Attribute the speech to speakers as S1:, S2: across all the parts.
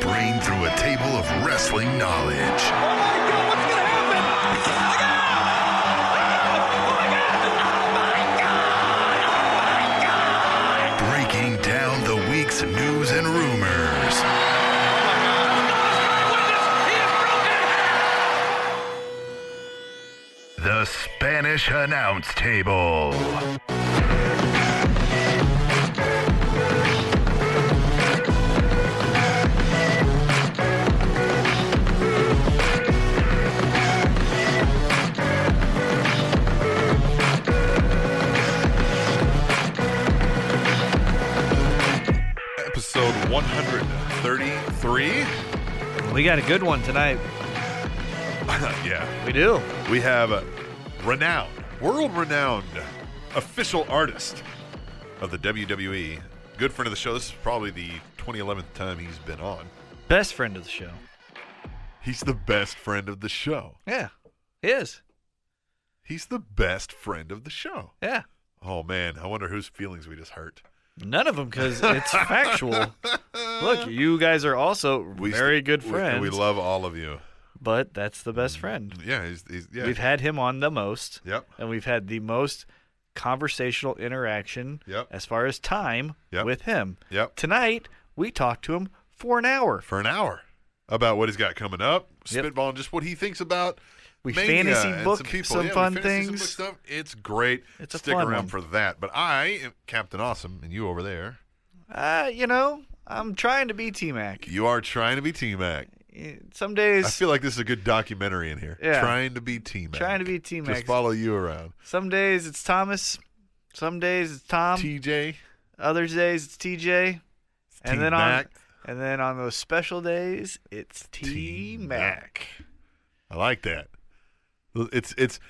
S1: brain through a table of wrestling knowledge. Breaking down the week's news and rumors. The Spanish Announce Table.
S2: Episode 133.
S3: We got a good one tonight.
S2: yeah.
S3: We do.
S2: We have a renowned, world renowned official artist of the WWE. Good friend of the show. This is probably the 2011th time he's been on.
S3: Best friend of the show.
S2: He's the best friend of the show.
S3: Yeah. He is.
S2: He's the best friend of the show.
S3: Yeah.
S2: Oh, man. I wonder whose feelings we just hurt.
S3: None of them because it's factual. Look, you guys are also
S2: We
S3: very
S2: st-
S3: good
S2: we-
S3: friends.
S2: We, love all of you.
S3: but that's the best friend.
S2: Yeah. He's, he's, yeah.
S3: We've had him on the most.
S2: Yep.
S3: And we've had the most conversational interaction
S2: Yep.
S3: as far as time
S2: Yep.
S3: with him.
S2: Yep.
S3: Tonight, we talked to him for an hour.
S2: for an hour about what he's got coming up,
S3: Yep.
S2: spitballing just what he thinks about.
S3: We
S2: Mania
S3: fantasy
S2: and
S3: book
S2: some, people.
S3: some
S2: Yeah, we
S3: fun
S2: fantasy some book
S3: things.
S2: stuff. It's great.
S3: It's a
S2: Stick
S3: fun
S2: around
S3: one.
S2: for that. But I am Captain Awesome, and you over there,
S3: Uh, you know, I'm trying to be T Mac.
S2: you are trying to be T Mac.
S3: Some
S2: I
S3: days,
S2: feel like this is a good documentary in here.
S3: Yeah.
S2: Trying to be T Mac.
S3: Trying to be T-Mac.
S2: Just follow you around.
S3: some days it's Thomas, some days it's Tom,
S2: TJ.
S3: other days it's TJ, and then
S2: T-Mac.
S3: on and then on those special days it's T Mac.
S2: I like that. It's it's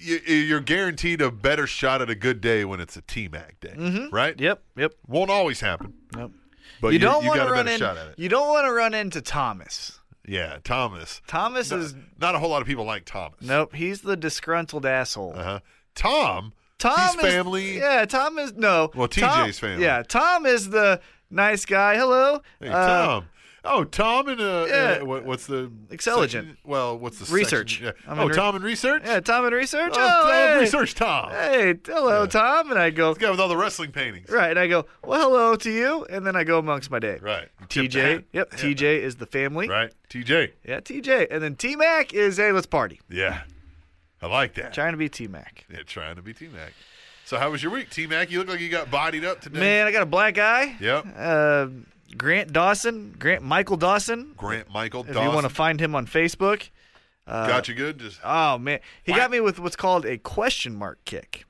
S2: you- you're guaranteed a better shot at a good day when it's a T Mac day, right?
S3: Mm-hmm. Yep, yep,
S2: Won't always happen,
S3: yep.
S2: but
S3: you don't
S2: you
S3: want
S2: got
S3: to
S2: a
S3: run
S2: better
S3: in.
S2: shot at it.
S3: You don't want to run into Thomas.
S2: Yeah, Thomas.
S3: Thomas
S2: Not,
S3: is
S2: not a whole lot of people like Thomas.
S3: nope. He's the disgruntled asshole.
S2: Uh-huh. Tom.
S3: Tom
S2: He's
S3: is,
S2: family.
S3: Yeah, Tom is no.
S2: Well,
S3: Tom-
S2: TJ's family.
S3: Yeah, Tom is the nice guy. Hello,
S2: Hey,
S3: Uh,
S2: Tom. Oh, Tom and uh,
S3: yeah.
S2: uh, what, what's the
S3: Excelligent.
S2: section? Well, what's the
S3: Research.
S2: section? Yeah.
S3: I'm
S2: Oh,
S3: in re-
S2: Tom and research.
S3: Yeah, Tom and research.
S2: Oh, Tom,
S3: Oh, hey.
S2: research Tom.
S3: Hey, hello, Tom. And I go,
S2: The guy with all the wrestling paintings.
S3: right. And I go, well, hello to you. And then I go amongst my day.
S2: Right. You tip the
S3: TJ.
S2: hat.
S3: Yep.
S2: Yeah.
S3: TJ is the family.
S2: Right. TJ.
S3: Yeah, TJ. And then T Mac is, hey, let's party.
S2: Yeah. I like that.
S3: Trying to be T Mac.
S2: Yeah, trying to be T Mac. So how was your week, T Mac? You look like you got bodied up today.
S3: Man, I got a black eye.
S2: Yep.
S3: Uh, Grant Dawson, Grant Michael Dawson.
S2: Grant Michael
S3: If
S2: Dawson
S3: you uh, want to find him on Facebook.
S2: got you good. Just
S3: Oh man, he
S2: Why-
S3: got me with what's called a question mark kick,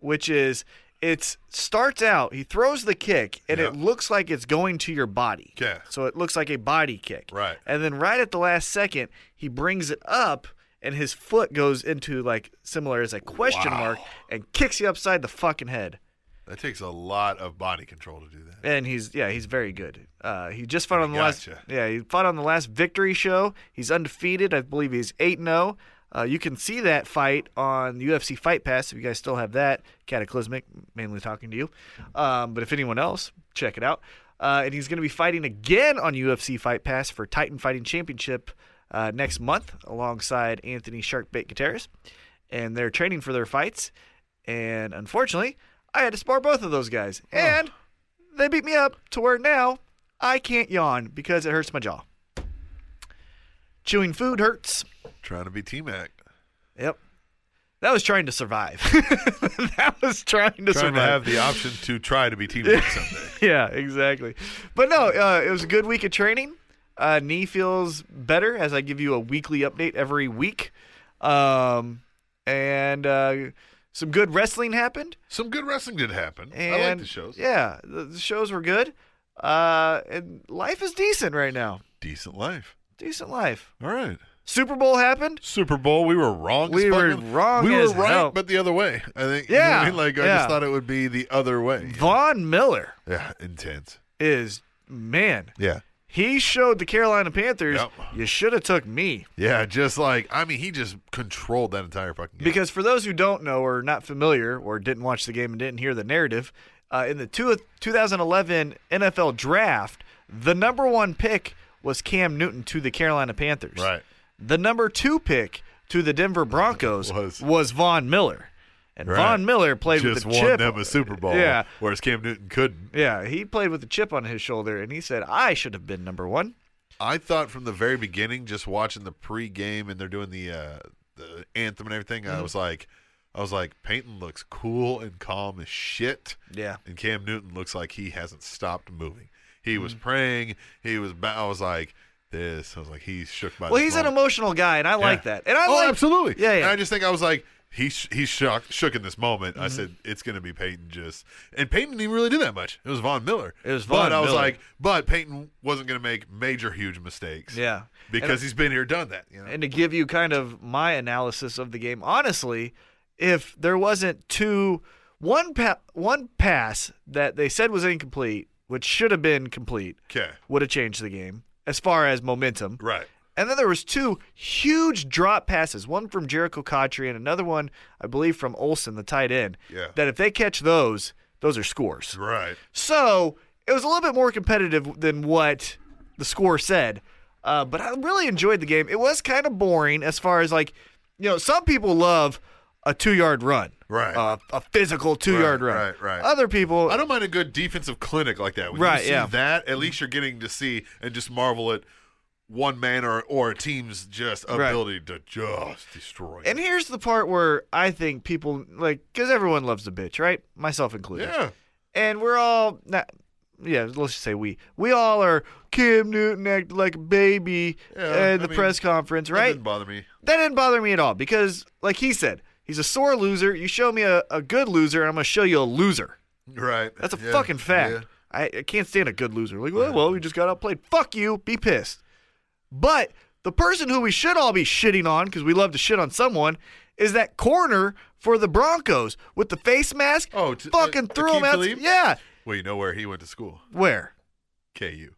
S3: which is it starts out he throws the kick and it
S2: Yeah.
S3: looks like it's going to your body.
S2: Yeah.
S3: So it looks like a body kick.
S2: Right.
S3: And then right at the last second, he brings it up and his foot goes into like similar as a question
S2: Wow.
S3: mark and kicks you upside the fucking head.
S2: that takes a lot of body control to do that.
S3: And he's yeah, he's very good. Uh, he just fought on the
S2: Gotcha.
S3: last yeah, he fought on the last victory show. He's undefeated. I believe he's eight zero. Uh, you can see that fight on UFC Fight Pass if you guys still have that. Cataclysmic, mainly talking to you. Um, but if anyone else, check it out. Uh, and he's going to be fighting again on UFC Fight Pass for Titan Fighting Championship uh, next month alongside Anthony Sharkbait Gutierrez. And they're training for their fights. And unfortunately, I had to spar both of those guys.
S2: Oh.
S3: And they beat me up to where now I can't yawn because it hurts my jaw. Chewing food hurts.
S2: Trying to be T Mac.
S3: Yep. That was trying to survive. that was trying to
S2: Trying
S3: survive.
S2: to have the option to try to be T Mac someday.
S3: yeah, exactly. But no, uh, it was a good week of training. Uh, knee feels better as I give you a weekly update every week. Um, and uh, some good wrestling happened.
S2: Some good wrestling did happen.
S3: And
S2: I like the shows.
S3: Yeah, the, the shows were good. Uh, and life is decent right now.
S2: Decent life.
S3: Decent life.
S2: All right.
S3: Super Bowl happened.
S2: Super Bowl, we were wrong. as
S3: We
S2: fuck.
S3: were wrong
S2: We
S3: as
S2: were right,
S3: hell.
S2: but the other way. I think. you know
S3: Yeah,
S2: what I mean? Like I
S3: yeah.
S2: just thought it would be the other way.
S3: Von Miller
S2: Yeah. Intense.
S3: is man.
S2: Yeah.
S3: He showed the Carolina Panthers.
S2: Yep.
S3: You should have took me
S2: Yeah. Just like I mean, he just controlled that entire fucking game.
S3: because for those who don't know or not familiar or didn't watch the game and didn't hear the narrative, uh, in the two, 2011 NFL Draft, The number one pick was Cam Newton to the Carolina Panthers.
S2: Right.
S3: The number two pick to the Denver Broncos
S2: Was.
S3: was, Von Miller. And
S2: Right.
S3: Von Miller played
S2: Just
S3: with the
S2: won
S3: chip.
S2: them a Super Bowl.
S3: Yeah.
S2: Whereas Cam Newton couldn't.
S3: Yeah, he played with the chip on his shoulder, and he said, I should have been number one.
S2: I thought from the very beginning, just watching the pregame and they're doing the uh, the anthem and everything,
S3: Mm-hmm.
S2: I was like, I was like, Peyton looks cool and calm as shit.
S3: Yeah.
S2: and Cam Newton looks like he hasn't stopped moving. He
S3: Mm.
S2: was praying. He was. Ba- I was like, this. I was like, he's shook by.
S3: Well,
S2: this
S3: he's an
S2: moment.
S3: emotional guy, and I like
S2: Yeah.
S3: that. And I
S2: oh,
S3: like
S2: absolutely.
S3: Yeah,
S2: And
S3: yeah.
S2: I just think I was like, he's he's shook shook in this moment.
S3: Mm-hmm.
S2: I said it's going to be Peyton just, and Peyton didn't really do that much. It was Von Miller.
S3: It was
S2: but
S3: Von
S2: I was
S3: Miller.
S2: like, but Peyton wasn't going to make major huge mistakes.
S3: Yeah.
S2: because he's been here, done that. You know.
S3: and to give you kind of my analysis of the game, honestly, if there wasn't two, one pa- one pass that they said was incomplete, which should have been complete,
S2: okay,
S3: would have changed the game as far as momentum.
S2: right.
S3: And then there was two huge drop passes, one from Jericho Cotry and another one, I believe, from Olson, the tight end.
S2: Yeah.
S3: That if they catch those, those are scores.
S2: Right.
S3: So it was a little bit more competitive than what the score said. Uh, but I really enjoyed the game. It was kind of boring as far as like, you know, some people love a two yard run,
S2: Right.
S3: Uh, a physical two yard
S2: Right,
S3: run.
S2: right, right.
S3: Other people,
S2: I don't mind a good defensive clinic like that. When
S3: Right,
S2: You see
S3: yeah.
S2: That at least you're getting to see and just marvel at one man or or a team's just
S3: Right.
S2: ability to just destroy.
S3: And here's the part where I think people like, because everyone loves a bitch, right? Myself included.
S2: yeah.
S3: and we're all not, yeah let's just say we we all are cam newton acted like a baby
S2: Yeah,
S3: at the
S2: I mean,
S3: press conference
S2: That
S3: right
S2: didn't bother me.
S3: that didn't bother me at all because like he said he's a sore loser you show me a, a good loser and i'm gonna show you a loser
S2: Right.
S3: that's a
S2: Yeah,
S3: fucking fact
S2: yeah.
S3: I, I can't stand a good loser like well, well we just got outplayed fuck you be pissed but the person who we should all be shitting on because we love to shit on someone is that corner for the broncos with the face mask
S2: Oh, t-
S3: fucking
S2: uh,
S3: threw him
S2: Akeem
S3: out
S2: Talib?
S3: yeah
S2: Well, you know where he went to school?
S3: where
S2: KU.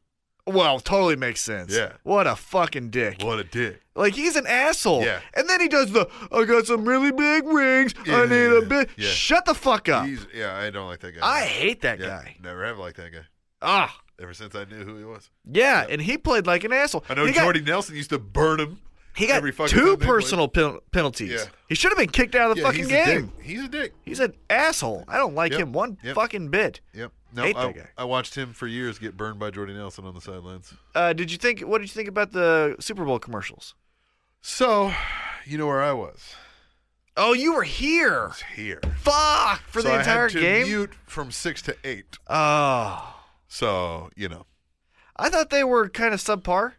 S3: Well, totally makes sense.
S2: Yeah.
S3: What a fucking dick.
S2: What a dick.
S3: Like he's an asshole.
S2: Yeah.
S3: And then he does the I got some really big rings.
S2: Yeah,
S3: I need a
S2: yeah,
S3: bit.
S2: yeah.
S3: Shut the fuck up.
S2: He's yeah. I don't like that guy.
S3: Ah. I hate that
S2: Yeah,
S3: guy.
S2: Never have liked that guy.
S3: Ah.
S2: Ever since I knew who he was.
S3: Yeah, and he played like an asshole.
S2: I know
S3: he
S2: Jordy Nelson used to burn him.
S3: Got, he got
S2: every fucking
S3: two
S2: time they played.
S3: personal pen- penalties.
S2: Yeah.
S3: He should have been kicked out of the
S2: yeah,
S3: fucking
S2: he's
S3: game.
S2: A dick. He's a dick.
S3: He's an asshole. I don't like
S2: Yep,
S3: him one
S2: yep.
S3: fucking bit.
S2: Yep. No,
S3: Hate
S2: I,
S3: that guy.
S2: I watched him for years get burned by Jordy Nelson on the sidelines.
S3: Uh, did you think? What did you think about the Super Bowl commercials?
S2: So, you know where I was?
S3: Oh, you were here.
S2: It's here
S3: Fuck for
S2: So
S3: the
S2: I
S3: entire
S2: had to
S3: game.
S2: Mute from six to eight.
S3: oh.
S2: So you know,
S3: I thought they were kind of subpar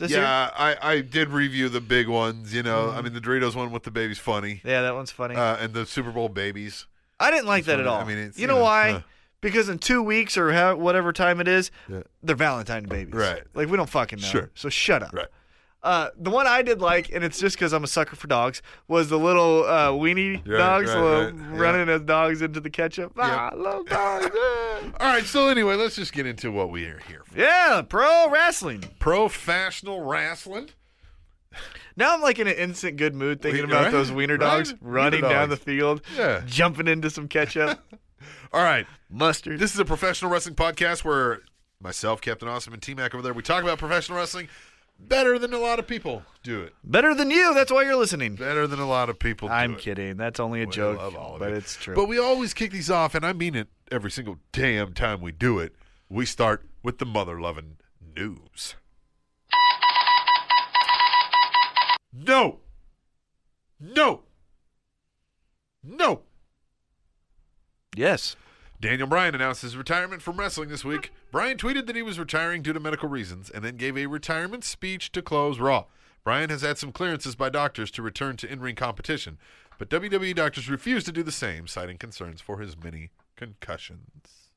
S3: this year. Mm.
S2: yeah, I I did review the big ones. You know, I mean the Doritos one with the babies funny,
S3: Yeah, that one's funny.
S2: uh, and the Super Bowl babies.
S3: I didn't like
S2: this
S3: that at
S2: one,
S3: all.
S2: I mean, it's,
S3: you
S2: you
S3: know
S2: know,
S3: why?
S2: uh,
S3: because in two weeks or how, whatever time it is,
S2: Yeah.
S3: they're Valentine babies.
S2: Right.
S3: Like, we don't fucking know.
S2: Sure.
S3: So shut up.
S2: Right.
S3: Uh, the one I did like, and it's just because I'm a sucker for dogs, was the little uh, weenie
S2: Right,
S3: dogs
S2: right,
S3: little
S2: right, yeah.
S3: running as dogs into the ketchup. Ah, I love dogs. yeah.
S2: All right. So anyway, let's just get into what we are here for.
S3: yeah, pro wrestling.
S2: Professional wrestling.
S3: Now I'm like in an instant good mood thinking
S2: Wiener-
S3: about
S2: right,
S3: those wiener
S2: right?
S3: dogs
S2: Wiener
S3: running down
S2: dogs.
S3: the field,
S2: Yeah.
S3: jumping into some ketchup,
S2: All right.
S3: mustard.
S2: This is a professional wrestling podcast where myself, Captain Awesome, and T Mac over there, we talk about professional wrestling better than a lot of people do it.
S3: Better than you. That's why you're listening.
S2: Better than a lot of people. do
S3: I'm
S2: it.
S3: kidding. That's only a
S2: We
S3: joke,
S2: love all of
S3: but
S2: it.
S3: it's true.
S2: But we always kick these off, and I mean it every single damn time we do it. We start with the mother loving news. No. No. No.
S3: yes,
S2: Daniel Bryan announced his retirement from wrestling this week. Bryan tweeted that he was retiring due to medical reasons and then gave a retirement speech to close Raw. Bryan has had some clearances by doctors to return to in ring competition, but WWE doctors refused to do the same, citing concerns for his many concussions.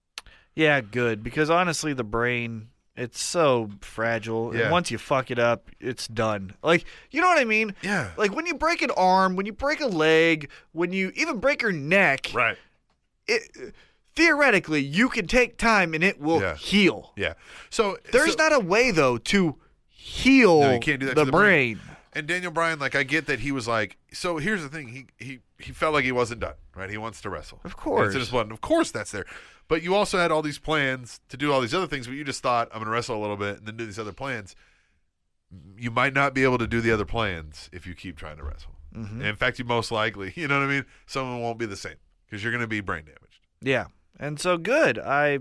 S3: yeah, good. Because honestly, the brain it's so fragile,
S2: Yeah.
S3: and once you fuck it up, it's done. Like you know what I mean?
S2: Yeah.
S3: Like when you break an arm, when you break a leg, when you even break your neck,
S2: Right.
S3: it, theoretically you can take time and it will
S2: Yeah.
S3: heal.
S2: Yeah. So
S3: There's
S2: so-
S3: not a way though to heal
S2: No, you can't do that
S3: the,
S2: to the
S3: brain.
S2: brain. And Daniel Bryan, like I get that he was like, so here's the thing, he he he felt like he wasn't done, right? He wants to wrestle,
S3: Of course.
S2: It's in his blood. And of course, that's there. But you also had all these plans to do all these other things, but you just thought I'm gonna wrestle a little bit and then do these other plans. You might not be able to do the other plans if you keep trying to wrestle.
S3: Mm-hmm.
S2: In fact, you most likely, you know what I mean. Someone won't be the same because you're gonna be brain damaged.
S3: Yeah, and so good. I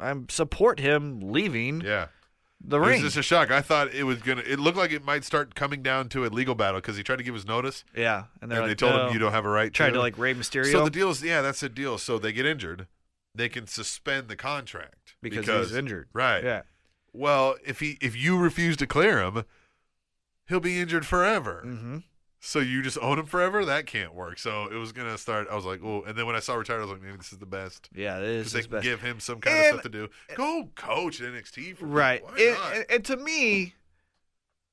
S3: I support him leaving
S2: Yeah.
S3: Mm-hmm. the
S2: It was
S3: ring.
S2: just a shock. I thought it was gonna. It looked like it might start coming down to a legal battle because he tried to give his notice,
S3: yeah, and,
S2: and
S3: they're
S2: they
S3: like,
S2: told
S3: no.
S2: him you don't have a right.
S3: tried to like Rey Mysterio.
S2: So the deal is, yeah, that's the deal. So they get injured, they can suspend the contract
S3: Because he was injured.
S2: right?
S3: yeah,
S2: Well, if he if you refuse to clear him, he'll be injured forever.
S3: hmm
S2: So you just own him forever. That can't work. So it was gonna start. I was like, oh, and then when I saw retired, I was like, maybe this is the best.
S3: yeah, it
S2: Because
S3: is
S2: they
S3: his
S2: can
S3: best.
S2: give him some kind
S3: And-
S2: of stuff to do. Go coach at NXT, for
S3: right.
S2: Why
S3: It-
S2: not?
S3: and, and to me,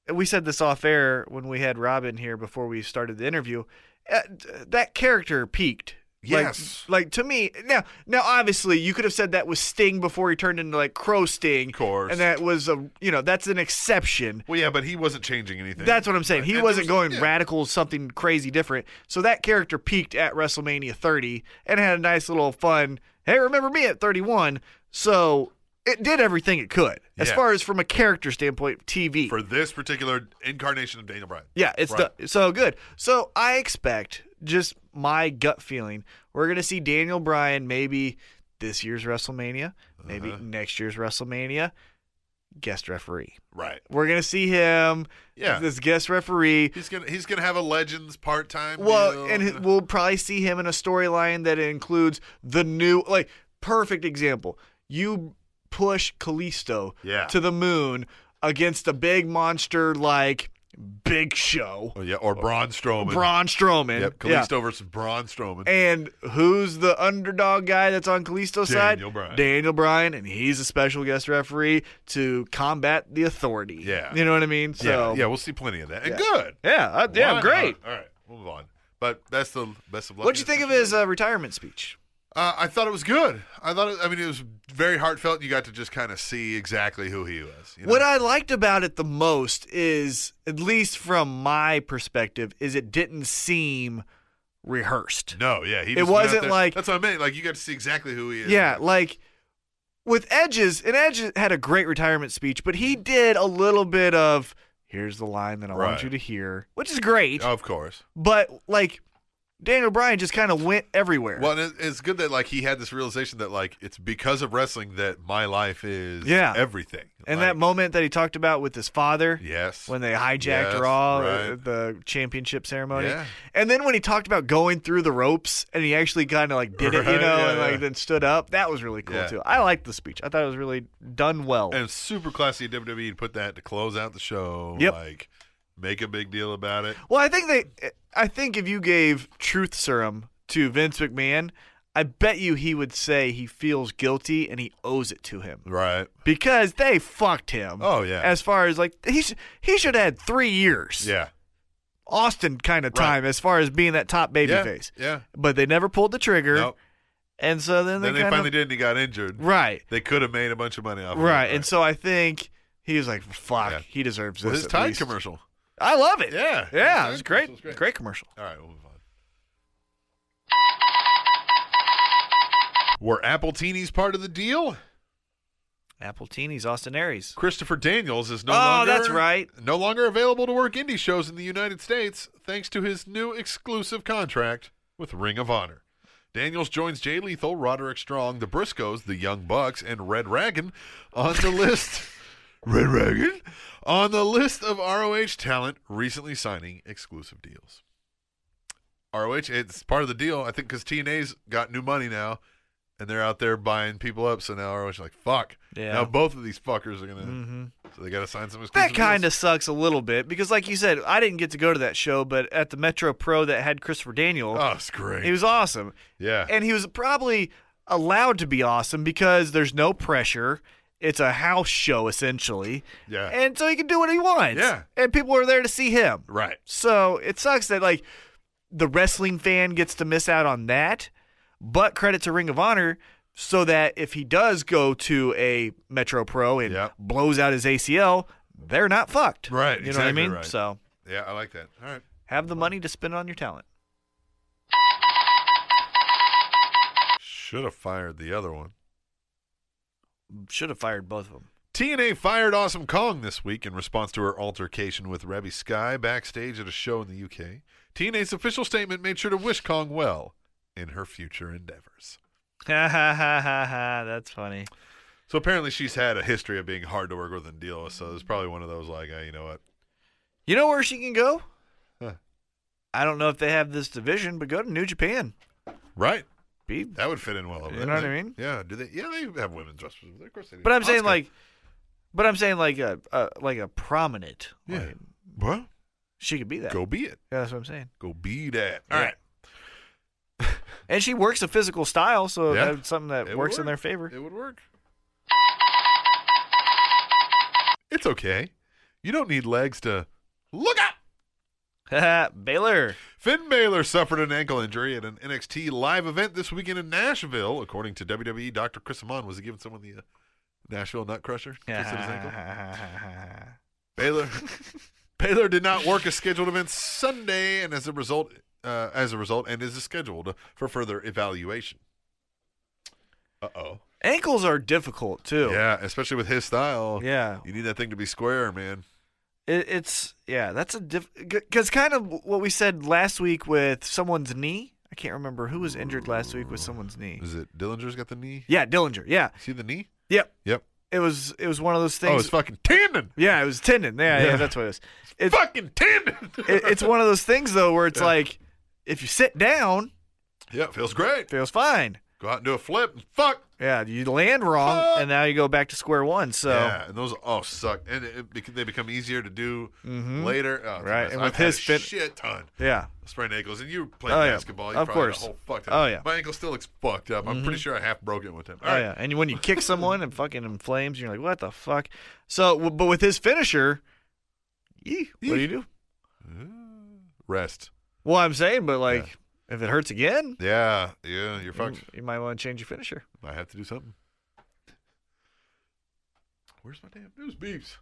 S3: and we said this off air when we had Robin here before we started the interview. Uh, d- that character peaked. Like-
S2: Yes.
S3: Like, to me now. Now, obviously, you could have said that was Sting before he turned into like Crow Sting,
S2: Of course.
S3: and that was a you know that's an exception.
S2: well, yeah, but he wasn't changing anything.
S3: That's what I'm saying.
S2: And
S3: He
S2: there
S3: wasn't
S2: was-
S3: going
S2: yeah.
S3: radical, something crazy different. So that character peaked at WrestleMania 30 and had a nice little fun. Hey, remember me at 31? So it did everything it could as
S2: Yeah.
S3: far as from a character standpoint, TV.
S2: for this particular incarnation of Daniel Bryan.
S3: yeah, it's
S2: Right.
S3: the, so good. So I expect just my gut feeling we're gonna see Daniel Bryan maybe this year's WrestleMania, maybe
S2: Uh-huh.
S3: next year's WrestleMania, guest referee.
S2: Right.
S3: We're gonna see him.
S2: Yeah.
S3: this guest referee.
S2: He's gonna he's gonna have a Legends part time.
S3: Well, and hi- we'll probably see him in a storyline that includes the new, like, perfect example. You push Callisto
S2: Yeah.
S3: to the moon against a big monster like Big Show,
S2: Oh, yeah, or Braun Strowman.
S3: Braun Strowman.
S2: Yep,
S3: Yeah.
S2: Kalisto versus Braun Strowman.
S3: And who's the underdog guy that's on Callisto's side?
S2: Daniel Bryan.
S3: Daniel Bryan, and he's a special guest referee to combat the authority.
S2: Yeah.
S3: You know what I mean? So,
S2: yeah, yeah, we'll see plenty of that. And good.
S3: Yeah, uh, yeah,
S2: Why
S3: great.
S2: not? All right, we'll move on. But that's the best of luck.
S3: What'd you think of his uh, retirement speech?
S2: Uh, I thought it was good. I thought. It, I mean, it was very heartfelt. You got to just kind of see exactly who he was. You know?
S3: What I liked about it the most is, at least from my perspective, is it didn't seem rehearsed.
S2: no, yeah, he.
S3: It
S2: Just went out
S3: wasn't
S2: there.
S3: like-
S2: that's what I meant. Like you got to see exactly who he is.
S3: Yeah, like with Edges, and Edges had a great retirement speech, but he did a little bit of here's the line that I want
S2: Right.
S3: you to hear, which is great.
S2: of course.
S3: but like Daniel Bryan just kind of went everywhere.
S2: Well, and it- it's good that like he had this realization that like it's because of wrestling that my life is
S3: Yeah.
S2: everything.
S3: and that
S2: Like,
S3: moment that he talked about with his father,
S2: yes,
S3: when they hijacked
S2: Yes,
S3: Raw
S2: right.
S3: at the championship ceremony.
S2: Yeah.
S3: And then when he talked about going through the ropes and he actually kind of like did it, you
S2: Right,
S3: know,
S2: yeah,
S3: and
S2: yeah.
S3: like then stood up, that was really cool
S2: Yeah.
S3: too. I liked the speech. I thought it was really done well.
S2: and it's super classy of WWE E to put that to close out the show.
S3: Yep.
S2: like make a big deal about it.
S3: well, I think they, I think if you gave truth serum to Vince McMahon, I bet you he would say he feels guilty and he owes it to him
S2: Right?
S3: because they fucked him.
S2: Oh, yeah.
S3: As far as like he sh- he should have had three years.
S2: Yeah,
S3: Austin kind of
S2: Right.
S3: time as far as being that top baby
S2: yeah,
S3: face.
S2: yeah.
S3: but they never pulled the trigger.
S2: Nope.
S3: And so then they,
S2: Then they
S3: kind
S2: finally
S3: of,
S2: did, and he got injured.
S3: right,
S2: They could have made a bunch of money off.
S3: right.
S2: of it,
S3: And so I think he was like, "Fuck,
S2: Yeah.
S3: he deserves
S2: Well,
S3: this."
S2: his
S3: at
S2: Tide
S3: least.
S2: commercial.
S3: I love it.
S2: Yeah,
S3: yeah, it
S2: His
S3: was
S2: Tide
S3: great,
S2: commercial was
S3: great,
S2: great.
S3: commercial.
S2: All right, we'll move on. Were Apple Teenies part of the deal?
S3: Apple Teenies, Austin Aries.
S2: Christopher Daniels is no
S3: Oh,
S2: longer
S3: that's right.
S2: no longer available to work indie shows in the United States thanks to his new exclusive contract with Ring of Honor. Daniels joins Jay Lethal, Roderick Strong, the Briscoes, the Young Bucks, and Red Ragon on the list. Red Ragon on the list of ROH talent recently signing exclusive deals. ROH, it's part of the deal, I think, because TNA's got new money now, and they're out there buying people up. So now ROH is like, fuck.
S3: Yeah.
S2: Now both of these fuckers are gonna.
S3: hmm
S2: So they got to sign some exclusive.
S3: That kind of sucks a little bit because, like you said, I didn't get to go to that show, but at the Metro Pro that had Christopher Daniel,
S2: Oh, it's great.
S3: he was awesome.
S2: yeah.
S3: and he was probably allowed to be awesome because there's no pressure. It's a house show essentially.
S2: Yeah.
S3: And so he can do what he wants.
S2: Yeah.
S3: And people are there to see him.
S2: right.
S3: So it sucks that like the wrestling fan gets to miss out on that, but credit to Ring of Honor so that if he does go to a Metro Pro and
S2: Yeah.
S3: blows out his ACL, they're not fucked.
S2: Right,
S3: You know what I
S2: exactly
S3: mean?
S2: right.
S3: So
S2: Yeah, I like that. All right.
S3: Have the money to spend on your talent.
S2: Should have fired the other one.
S3: Should have fired both of them.
S2: TNA fired Awesome Kong this week in response to her altercation with Rebby Sky backstage at a show in the UK. TNA's official statement made sure to wish Kong well in her future endeavors.
S3: Ha ha ha ha ha. That's funny.
S2: So apparently she's had a history of being hard to work with and deal with, so it's probably one of those like, hey, you know what?
S3: You know where she can go?
S2: Huh.
S3: I don't know if they have this division, but go to New Japan.
S2: Right.
S3: Be,
S2: That would fit in well over
S3: You
S2: there.
S3: know what I mean?
S2: Yeah, do they yeah, they have women's wrestlers. Of course they do.
S3: but I'm saying
S2: Asuka.
S3: like, but I'm saying like a, a like a prominent.
S2: Yeah.
S3: like,
S2: Well,
S3: she could be that.
S2: go be it.
S3: Yeah, that's what I'm saying.
S2: Go be that.
S3: Yeah.
S2: All right.
S3: And she works a physical style, so
S2: Yeah.
S3: that's something that
S2: It would
S3: works in
S2: work.
S3: their favor.
S2: It would work. It's okay. You don't need legs to look up.
S3: Haha, Baylor.
S2: Finn Balor suffered an ankle injury at an NXT live event this weekend in Nashville. According to WWE, Dr. Chris Amon was he giving someone the uh, Nashville Nut Crusher? Twisted his ankle. Baylor Baylor did not work a scheduled event Sunday, and as a result, uh, as a result, and is scheduled for further evaluation. Uh oh.
S3: Ankles are difficult too.
S2: Yeah, especially with his style.
S3: Yeah.
S2: You need that thing to be square, man.
S3: It, it's yeah, that's a diff because kind of what we said last week with someone's knee. I can't remember who was injured last week with someone's knee.
S2: Is it Dillinger's got the knee?
S3: Yeah, Dillinger. Yeah,
S2: See the knee?
S3: yep.
S2: Yep.
S3: It was it was one of those
S2: Oh,
S3: things.
S2: it's fucking tendon.
S3: yeah, it was tendon. Yeah, yeah,
S2: Yeah.
S3: that's what it was. It's
S2: fucking tendon.
S3: it, it's one of those things though where it's like if you sit down,
S2: yeah, feels great.
S3: feels fine.
S2: Go out and do a flip and fuck.
S3: Yeah, you land wrong,
S2: Fuck.
S3: and now you go back to square one. So
S2: Yeah, and those all suck, and it, it, bec- they become easier to do
S3: Mhm.
S2: later. Oh, it's a
S3: Right,
S2: mess.
S3: and with
S2: I've had
S3: his
S2: a
S3: fit-
S2: shit ton
S3: yeah.
S2: of sprained ankles, and you played
S3: Oh, yeah.
S2: basketball. You
S3: Of
S2: probably had a
S3: course.
S2: whole fucked up.
S3: Oh, yeah. Mm-hmm.
S2: my ankle still looks fucked up. I'm pretty sure I half broke it one time. All
S3: oh
S2: right.
S3: yeah, and when you kick someone and fucking inflames, you're like, what the fuck? So, w- but with his finisher, yee, what do you do?
S2: Rest.
S3: Well, I'm saying, but like, if it hurts again,
S2: Yeah, yeah, you're
S3: you,
S2: fucked.
S3: you might want to change your finisher.
S2: I have to do something. Where's my damn news beeps?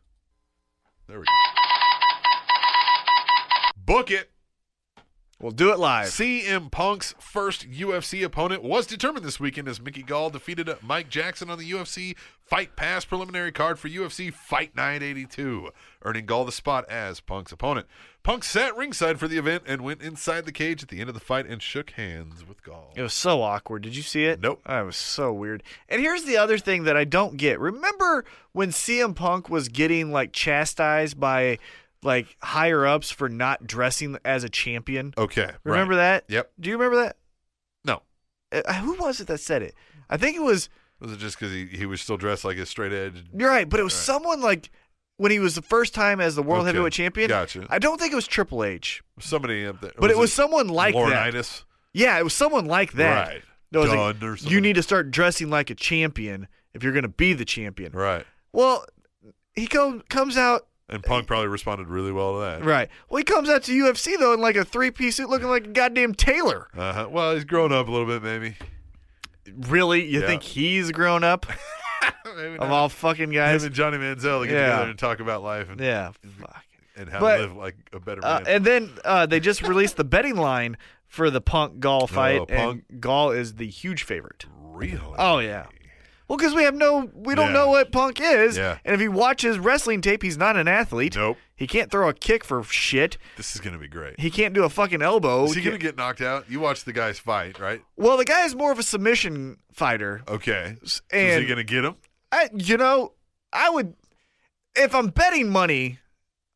S2: There we go. Book it.
S3: We'll do it live.
S2: CM Punk's first UFC opponent was determined this weekend as Mickey Gall defeated Mike Jackson on the UFC Fight Pass preliminary card for UFC Fight 982, earning Gall the spot as Punk's opponent. Punk sat ringside for the event and went inside the cage at the end of the fight and shook hands with Gall.
S3: It was so awkward. Did you see it?
S2: Nope.
S3: Oh, it was so weird. And here's the other thing that I don't get. Remember when CM Punk was getting like chastised by like higher ups for not dressing as a champion?
S2: Okay.
S3: Remember
S2: right.
S3: that?
S2: Yep.
S3: Do you remember
S2: No.
S3: that? Uh, who was it that said it? I think it was.
S2: Was it just because he, he was still dressed like a straight edge?
S3: You're right, but it was
S2: Right.
S3: someone like when he was the first time as the world
S2: Okay,
S3: heavyweight champion.
S2: gotcha.
S3: I don't think it was Triple H,
S2: Somebody up there.
S3: but it was someone like that.
S2: Laurinaitis?
S3: Yeah, it was someone like that.
S2: Right.
S3: That was
S2: Dunn
S3: like,
S2: or
S3: you
S2: something.
S3: need to start dressing like a champion if you're going to be the champion.
S2: Right.
S3: Well, he co- comes out
S2: And Punk probably responded really well to that.
S3: right. Well, he comes out to UFC though in like a three piece suit, looking like a goddamn tailor.
S2: Uh-huh. Well, he's grown up a little bit, maybe.
S3: Really, you
S2: Yeah.
S3: think he's grown up
S2: maybe
S3: of
S2: not.
S3: all fucking
S2: Him
S3: guys?
S2: and Johnny Manziel to get
S3: Yeah.
S2: together and talk about life and,
S3: yeah, fuck.
S2: and how
S3: But-
S2: to live like a better
S3: Uh,
S2: man.
S3: and then uh, they just released the betting line for the Punk Gall fight,
S2: Oh, Punk.
S3: and Gall is the huge favorite.
S2: really?
S3: Oh yeah. Well, because we have no, we don't
S2: Yeah.
S3: know what Punk is,
S2: Yeah.
S3: and if you watch his wrestling tape, he's not an athlete.
S2: Nope.
S3: He can't throw a kick for shit.
S2: This is going to be great.
S3: He can't do a fucking elbow.
S2: Is he going to get knocked out? You watch the guys fight, right?
S3: well, the guy is more of a submission fighter.
S2: Okay. So is
S3: And-
S2: he going to get him?
S3: I, you know, I would, if I'm betting money,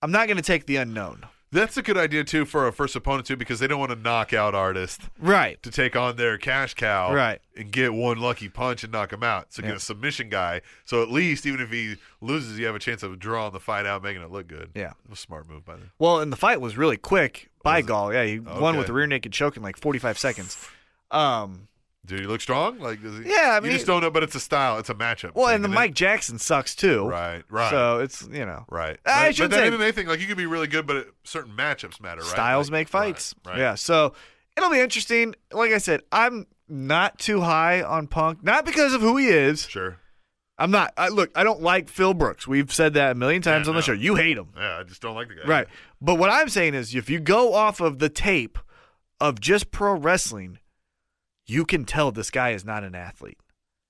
S3: I'm not going to take the unknown.
S2: That's a good idea, too, for a first opponent, too, because they don't want a knockout artist.
S3: Right.
S2: to take on their cash cow
S3: Right.
S2: and get one lucky punch and knock him out. So get
S3: Yeah.
S2: a submission guy. So at least even if he loses, you have a chance of drawing the fight out, making it look good.
S3: Yeah.
S2: It was a smart move by them.
S3: Well, and the fight was really quick by Gall. Yeah, he won
S2: Okay.
S3: with a rear naked choke in like 45 seconds. Um,
S2: Dude, he look strong? Like does he
S3: Yeah, I
S2: you
S3: mean-
S2: just don't know, but it's a style, it's a matchup.
S3: well,
S2: thing,
S3: and the
S2: isn't
S3: Mike
S2: it?
S3: Jackson sucks too.
S2: Right, right.
S3: So it's you know
S2: right.
S3: I
S2: but,
S3: should
S2: but that
S3: say-
S2: MMA thing, like you could be really good, but it, certain matchups matter, right?
S3: styles
S2: Like-
S3: make fights.
S2: Right, right.
S3: Yeah. So it'll be interesting. Like I said, I'm not too high on Punk, not because of who he is.
S2: Sure.
S3: I'm not. I, look, I don't like Phil Brooks. We've said that a million times
S2: Yeah,
S3: on the
S2: no.
S3: show. You hate him.
S2: Yeah, I just don't like the guy.
S3: Right. But what I'm saying is if you go off of the tape of just pro wrestling, you can tell this guy is not an athlete.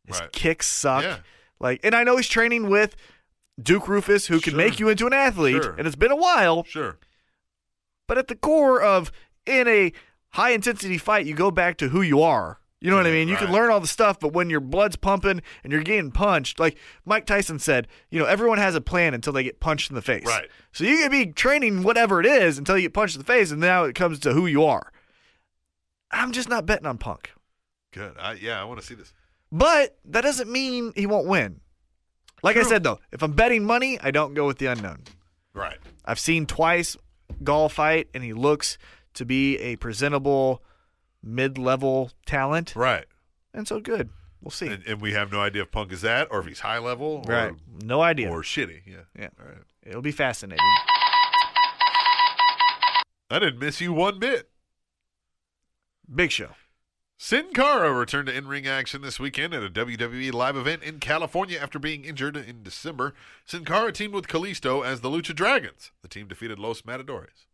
S3: His
S2: Right.
S3: kicks suck.
S2: Yeah.
S3: Like and I know he's training with Duke Rufus who can
S2: Sure.
S3: make you into an athlete
S2: Sure.
S3: and it's been a while,
S2: Sure.
S3: but at the core of in a high intensity fight you go back to who you are. You know what I
S2: Yeah,
S3: mean? You can
S2: right.
S3: learn all the stuff, but when your blood's pumping and you're getting punched, like Mike Tyson said, you know, everyone has a plan until they get punched in the face.
S2: Right.
S3: So you can be training whatever it is until you get punched in the face, and now it comes to who you are. I'm just not betting on Punk,
S2: Good. I, yeah, I want to see this.
S3: but that doesn't mean he won't win. Like I
S2: True.
S3: said though, if I'm betting money, I don't go with the unknown.
S2: Right.
S3: I've seen twice Gall fight, and he looks to be a presentable mid-level talent,
S2: Right.
S3: and so good. We'll see.
S2: And, and we have no idea if Punk is that or if he's high level or,
S3: right? No idea.
S2: or shitty. Yeah.
S3: Yeah.
S2: All right.
S3: It'll be fascinating.
S2: I didn't miss you one bit.
S3: Big Show.
S2: Sin Cara returned to in-ring action this weekend at a WWE live event in California after being injured in December. Sin Cara teamed with Kalisto as the Lucha Dragons. The team defeated Los Matadores.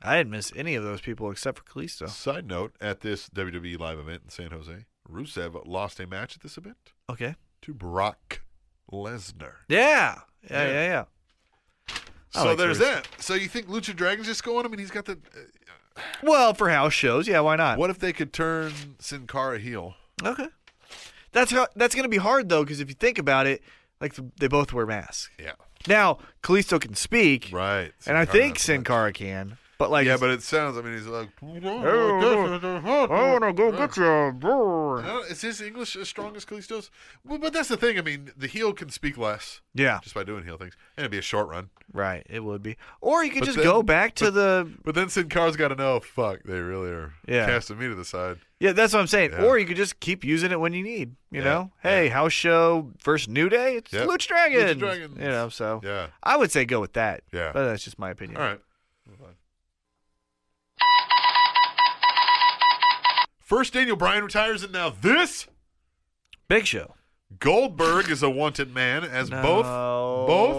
S3: I didn't miss any of those people except for Kalisto.
S2: Side note, at this WWE live event in San Jose, Rusev lost a match at this event
S3: Okay.
S2: to Brock Lesnar.
S3: Yeah. Yeah,
S2: Yeah.
S3: yeah, yeah. I
S2: So
S3: like
S2: there's
S3: Rusev.
S2: that. So you think Lucha Dragons just go on him and he's got the... uh,
S3: Well, for house shows, yeah, why not?
S2: what if they could turn Sin Cara heel?
S3: Okay. That's how, that's going to be hard though cuz if you think about it, like th- they both wear masks.
S2: Yeah.
S3: Now, Kalisto can speak,
S2: Right. Sin
S3: and I
S2: Cara
S3: think
S2: has a
S3: Sin
S2: match.
S3: Cara can. But like
S2: Yeah, but it sounds, I mean, he's like...
S3: wanna you.
S2: No, is his English as strong as Kalisto's? Well, but that's the thing. I mean, the heel can speak less
S3: Yeah,
S2: just by doing heel things, and it'd be a short run.
S3: right. It would be. Or you could
S2: But
S3: just
S2: then-
S3: go back to the
S2: But then Sin Cara's got to know, fuck, they really are
S3: Yeah.
S2: casting me to the side.
S3: Yeah, that's what I'm saying.
S2: Yeah.
S3: Or you could just keep using it when you need, you
S2: Yeah,
S3: know?
S2: yeah.
S3: Hey, house show versus New Day, it's
S2: Yep.
S3: Lucha Dragons.
S2: Lucha Dragons.
S3: You know, so
S2: Yeah.
S3: I would say go with that.
S2: Oh. Yeah.
S3: But that's just my opinion.
S2: All right. Move on. First, Daniel Bryan retires, and now this
S3: Big Show.
S2: Goldberg is a wanted man, as both both
S3: both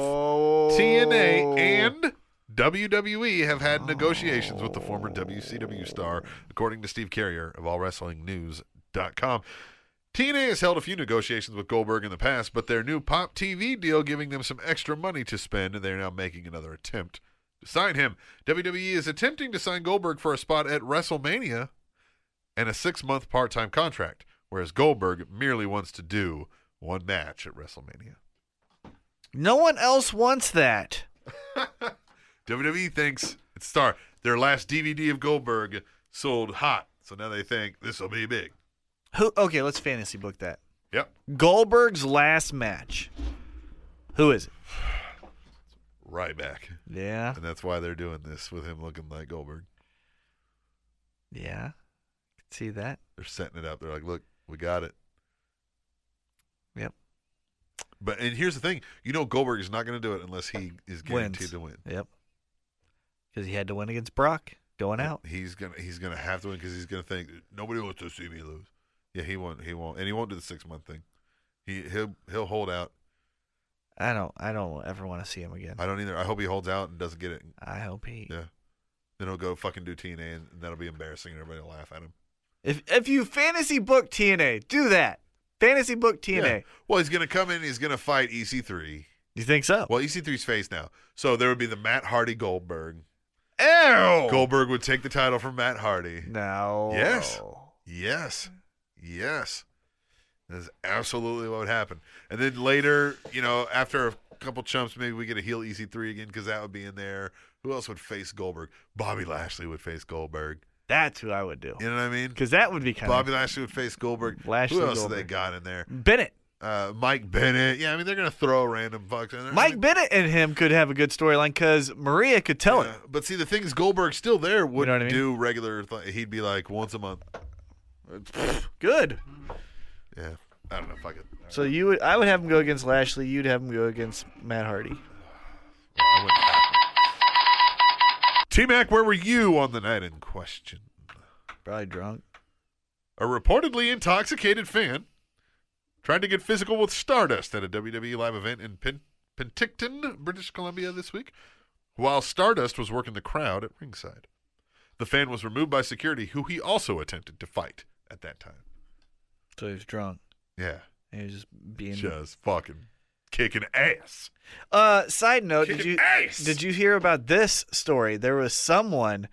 S3: Oh.
S2: TNA and WWE have had negotiations with the former WCW star, according to Steve Carrier of AllWrestlingNews.com. TNA has held a few negotiations with Goldberg in the past, but their new Pop TV deal giving them some extra money to spend, and they're now making another attempt to sign him. WWE is attempting to sign Goldberg for a spot at WrestleMania and a six month part time contract, whereas Goldberg merely wants to do one match at WrestleMania.
S3: No one else wants that.
S2: WWE E thinks it's star. Their last DVD of Goldberg sold hot, so now they think this will be big.
S3: Who okay, let's fantasy book that.
S2: Yep,
S3: Goldberg's last match. Who is it?
S2: right back,
S3: Yeah.
S2: and that's why they're doing this with him looking like Goldberg.
S3: Yeah. See that?
S2: They're setting it up. They're like, "Look, we got it."
S3: Yep.
S2: But and here's the thing: you know Goldberg is not going to do it unless he is guaranteed
S3: Wins.
S2: to win.
S3: Yep. Because he had to win against Brock going out.
S2: He's gonna he's gonna have to win because he's gonna think nobody wants to see me lose. Yeah, he won't. He won't, and he won't do the six month thing. He he'll he'll hold out.
S3: I don't I don't ever want to see him again.
S2: I don't either. I hope he holds out and doesn't get it
S3: I hope he.
S2: Yeah. Then he'll go fucking do TNA, and that'll be embarrassing, and everybody will laugh at him.
S3: If if you fantasy book TNA, do that. Fantasy book TNA.
S2: Yeah. Well, he's gonna come in. and He's gonna fight EC3.
S3: You think so?
S2: Well, EC3's face now, so there would be the Matt Hardy Goldberg.
S3: Ew.
S2: Goldberg would take the title from Matt Hardy.
S3: No.
S2: Yes. Yes, yes, that is absolutely what would happen. And then later, you know, after a couple chumps, maybe we get a heel EC3 again because that would be in there. Who else would face Goldberg? Bobby Lashley would face Goldberg.
S3: That's who I would do.
S2: You know what I mean?
S3: Because that would be kind
S2: Bobby
S3: of
S2: Lashley would face Goldberg.
S3: Lashley,
S2: Who else do they
S3: Goldberg.
S2: got in there?
S3: Bennett.
S2: uh, Mike Bennett. Yeah, I mean they're gonna throw random fucks in there. I
S3: Mike
S2: mean,
S3: Bennett and him could have a good storyline because Maria could tell
S2: yeah,
S3: it.
S2: But see, the thing is, Goldberg's still there. Wouldn't
S3: what I mean?
S2: do regular. Th- he'd be like once a month.
S3: Good.
S2: Yeah, I don't know. Fuck it.
S3: So you would I would have him go against Lashley. You'd have him go against Matt Hardy.
S2: T Mac, where were you on the night in question?
S3: Probably drunk.
S2: A reportedly intoxicated fan Tried to get physical with Stardust at a WWE live event in Pen- Penticton, British Columbia this week, while Stardust was working the crowd at ringside. The fan was removed by security, who he also attempted to fight at that time.
S3: So he was drunk.
S2: Yeah,
S3: He was just being.
S2: just fucking kicking ass.
S3: Uh, side note:
S2: Kick
S3: Did
S2: an
S3: you
S2: ass!
S3: did you hear about this story? There was someone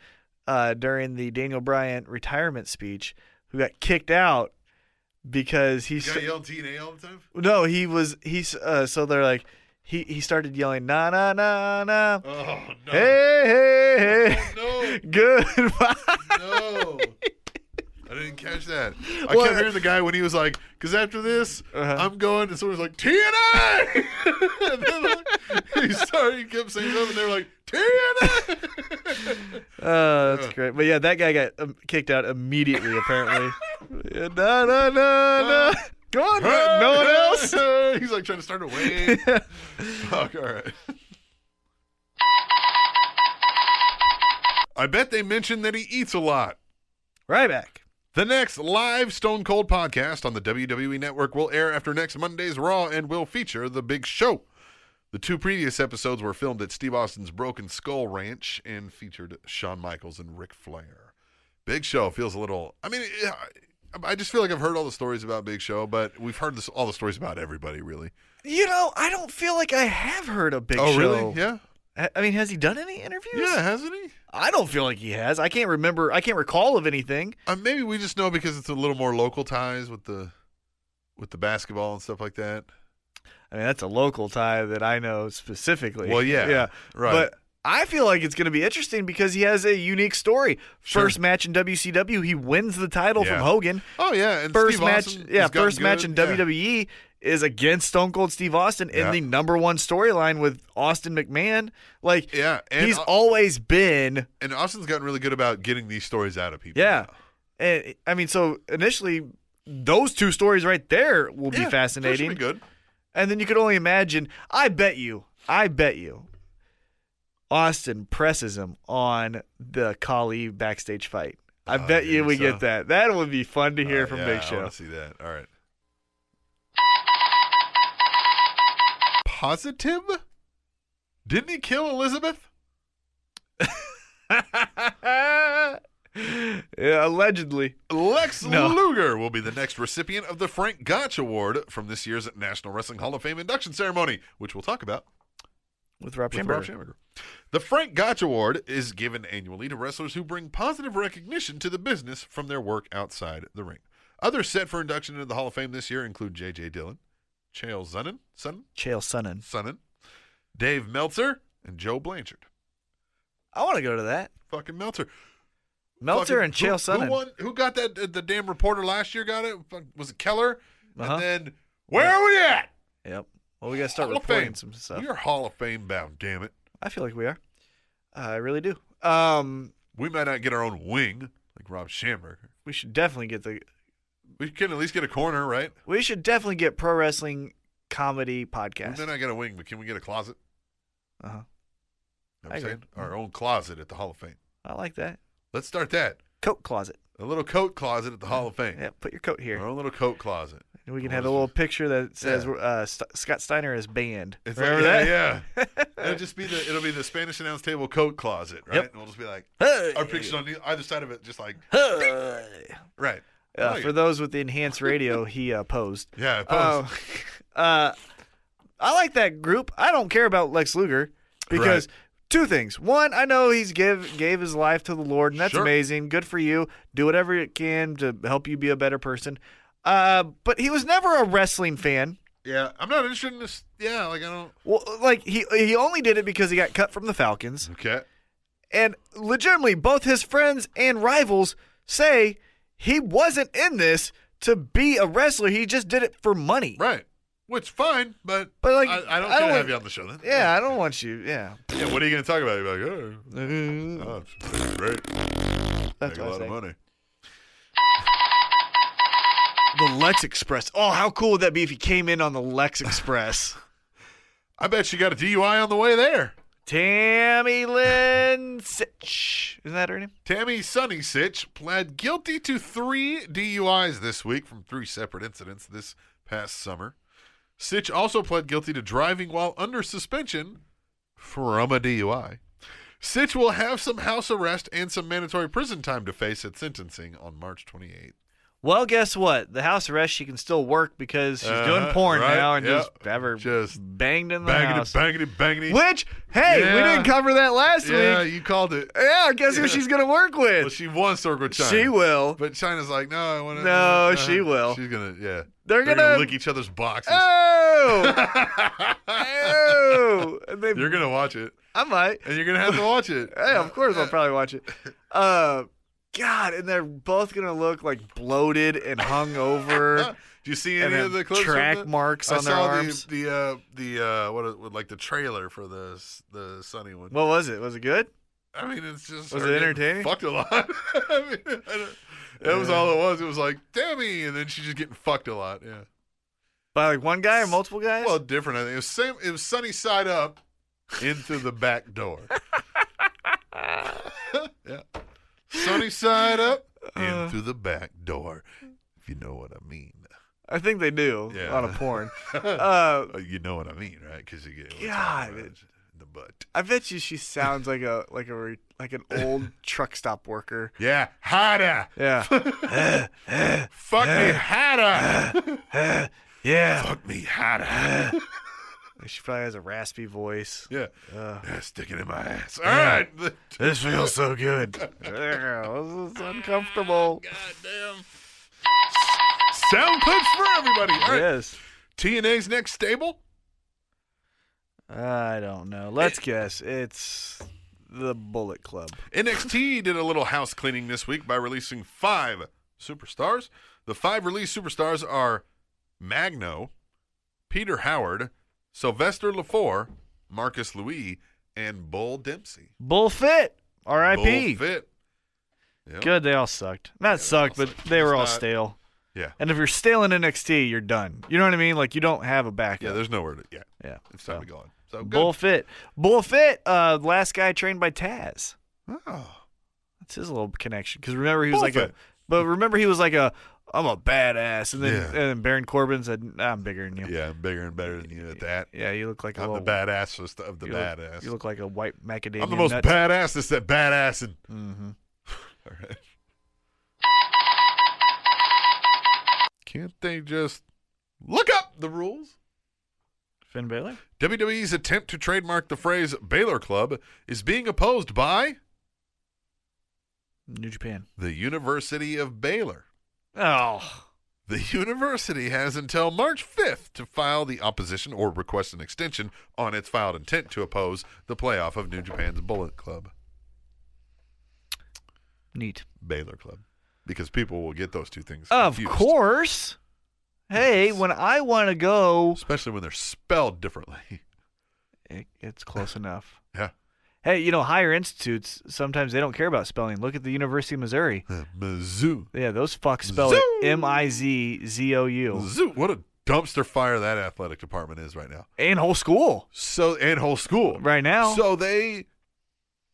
S3: uh, during the Daniel Bryan retirement speech who got kicked out because he
S2: You
S3: sta-
S2: gotta yell TNA all the time?
S3: no he was he's uh, so they're like he he started yelling na na na na
S2: Oh, no.
S3: hey hey
S2: Oh, No,
S3: hey goodbye.
S2: no. I didn't catch that. I
S3: What?
S2: kept hearing the guy when he was like, because after this,
S3: Uh-huh.
S2: I'm going, and someone's like, TNA! and then like, he started, he kept saying something, and they were like, TNA!
S3: Oh,
S2: Uh-huh.
S3: that's great. But yeah, that guy got um, kicked out immediately, apparently. Yeah, no, no,
S2: Uh-huh.
S3: no, no. Come on, no no one else.
S2: He's like trying to start a wave. Fuck, all right. I bet they mentioned that he eats a lot.
S3: Ryback.
S2: The next live Stone Cold podcast on the WWE Network will air after next Monday's Raw and will feature The Big Show. The two previous episodes were filmed at Steve Austin's Broken Skull Ranch and featured Shawn Michaels and Ric Flair. Big Show feels a little. I mean, it- I I just feel like I've heard all the stories about Big Show, but we've heard this, all the stories about everybody, really.
S3: You know, I don't feel like I have heard a Big
S2: oh,
S3: Show.
S2: really? Yeah.
S3: I- I mean, has he done any interviews?
S2: Yeah, hasn't he?
S3: I don't feel like he has. I can't remember. I can't recall of anything.
S2: Uh, maybe we just know because it's a little more local ties with the with the basketball and stuff like that.
S3: I mean, that's a local tie that I know specifically.
S2: Well, yeah,
S3: Yeah.
S2: right.
S3: But I feel like it's going to be interesting because he has a unique story.
S2: Sure.
S3: First match in WCW, he wins the title
S2: Yeah.
S3: from Hogan.
S2: Oh yeah, and
S3: first
S2: Steve
S3: match,
S2: Austin
S3: yeah,
S2: has gotten
S3: first match in
S2: good. Yeah.
S3: WWE is against Stone Cold Steve Austin in
S2: Yeah.
S3: the number one storyline with Austin McMahon. Like,
S2: Yeah, and
S3: E. he's
S2: Au-
S3: always been,
S2: And Austin's gotten really good about getting these stories out of people.
S3: yeah. And I mean, so initially, those two stories right there will
S2: Yeah,
S3: be
S2: so it should
S3: fascinating.
S2: be good.
S3: And then you could only imagine. I bet you. I bet you. Austin presses him on the Kali backstage fight. I
S2: Oh,
S3: bet you
S2: dude,
S3: we
S2: so-
S3: get that. That would be fun to hear
S2: Uh,
S3: from
S2: yeah,
S3: Big
S2: I
S3: Show.
S2: want to see that. All right. Positive? Didn't he kill Elizabeth?
S3: yeah, allegedly.
S2: Lex
S3: No.
S2: Luger will be the next recipient of the Frank Gotch Award from this year's National Wrestling Hall of Fame induction ceremony, which we'll talk about
S3: With Rob
S2: with
S3: Schamberger.
S2: Rob Schamberger. The Frank Gotch Award is given annually to wrestlers who bring positive recognition to the business from their work outside the ring. Others set for induction into the Hall of Fame this year include J.J. Dillon, Chael Sonnen, Sonnen,
S3: Chael Sonnen.
S2: Sonnen, Dave Meltzer, and Joe Blanchard.
S3: I want to go to that.
S2: Fucking Meltzer.
S3: Meltzer
S2: Fucking-
S3: and Chael
S2: who,
S3: Sonnen.
S2: Who, won, who got that? uh, the damn reporter last year got it. Fuck, Was it Keller?
S3: Uh-huh.
S2: And then where are we at?
S3: Yep. Well, we got to start
S2: Hall of
S3: reporting
S2: Fame.
S3: some stuff.
S2: You're Hall of Fame bound. Damn it.
S3: I feel like we are. I really do. Um,
S2: We might not get our own wing like Rob Schamberger.
S3: we should definitely get the
S2: We can at least get a corner, right?
S3: We should definitely get pro wrestling comedy
S2: We
S3: podcast.
S2: may not get a wing, but can we get a closet?
S3: Uh-huh.
S2: You know what
S3: I
S2: I'm
S3: agree.
S2: saying our own closet at the Hall of Fame.
S3: I like that.
S2: Let's start that.
S3: Coat closet.
S2: A little coat closet at the Hall of Fame.
S3: Yeah, put your coat here.
S2: Our own little coat closet.
S3: And we can
S2: What
S3: have a
S2: is
S3: little
S2: this?
S3: picture that says
S2: Yeah.
S3: uh, St- Scott Steiner is banned.
S2: It's
S3: Remember
S2: like,
S3: that?
S2: yeah, yeah. it'll just be the it'll be the Spanish announce table coat closet, right?
S3: Yep.
S2: And we'll just be like
S3: Hey!
S2: our pictures on the- either side of it, just like
S3: Hey!
S2: right. I
S3: Uh,
S2: like
S3: for
S2: it.
S3: those with the enhanced radio, he uh, posed.
S2: yeah, pose.
S3: Oh, uh, I like that group. I don't care about Lex Luger because two things. One, I know he's give gave his life to the Lord, and that's
S2: Sure.
S3: amazing. Good for you. Do whatever you can to help you be a better person. Uh, but he was never a wrestling fan.
S2: yeah. I'm not interested in this. Yeah, like I don't.
S3: Well, like he he only did it because he got cut from the Falcons,
S2: Okay.
S3: and legitimately, both his friends and rivals say he wasn't in this to be a wrestler. He just did it for money.
S2: Right. Which fine, but
S3: But, like,
S2: I, I don't care
S3: I don't
S2: to
S3: want-
S2: have you on the show then.
S3: Yeah, I don't want you. Yeah.
S2: Yeah. What are you gonna talk about? You're like, oh, oh it's great. Make
S3: That's
S2: a
S3: what I
S2: lot of
S3: say.
S2: money.
S3: The Lex Express. Oh, how cool would that be if he came in on the Lex Express?
S2: I bet you got a DUI on the way there.
S3: Tammy Lynn Sitch. Isn't that her name?
S2: Tammy Sunny Sitch pled guilty to three DUIs this week from three separate incidents. This past summer. Sitch also pled guilty to driving while under suspension from a DUI. Sitch will have some house arrest and some mandatory prison time to face at sentencing on March 28th.
S3: Well, guess what? The house arrest, she can still work because she's doing
S2: Uh-huh,
S3: porn
S2: right,
S3: now and
S2: yeah.
S3: just ever
S2: Just
S3: banged in the
S2: Bangity,
S3: house.
S2: bangity, bangity.
S3: Which, hey, we
S2: Yeah.
S3: didn't cover that last
S2: Yeah,
S3: week.
S2: you called it.
S3: Yeah, guess who
S2: Yeah.
S3: she's gonna work
S2: Well,
S3: with?
S2: she won Circle China.
S3: she will.
S2: But China's like, no, I want to.
S3: No, she will.
S2: She's gonna, yeah.
S3: They're
S2: They're
S3: gonna-
S2: gonna lick each other's boxes.
S3: Oh, oh! And they-
S2: you're gonna watch it,
S3: I might.
S2: and you're gonna have to watch it.
S3: Yeah, of course I'll probably watch it. Uh, God, and they're both gonna look like bloated and hungover,
S2: Do you see
S3: and
S2: any
S3: have
S2: of the clips? from
S3: track
S2: the-
S3: marks
S2: I
S3: on their
S2: saw
S3: arms.
S2: the the uh, the uh, what is- like the trailer for the the Sunny one.
S3: What was it? Was it good?
S2: I mean, it's just
S3: Was
S2: her
S3: it
S2: getting
S3: entertaining?
S2: Fucked a lot. I mean, I don't- that was all it was. It was like Demi, and then she's just getting fucked a lot. Yeah.
S3: By like one guy or multiple guys?
S2: Well, different. I think it was same. It was sunny side up, into the back door. yeah, sunny side up,
S3: Uh.
S2: in through the back door. If you know what I mean.
S3: I think they do
S2: Yeah.
S3: on a porn. Uh,
S2: Uh, you know what I mean, right? Because you get we're talking
S3: God.
S2: about it in the butt.
S3: I bet you she sounds like a like a re- like an old truck stop worker.
S2: Yeah, harder.
S3: Yeah,
S2: Fuck me harder.
S3: yeah.
S2: Fuck me harder.
S3: She probably has a raspy voice.
S2: yeah.
S3: Uh,
S2: Yeah, stick it in my ass. All
S3: Yeah.
S2: right.
S3: this feels so good. Ugh, this is uncomfortable.
S2: Goddamn. Sound clips for everybody. All right.
S3: Yes.
S2: TNA's next stable?
S3: I don't know. Let's guess. It's the Bullet Club.
S2: NXT did a little house cleaning this week by releasing five superstars. The five released superstars are Magno, Peter Howard, Sylvester LaFour, Marcus Louis, and Bull Dempsey.
S3: Bull Fit. R.I.P.
S2: Bull Fit. Yep.
S3: Good. They all sucked. Not sucked,
S2: all
S3: but
S2: sucked.
S3: they were
S2: It's
S3: all
S2: not-
S3: stale.
S2: Yeah.
S3: And if you're stale in NXT, you're done. You know what I mean? Like you don't have a
S2: Yeah,
S3: backup.
S2: there's nowhere to. Yeah,
S3: Yeah.
S2: it's time to go on. So good.
S3: Bull Fit. Bull Fit. Uh, last guy trained by Taz.
S2: Oh.
S3: That's his little connection. Because remember he was
S2: Bull
S3: like a,
S2: Fit.
S3: but remember he was like a, I'm a badass, and then
S2: Yeah.
S3: and then Baron Corbin said, "Nah, I'm bigger than you.
S2: Yeah, I'm bigger and better than you at that.
S3: Yeah, you look like a
S2: I'm the
S3: little,
S2: badassest of the
S3: you look-
S2: badass.
S3: you look like a white macadamia.
S2: I'm the most
S3: nut.
S2: badassest at badassing.
S3: Mhm.
S2: All right. Can't they just look up the rules?
S3: Finn Balor.
S2: WWE's attempt to trademark the phrase Baylor Club is being opposed by
S3: New Japan.
S2: the University of Baylor.
S3: Oh.
S2: The university has until March 5th to file the opposition or request an extension on its filed intent to oppose the playoff of New Japan's Bullet Club,
S3: Neat.
S2: Baylor Club, because people will get those two things.
S3: Of
S2: confused,
S3: course. Hey, when I want to go,
S2: Especially when they're spelled differently.
S3: it, it's close enough.
S2: yeah.
S3: Hey, you know, higher institutes, sometimes they don't care about spelling. Look at the University of Missouri.
S2: Uh, Mizzou.
S3: Yeah, those fucks spell
S2: Zoo.
S3: it M I Z Z O U.
S2: Zoo. What a dumpster fire that athletic department is right now.
S3: And whole school
S2: So and whole school
S3: right now.
S2: So they,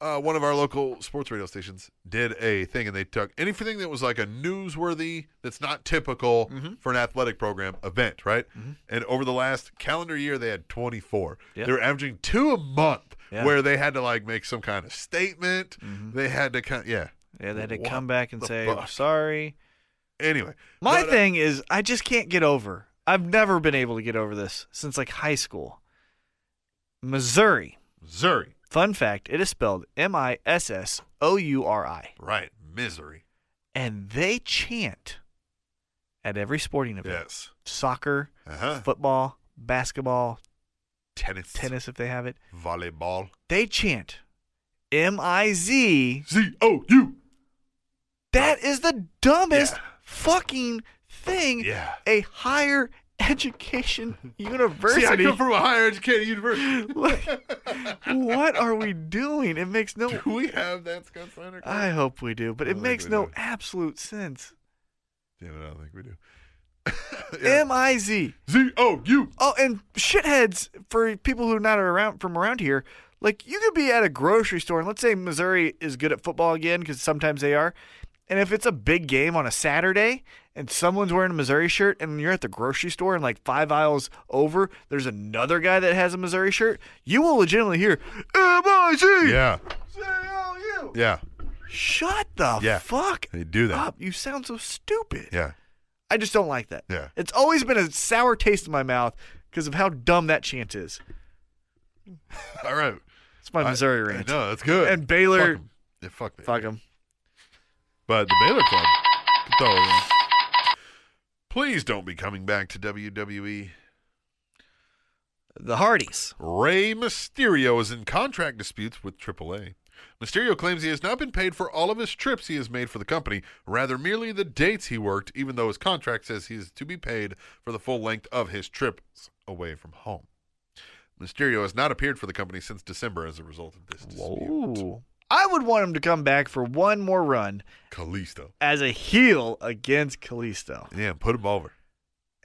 S2: uh, one of our local sports radio stations did a thing, and they took anything that was like a newsworthy that's not typical
S3: Mm-hmm.
S2: for an athletic program event, right? And over the last calendar year, they had 24.
S3: Yeah.
S2: They were averaging two a month,
S3: Yeah. Mm-hmm.
S2: where they had to like make some kind of statement. They had to kind, yeah.
S3: yeah, they had to
S2: What
S3: come back and
S2: the
S3: say,
S2: fuck?
S3: sorry.
S2: Anyway,
S3: My
S2: but, uh,
S3: thing is, I just can't get over. I've never been able to get over this since like high school. Missouri.
S2: Missouri,
S3: Fun fact, it is spelled M I S S O U R I.
S2: right? Misery.
S3: And they chant at every sporting event
S2: Yes.
S3: soccer,
S2: Uh huh.
S3: football, basketball,
S2: Tennis.
S3: tennis, if they have it.
S2: Volleyball.
S3: They chant M I Z.
S2: Z O U.
S3: That is the dumbest
S2: Yeah.
S3: fucking thing.
S2: Yeah.
S3: A higher education
S2: See, I
S3: university.
S2: come from a higher educated university.
S3: Like, what are we doing? It makes no.
S2: Do we have that Scott Steiner? card?
S3: I hope we do, but
S2: I
S3: it
S2: think
S3: makes
S2: we
S3: no
S2: do.
S3: absolute sense.
S2: Damn it, I don't think we do.
S3: M I Z.
S2: Z O U.
S3: Oh, and shitheads for people who are not around from around here. Like you could be at a grocery store, and let's say Missouri is good at football again because sometimes they are, And if it's a big game on a Saturday and someone's wearing a Missouri shirt and you're at the grocery store and like five aisles over, there's another guy that has a Missouri shirt, you will legitimately hear, M-I-Z!
S2: Yeah.
S3: C-L-U."
S2: Yeah.
S3: Shut the
S2: Yeah.
S3: fuck
S2: They do that.
S3: up. You sound so stupid.
S2: Yeah.
S3: I just don't like that.
S2: Yeah.
S3: It's always been a sour taste in my mouth because of how dumb that chant is.
S2: All right.
S3: It's my
S2: I-
S3: Missouri rant.
S2: No, that's good.
S3: And Baylor-
S2: Fuck 'em. Yeah, fuck that.
S3: Fuck them.
S2: But the Baylor Club. could throw it in. Please don't be coming back to E. WWE.
S3: The Hardys.
S2: Rey Mysterio is in contract disputes with AAA. Mysterio claims he has not been paid for all of his trips he has made for the company, rather merely the dates he worked, even though his contract says he is to be paid for the full length of his trips away from home. Mysterio has not appeared for the company since December as a result of this dispute.
S3: Ooh. I would want him to come back for one more run
S2: Kalisto.
S3: as a heel against Kalisto.
S2: Yeah, put him over.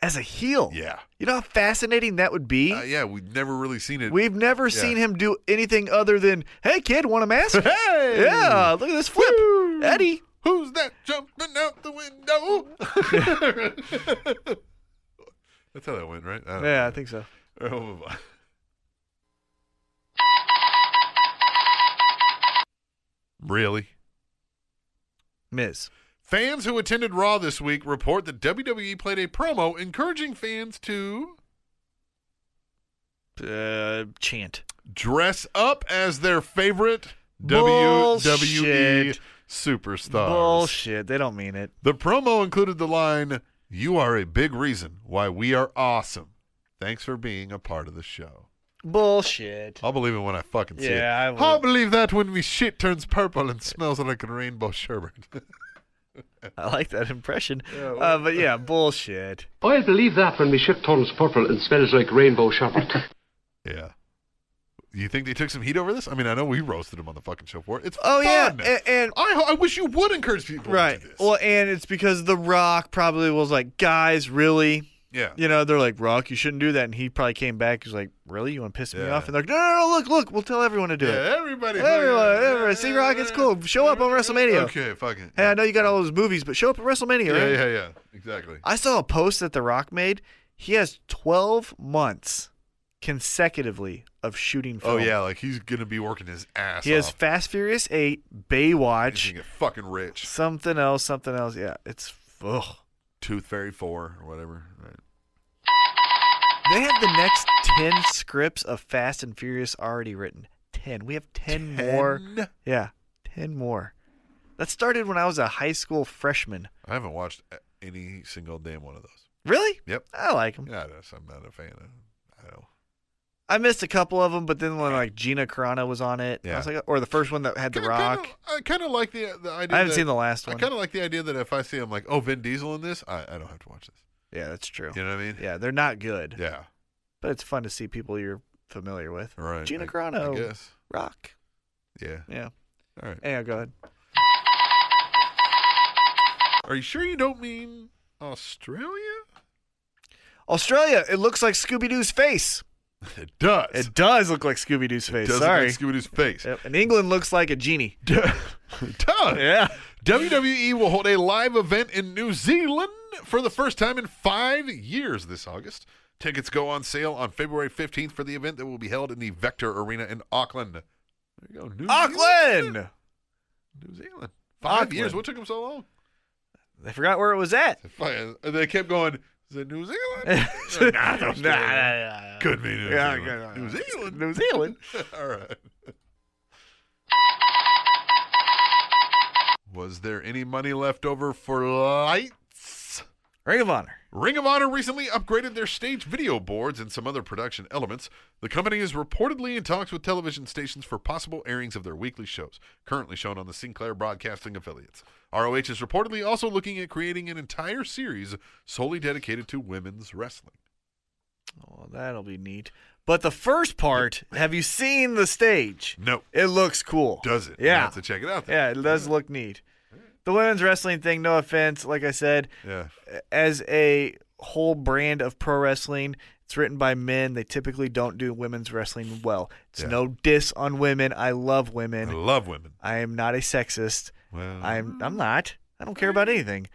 S3: As a heel.
S2: Yeah.
S3: You know how fascinating that would be?
S2: Uh, yeah, we've never really seen it.
S3: We've never
S2: yeah.
S3: seen him do anything other than, hey, kid, want a mask?
S2: Hey!
S3: Yeah, look at this flip.
S2: Woo!
S3: Eddie.
S2: Who's that jumping out the window? That's how that went, right? Uh, oh, I don't know.
S3: Yeah, I think so.
S2: All right, we'll move on. Really?
S3: Miz.
S2: Fans who attended Raw this week report that WWE played a promo encouraging fans to
S3: Uh, chant.
S2: dress up as their favorite WWE
S3: Bullshit.
S2: superstars.
S3: Bullshit. They don't mean it.
S2: The promo included the line, You are a big reason why we are awesome. Thanks for being a part of the show.
S3: Bullshit.
S2: I'll believe it when I fucking see it.
S3: Yeah, I would.
S2: I'll believe that when me shit turns purple and smells like a rainbow sherbet.
S3: I like that impression.
S2: Yeah, well-
S3: Uh, but yeah, bullshit.
S4: I believe that when me shit turns purple and smells like rainbow sherbet.
S2: yeah. You think they took some heat over this? I mean, I know we roasted them on the fucking show for it. It's
S3: Oh, yeah,
S2: fun.
S3: and- and-
S2: I, ho- I wish you would encourage people
S3: Right.
S2: to do this.
S3: Well, and it's because The Rock probably was like, guys, really?
S2: yeah.
S3: You know, they're like, Rock, you shouldn't do that. And he probably came back. He's like, really? You want to piss me
S2: Yeah.
S3: off? And they're like, no, no, no, look, look, we'll tell everyone to do it.
S2: Yeah, everybody.
S3: Everyone, everyone, see Rock, it's cool. Show up on WrestleMania.
S2: Okay, fucking.
S3: Hey, I know you got all those movies, but show up at WrestleMania,
S2: Yeah,
S3: right?
S2: yeah, yeah. Exactly.
S3: I saw a post that The Rock made. He has 12 months consecutively of shooting film.
S2: Oh yeah, like he's gonna be working his ass
S3: He has
S2: off.
S3: Fast Furious 8,
S2: He's
S3: Baywatch,
S2: gonna get fucking rich.
S3: something else, something else. Yeah, it's. Ugh.
S2: Tooth Fairy Four or whatever. Right.
S3: They have the next 10 scripts of Fast and Furious already written. 10. We have 10, more.
S2: Ten?
S3: Yeah, 10 more. That started when I was a high school freshman.
S2: I haven't watched a- any single damn one of those.
S3: Really?
S2: Yep.
S3: I like them.
S2: Yeah, that's, I'm not a fan of. I know.
S3: I missed a couple of them, but then when like Gina Carano was on it, I
S2: Yeah.
S3: was like, or the first one that had The Rock.
S2: I kind of like the the idea.
S3: I haven't
S2: that-
S3: seen the last
S2: I
S3: one.
S2: kind of like the idea that if I see, I'm like, oh, Vin Diesel in this, I, I don't have to watch this.
S3: Yeah, that's true.
S2: You know what I mean?
S3: Yeah, they're not good,
S2: Yeah.
S3: but it's fun to see people you're familiar with.
S2: Right.
S3: Gina
S2: I-
S3: Carano.
S2: I guess.
S3: Rock.
S2: Yeah.
S3: Yeah.
S2: All right.
S3: Yeah, go ahead.
S2: Are you sure you don't mean Australia?
S3: Australia. It looks like Scooby Doo's face.
S2: It does.
S3: It does look like Scooby Doo's face.
S2: does
S3: Sorry.
S2: Like Scooby-Doo's face.
S3: Yep, And England looks like a genie.
S2: it does.
S3: Yeah.
S2: WWE E will hold a live event in New Zealand for the first time in five years this August. Tickets go on sale on February 15th for the event that will be held in the Vector Arena in Auckland. There you go. New Zealand.
S3: Auckland.
S2: New Zealand. Five
S3: Auckland.
S2: years. What took them so long?
S3: They forgot where it was at.
S2: Fuck, They kept going, is it New Zealand?
S3: nah,
S2: that's Australia. Could be New
S3: Yeah,
S2: Zealand.
S3: yeah, yeah.
S2: New Zealand.
S3: New Zealand.
S2: All right. Was there any money left over for lights?
S3: Ring of Honor.
S2: Ring of Honor recently upgraded their stage video boards and some other production elements. The company is reportedly in talks with television stations for possible airings of their weekly shows, currently shown on the Sinclair Broadcasting affiliates. ROH is reportedly also looking at creating an entire series solely dedicated to women's wrestling.
S3: Oh, that'll be neat. But the first part, have you seen the stage?
S2: No,
S3: It looks cool.
S2: does it?
S3: Yeah.
S2: We'll have to check it out.
S3: Yeah,
S2: Then.
S3: it does look neat. The women's wrestling thing, no offense, like I said,
S2: Yeah.
S3: as a whole brand of pro wrestling, it's written by men. They typically don't do women's wrestling well. It's
S2: Yeah.
S3: no diss on women. I love
S2: I
S3: women.
S2: love women.
S3: I am not a sexist.
S2: Well,
S3: I'm I'm not. I don't care about anything.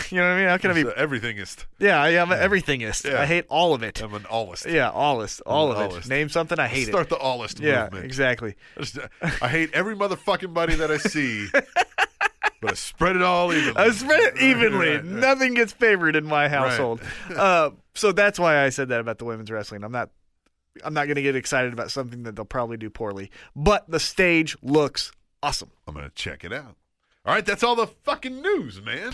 S3: you know what I mean? How can I be?
S2: So everythingist.
S3: Yeah, I am an everythingist.
S2: Yeah.
S3: I hate all of it.
S2: I'm an allist.
S3: Yeah, allist, all of
S2: Allist.
S3: it. Name something, I hate
S2: Start
S3: it.
S2: the allist
S3: yeah,
S2: movement.
S3: exactly.
S2: I, just- I hate every motherfucking buddy that I see, but I spread it all evenly.
S3: I Uh, spread it evenly.
S2: Right, right.
S3: Nothing gets favored in my household. uh, so that's why I said that about the women's wrestling. I'm not. I'm not going to get excited about something that they'll probably do poorly. But the stage looks awesome.
S2: I'm gonna check it out. All right, that's all the fucking news, man.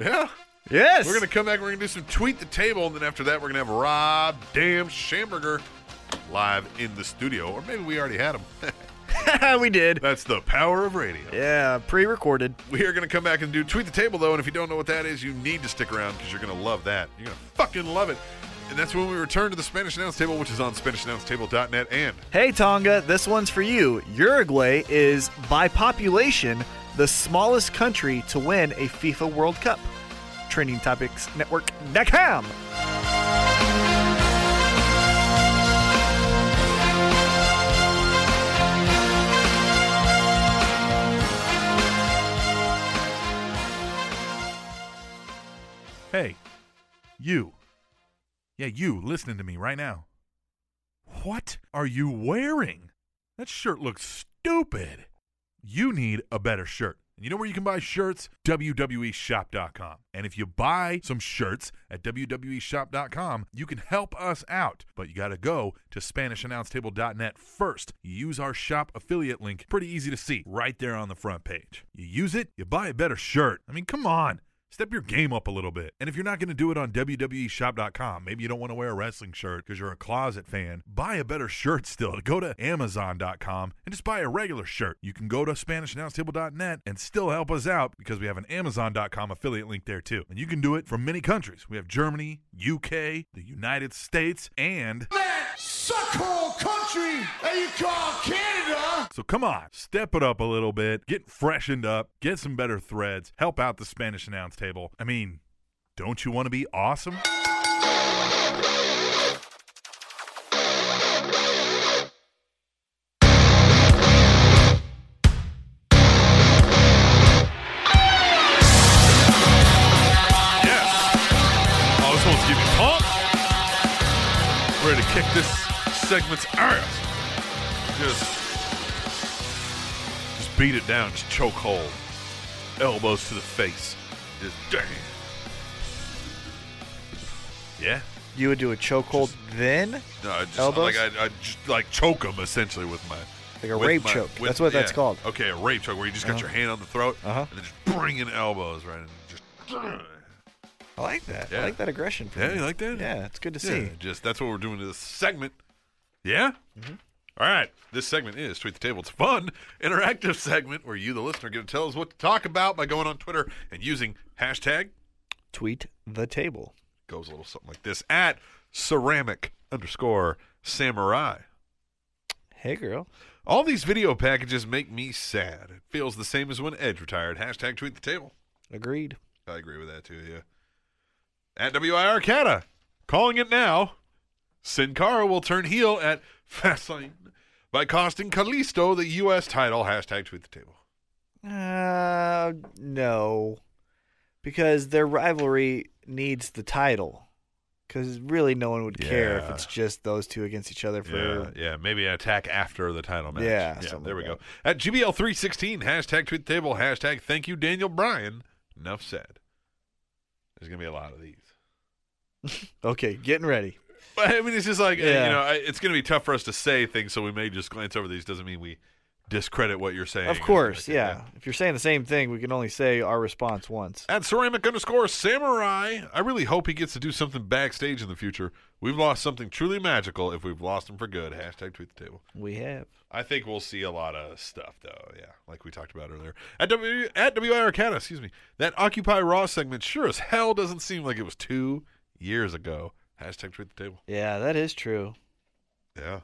S2: yeah,
S3: Yes.
S2: we're gonna come back. We're gonna do some tweet the table, and then after that, we're gonna have Rob Damn Schamberger live in the studio, or maybe we already had him.
S3: we did.
S2: that's the power of radio.
S3: Yeah, pre-recorded.
S2: We are gonna come back and do tweet the table, though, and if you don't know what that is, you need to stick around because you're gonna love that. You're gonna fucking love it. And that's when we return to the Spanish Announce Table, which is on SpanishAnnounceTable.net and
S3: Hey Tonga, this one's for you. Uruguay is by population the smallest country to win a FIFA World Cup. TrendingTopicsNetwork.com.
S5: Hey, you. Yeah, you listening to me right now. What are you wearing? That shirt looks stupid. You need a better shirt. And you know where you can buy shirts? E WWEshop.com. And if you buy some shirts at E WWEshop.com, you can help us out. But you got to go to SpanishAnnounceTable.net first. You use our shop affiliate link, pretty easy to see, right there on the front page. You use it, you buy a better shirt. I mean, come on. Step your game up a little bit. And if you're not going to do it on E WWEshop.com, maybe you don't want to wear a wrestling shirt because you're a closet fan, buy a better shirt still. Go to Amazon.com and just buy a regular shirt. You can go to SpanishAnnounceTable.net and still help us out because we have an Amazon.com affiliate link there too. And you can do it from many countries. We have Germany, UK, the United States, and So come on, step it up a little bit, get freshened up, get some better threads, help out the Spanish announce table. I mean, don't you want to be awesome?
S2: Yes. Oh, this one's getting pumped. Ready to kick this segment's ass. Just, just beat it down. Just chokehold. Elbows to the face. Just damn. Yeah.
S3: You would do a chokehold then?
S2: No, I just
S3: Elbows?
S2: like I, I just like choke them essentially with my
S3: Like a
S2: with
S3: rape
S2: my-
S3: choke.
S2: with-
S3: That's what that's
S2: yeah.
S3: called.
S2: Okay, a rape choke where you just got your hand on the throat
S3: Uh-huh.
S2: and then just bring in elbows right and just.
S3: I like that.
S2: Yeah.
S3: I like that aggression. From
S2: Yeah, you like that?
S3: Yeah, it's good to
S2: Yeah,
S3: see.
S2: just that's what we're doing to this segment. Yeah.
S3: Mm-hmm.
S2: All right. This segment is tweet the table. It's a fun, interactive segment where you, the listener, get to tell us what to talk about by going on Twitter and using hashtag.
S3: Tweet the table.
S2: Goes a little something like this at ceramic underscore samurai.
S3: Hey girl.
S2: All these video packages make me sad. It feels the same as when Edge retired. Hashtag tweet the table.
S3: Agreed.
S2: I agree with that too. Yeah. At WIR Cata, calling it now. Sin Cara will turn heel at Fastlane by costing Kalisto the U.S. title. Hashtag tweet the table.
S3: Uh no. Because their rivalry needs the title. Cuz really no one would care if
S2: Yeah.
S3: it's just those two against each other for
S2: yeah, yeah, maybe an attack after the title match.
S3: Yeah,
S2: yeah
S3: something
S2: there we
S3: like
S2: go. At GBL316, hashtag tweet the table, hashtag thank you, Daniel Bryan. Enough said. There's going to be a lot of these.
S3: Okay, getting ready.
S2: But, I mean, it's just like, uh,
S3: Yeah.
S2: you know, I- it's going to be tough for us to say things, so we may just glance over these. Doesn't mean we discredit what you're saying. or
S3: Of
S2: anything
S3: course,
S2: like uh, that.
S3: yeah. If you're saying the same thing, we can only say our response once.
S2: At ceramic underscore samurai, I really hope he gets to do something backstage in the future. We've lost something truly magical if we've lost him for good. Hashtag tweet the table.
S3: We have.
S2: I think we'll see a lot of stuff though. Yeah, like we talked about earlier. At W at WIR Arcana, excuse me. That Occupy Raw segment sure as hell doesn't seem like it was two years ago. Hashtag tweet the table.
S3: Yeah, that is true.
S2: Yeah.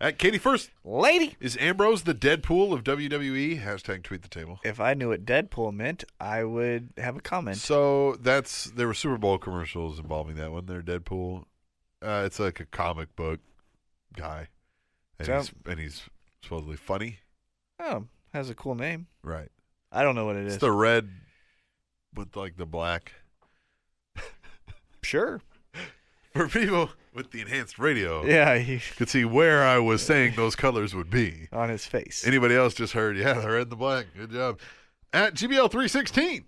S2: At Katie first,
S3: Lady,
S2: is Ambrose the Deadpool of WWE? Hashtag tweet the table.
S3: if I knew what Deadpool meant, I would have a comment.
S2: So that's there were Super Bowl commercials involving that one. There, Deadpool. Uh, it's like a comic book guy, and,
S3: Yeah.
S2: he's, and he's supposedly funny.
S3: Oh, Has a cool name.
S2: Right.
S3: I don't know what it is.
S2: It's the red with like the black.
S3: sure.
S2: For people with the enhanced radio
S3: Yeah, he,
S2: could see where I was saying those colors would be.
S3: on his face.
S2: Anybody else just heard, yeah, the red and the black. Good job. At GBL three sixteen.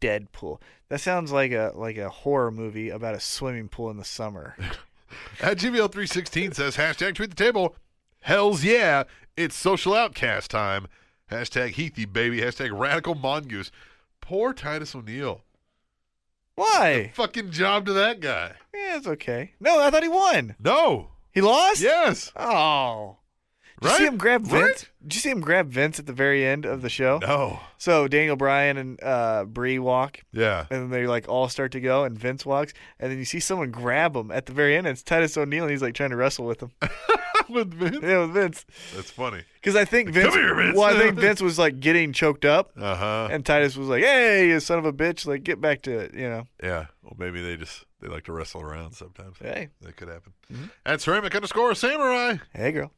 S3: Deadpool. That sounds like a like a horror movie about a swimming pool in the summer.
S2: At GBL316 says, hashtag tweet the table. Hells yeah, it's social outcast time. Hashtag Heathy baby. Hashtag radical mongoose. Poor Titus O'Neill.
S3: Why?
S2: Fucking job to that guy.
S3: Yeah, it's okay. No, I thought he won.
S2: No.
S3: He lost.
S2: Yes.
S3: Oh. Did you see
S2: Right?
S3: him grab
S2: Right?
S3: Vince? Did you see him grab Vince at the very end of the show?
S2: No.
S3: So Daniel Bryan and uh, Bree walk,
S2: Yeah.
S3: and then they like all start to go, and Vince walks, and then you see someone grab him at the very end. And it's Titus O'Neil, and he's like trying to wrestle with him.
S2: With Vince.
S3: yeah, with Vince,
S2: That's funny.
S3: because I think Vince,
S2: here, Vince.
S3: Well, I think Vince was like getting choked up,
S2: Uh huh.
S3: and Titus was like, "Hey, you son of a bitch! Like, get back to it." You know,
S2: Yeah. Well, maybe they just they like to wrestle around sometimes.
S3: Hey. Mm-hmm.
S2: That could happen. At ceramic underscore samurai.
S3: hey, girl.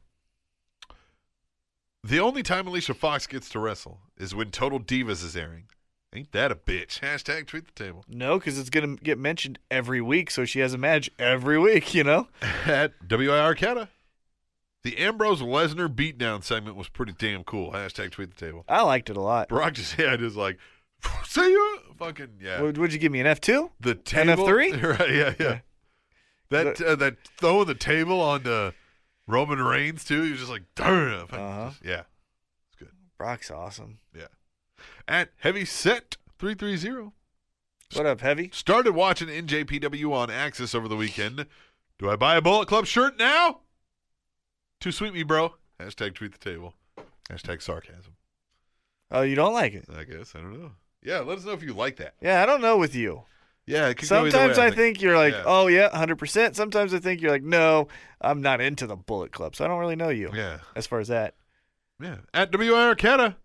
S2: The only time Alicia Fox gets to wrestle is when Total Divas is airing. Ain't that a bitch? Hashtag tweet the table.
S3: No, because it's gonna get mentioned every week, so she has a match every week. You know,
S2: At WIR Arcata. The Ambrose Lesnar beatdown segment was pretty damn cool. Hashtag tweet the table.
S3: I liked it a lot.
S2: Brock just yeah, just like, see ya, fucking yeah.
S3: Would, would you give me an F two?
S2: the table,
S3: NF3?
S2: right? Yeah, yeah.
S3: Yeah.
S2: That uh, that throwing the table onto Roman Reigns too. You're just like, damn, fucking
S3: Uh-huh.
S2: just- yeah, it's good.
S3: Brock's awesome.
S2: At heavy set three three zero.
S3: What up, heavy?
S2: Started watching NJPW on Axis over the weekend. Do I buy a Bullet Club shirt now? Too sweet, me bro. Hashtag tweet the table. Hashtag sarcasm.
S3: Oh, you don't like it?
S2: I guess I don't know. Yeah, let us know if you like that.
S3: Yeah, I don't know with you.
S2: Yeah, it could go either
S3: Sometimes
S2: way,
S3: I think. you're like,
S2: Yeah.
S3: oh yeah, hundred percent. Sometimes I think you're like, no, I'm not into the Bullet Club, so I don't really know you.
S2: Yeah,
S3: As far as that,
S2: yeah. At W Arcata.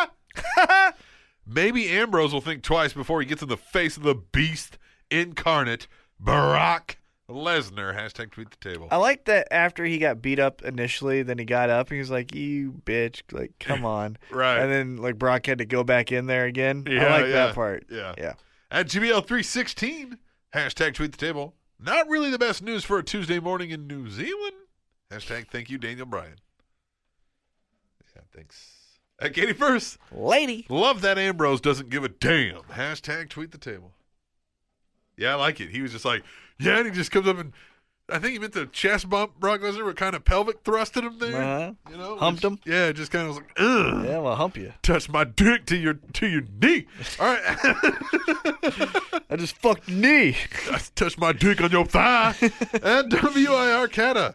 S2: Maybe Ambrose will think twice before he gets in the face of the beast incarnate, Barack Lesnar. Hashtag tweet the table.
S3: I like that after he got beat up initially, then he got up and he was like, you bitch, like come on.
S2: Right.
S3: And then like Brock had to go back in there again.
S2: Yeah,
S3: I like
S2: yeah,
S3: that part.
S2: yeah.
S3: Yeah.
S2: At GBL316, hashtag tweet the table. Not really the best news for a Tuesday morning in New Zealand. Hashtag thank you, Daniel Bryan. Yeah, thanks. At Katie First,
S3: Lady.
S2: love that Ambrose doesn't give a damn. Hashtag tweet the table. Yeah, I like it. He was just like, yeah, and he just comes up and I think he meant to chest bump Brock Lesnar, but kind of pelvic thrusted him there.
S3: Uh-huh.
S2: You know,
S3: Humped
S2: which-
S3: him.
S2: Yeah, it just kind of was like, ugh
S3: Yeah, well, hump you.
S2: touch my dick to your to your knee. All right.
S3: I just fucked your knee.
S2: I touched my dick on your thigh. and WIR Cata.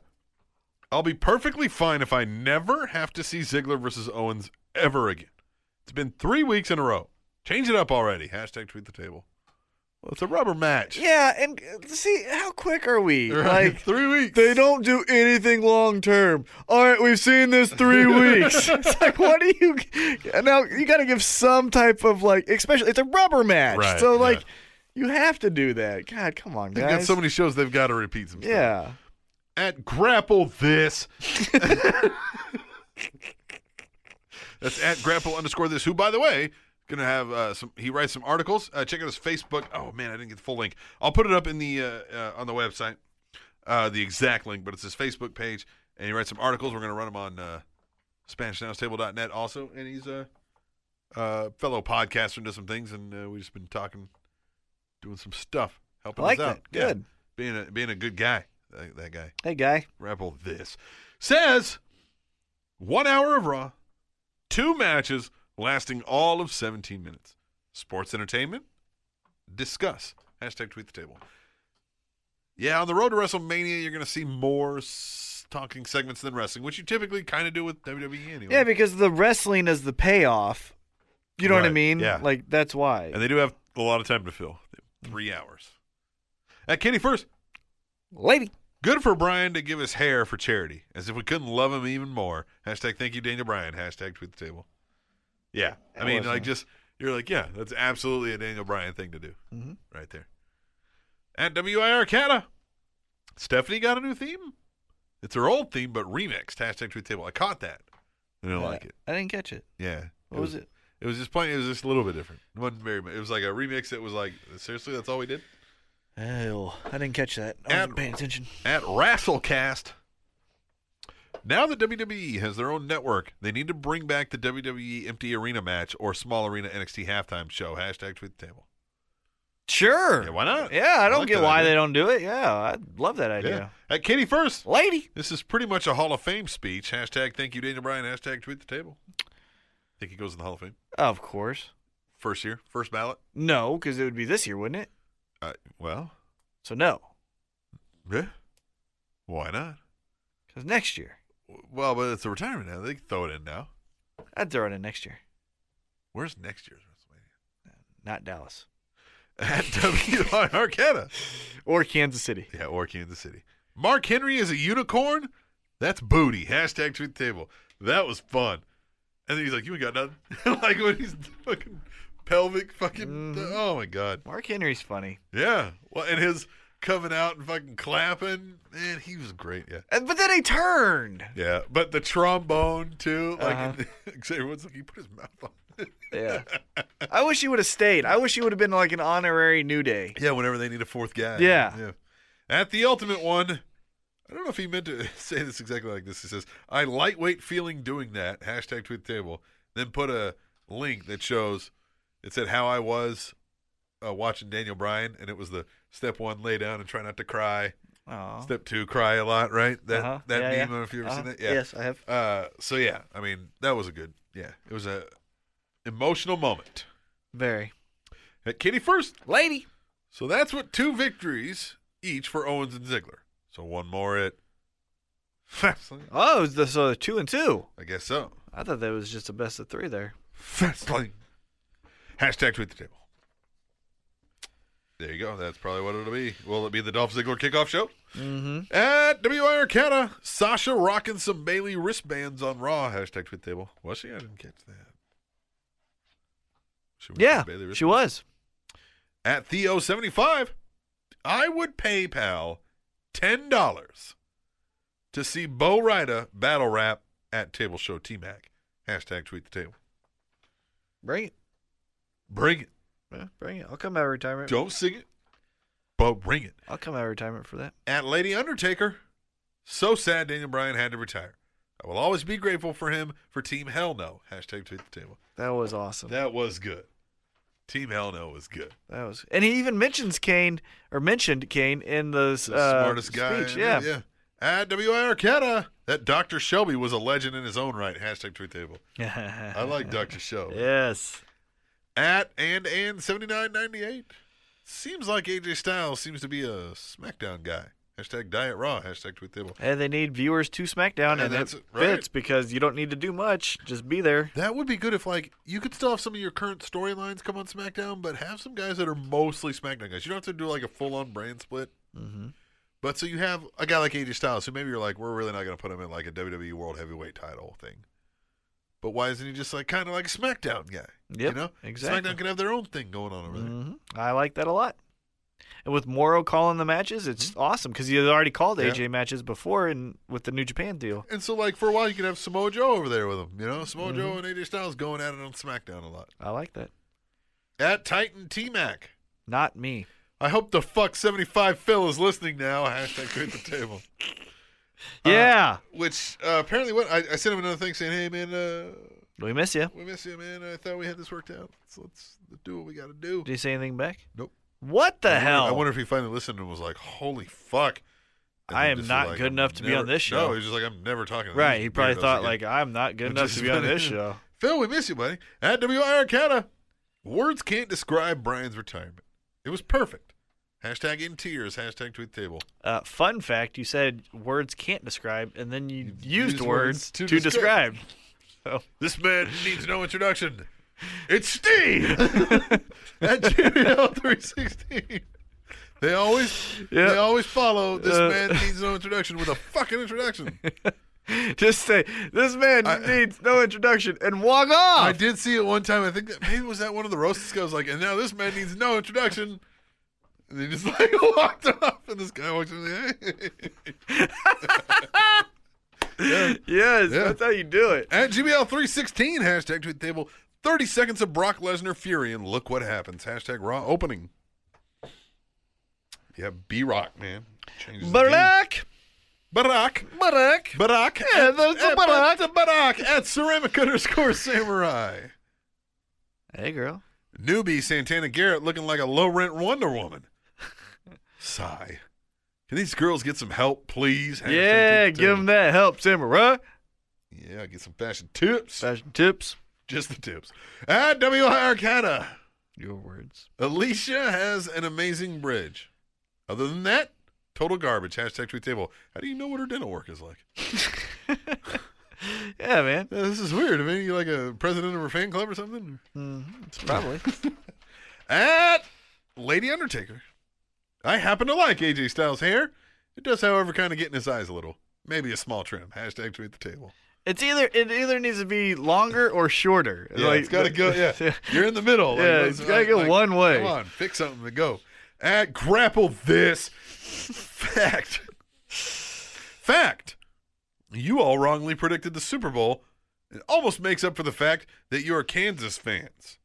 S2: I'll be perfectly fine if I never have to see Ziggler versus Owens ever again. It's been three weeks in a row. Change it up already. Hashtag tweet the table. Well, it's a rubber match.
S3: yeah, and uh, see how quick are we?
S2: Right?
S3: Like
S2: three weeks.
S3: they don't do anything long term. All right, we've seen this three weeks. It's like, what do you now? You got to give some type of like, especially it's a rubber match,
S2: Right,
S3: so
S2: yeah.
S3: like, you have to do that. God, come on,
S2: They've
S3: guys.
S2: got so many shows they've got to repeat some stuff.
S3: yeah,
S2: at grapple this. That's at grapple underscore this. Who, by the way, gonna have uh, some. He writes some articles. Uh, check out his Facebook. Oh man, I didn't get the full link. I'll put it up in the uh, uh, on the website, uh, the exact link. But it's his Facebook page, and he writes some articles. We're gonna run them on uh, SpanishNowsTable.net also. And he's a uh, fellow podcaster and does some things. And uh, we've just been talking, doing some stuff,
S3: I
S2: helping
S3: like
S2: us
S3: that.
S2: out. Yeah.
S3: Good.
S2: being a being a good guy. That, that guy.
S3: Hey, guy.
S2: Rebel this says one hour of Raw, two matches lasting all of 17 minutes. Sports entertainment, discuss. Hashtag tweet the table. Yeah, on the road to WrestleMania, you're going to see more s- talking segments than wrestling, which you typically kind of do with WWE anyway.
S3: Yeah, because the wrestling is the payoff. You know what I
S2: Right,
S3: mean?
S2: yeah.
S3: Like that's why.
S2: and they do have a lot of time to fill three hours. At Katie First,
S3: Lady.
S2: Good for Brian to give his hair for charity, as if we couldn't love him even more. Hashtag thank you, Daniel Bryan. Hashtag tweet the table. Yeah. I
S3: That
S2: mean,
S3: was
S2: like,
S3: nice.
S2: just, you're like, yeah, that's absolutely a Daniel Bryan thing to do
S3: Mhm.
S2: right there. At WIR Cata, Stephanie got a new theme. It's her old theme, but remixed. Hashtag tweet the table. I caught that. I don't
S3: Uh,
S2: like it.
S3: I didn't catch it.
S2: Yeah.
S3: What was it?
S2: It was just playing. It was just a little bit different. It wasn't very much. It was like a remix. That was like seriously, that's all we did.
S3: Oh, I didn't catch that. I
S2: Ad-
S3: wasn't paying attention.
S2: at Wrestlecast. Now that WWE has their own network, they need to bring back the WWE Empty Arena match or Small Arena NXT Halftime Show. Hashtag tweet the table.
S3: Sure.
S2: Yeah, why not?
S3: Yeah, I don't
S2: like
S3: get
S2: that
S3: why
S2: idea.
S3: they don't do it. Yeah, I love that
S2: Yeah.
S3: idea.
S2: At Katie first.
S3: Lady.
S2: This is pretty much a Hall of Fame speech. Hashtag thank you, Daniel Bryan. Hashtag tweet the table. Think he goes in the Hall of Fame
S3: Of course.
S2: first year, first ballot.
S3: No, because it would be this year, wouldn't it?
S2: Uh, well,
S3: So no,
S2: yeah. Why not?
S3: because next year
S2: Well, but it's a retirement now. They can throw it in now.
S3: I'd throw it in next year,
S2: Where's next year's WrestleMania?
S3: not Dallas
S2: At WR Arcata.
S3: or Kansas City.
S2: Yeah, or Kansas City. Mark Henry is a unicorn? That's booty. Hashtag tweet the table. That was fun. And then he's like, you ain't got nothing. like when he's fucking pelvic fucking.
S3: Mhm.
S2: Oh my God.
S3: Mark Henry's funny,
S2: Yeah. Well, and his coming out and fucking clapping. Man, he was great. Yeah.
S3: And- but then he turned.
S2: Yeah. But the trombone too. Like,
S3: Uh-huh.
S2: Xavier Woods, like, he put his mouth on it.
S3: Yeah, I wish he would have stayed. I wish he would have been like an honorary New Day.
S2: Yeah, whenever they need a fourth guy.
S3: Yeah.
S2: yeah. At the ultimate one, I don't know if he meant to say this exactly like this. He says, I lightweight feeling doing that. Hashtag tweet the table. Then put a link that shows it said how I was uh, watching Daniel Bryan, and it was the step one, lay down and try not to cry.
S3: Oh,
S2: Step two, cry a lot, right? That
S3: Uh-huh.
S2: that
S3: Yeah,
S2: meme,
S3: yeah.
S2: I don't know if you've ever
S3: Uh-huh.
S2: seen that. Yeah.
S3: Yes, I have.
S2: Uh, so yeah, I mean, that was a good, yeah. It was a emotional moment.
S3: Very
S2: At Kitty first,
S3: lady.
S2: so that's what two victories each for Owens and Ziggler. So one more at Fastlane.
S3: Oh, it was the, so two and two.
S2: I guess so.
S3: I thought that was just a best of three there.
S2: Fastlane. Hashtag tweet the table. There you go. That's probably what it'll be. Will it be the Dolph Ziggler kickoff show? Mm-hmm. At WI Arcata, Sasha rocking some Bailey wristbands on Raw. Hashtag tweet the table. Was she? I didn't catch that. She was
S3: Yeah,
S2: Bayley
S3: she was.
S2: at Theo75, I would PayPal $10 to see Bo Rida battle rap at Table Show T-Mac. Hashtag tweet the table.
S3: Bring it.
S2: Bring it.
S3: Yeah, bring it. I'll come out of retirement.
S2: Don't sing it, but bring it.
S3: I'll come out of retirement for that.
S2: At Lady Undertaker, so sad Daniel Bryan had to retire. I will always be grateful for him for Team Hell No. Hashtag tweet the table.
S3: That was awesome.
S2: That was good. Team Hell No was good.
S3: That was, and he even mentions Kane or mentioned Kane in the,
S2: the
S3: uh,
S2: smartest guy.
S3: Speech.
S2: in-
S3: Yeah.
S2: yeah. At W.I. Arcata, that Dr. Shelby was a legend in his own right. Hashtag tweet table. I like Dr. Shelby.
S3: Yes.
S2: At and and 7998. Seems like AJ Styles seems to be a SmackDown guy. Hashtag Diet Raw. Hashtag tweet table.
S3: And they need viewers to SmackDown,
S2: Yeah,
S3: and
S2: that's
S3: that's
S2: it, right.
S3: fits because you don't need to do much; just be there.
S2: That would be good if, like, you could still have some of your current storylines come on SmackDown, but have some guys that are mostly SmackDown guys. You don't have to do, like, a full on brand split.
S3: Mm-hmm.
S2: But so you have a guy like AJ Styles, who maybe you're like, we're really not going to put him in like a WWE World Heavyweight title thing. But why isn't he just like kind of like a SmackDown guy? you
S3: Yep,
S2: know,
S3: exactly.
S2: SmackDown can have their own thing going on over there.
S3: hmm I like that a lot. And with Moro calling the matches, it's awesome because he had already called
S2: Mm-hmm. Yeah.
S3: AJ matches before, and with the New Japan deal.
S2: And so, like for a while, you could have Samoa Joe over there with him. You know, Samoa
S3: Mm-hmm.
S2: Joe and AJ Styles going at it on SmackDown a lot.
S3: I like that.
S2: At Titan T Mac,
S3: Not me.
S2: I hope the fuck seventy five Phil is listening now. Hashtag quit the table.
S3: yeah,
S2: Which uh, apparently, what I, I sent him another thing saying, "Hey man, uh,
S3: we miss you.
S2: we miss you, man. I thought we had this worked out. So let's do what we got to do."
S3: Did he say anything back?
S2: Nope.
S3: What the
S2: I wonder-
S3: hell?
S2: I wonder if he finally listened and was like, "Holy fuck!" And
S3: I
S2: then
S3: am
S2: just was
S3: not good enough to be on
S2: never-
S3: this
S2: No,
S3: show.
S2: he's just like, "I'm never talking." to
S3: Right.
S2: these
S3: He probably
S2: weirdos
S3: thought,
S2: again."
S3: like, I'm not good
S2: Which
S3: enough
S2: is
S3: to be on
S2: funny.
S3: this show.
S2: Phil, we miss you, buddy. At WI Arcata, words can't describe Brian's retirement. It was perfect. Hashtag in tears. Hashtag tweet the table.
S3: Uh, fun fact you said words can't describe, and then you used,
S2: used words
S3: words,
S2: to
S3: to,
S2: describe.
S3: describe.
S2: This man needs no introduction. It's Steve at Cheerio three sixteen. They always,
S3: Yeah.
S2: they always follow. This
S3: Uh.
S2: man needs no introduction with a fucking introduction.
S3: Just say, this man
S2: I-
S3: needs no introduction and walk off.
S2: I did see it one time. I think that maybe was that one of the roasts. I was like, and now this man needs no introduction. And they just like walked off, and this guy walks in. Like, hey.
S3: yes,
S2: Yeah.
S3: that's how you do it.
S2: At GBL316, hashtag tweet the table, 30 seconds of Brock Lesnar Fury, and look what happens. Hashtag Raw opening. Yeah, B Rock, man. Changes the game.
S3: Barack,
S2: Barack.
S3: Barack.
S2: Barack.
S3: Yeah, that's a Barack.
S2: At, Barack at ceramic underscore samurai.
S3: Hey, girl.
S2: Newbie Santana Garrett looking like a low rent Wonder Woman. Sigh. Can these girls get some help, please? Hashtag
S3: Yeah,
S2: tweet the
S3: give
S2: table.
S3: them that help, Samurai.
S2: Yeah, get some fashion tips.
S3: Fashion tips.
S2: Just the tips. At WI Arcana.
S3: Your words.
S2: Alicia has an amazing bridge. Other than that, total garbage. Hashtag tweet table. How do you know what her dental work is like?
S3: Yeah, man.
S2: Yeah, this is weird. I mean, you like a president of her fan club or something?
S3: Probably.
S2: At Lady Undertaker. I happen to like AJ Styles' hair. It does, however, kind of get in his eyes a little. Maybe a small trim. Hashtag tweet the table.
S3: it's either it either needs to be longer or shorter.
S2: Yeah,
S3: Like,
S2: it's got to go. Yeah, you're in the middle. Like,
S3: Yeah,
S2: let's-
S3: it's gotta go one way.
S2: Come on, pick something to go. At grapple this fact. Fact. You all wrongly predicted the Super Bowl. It almost makes up for the fact that you are Kansas fans.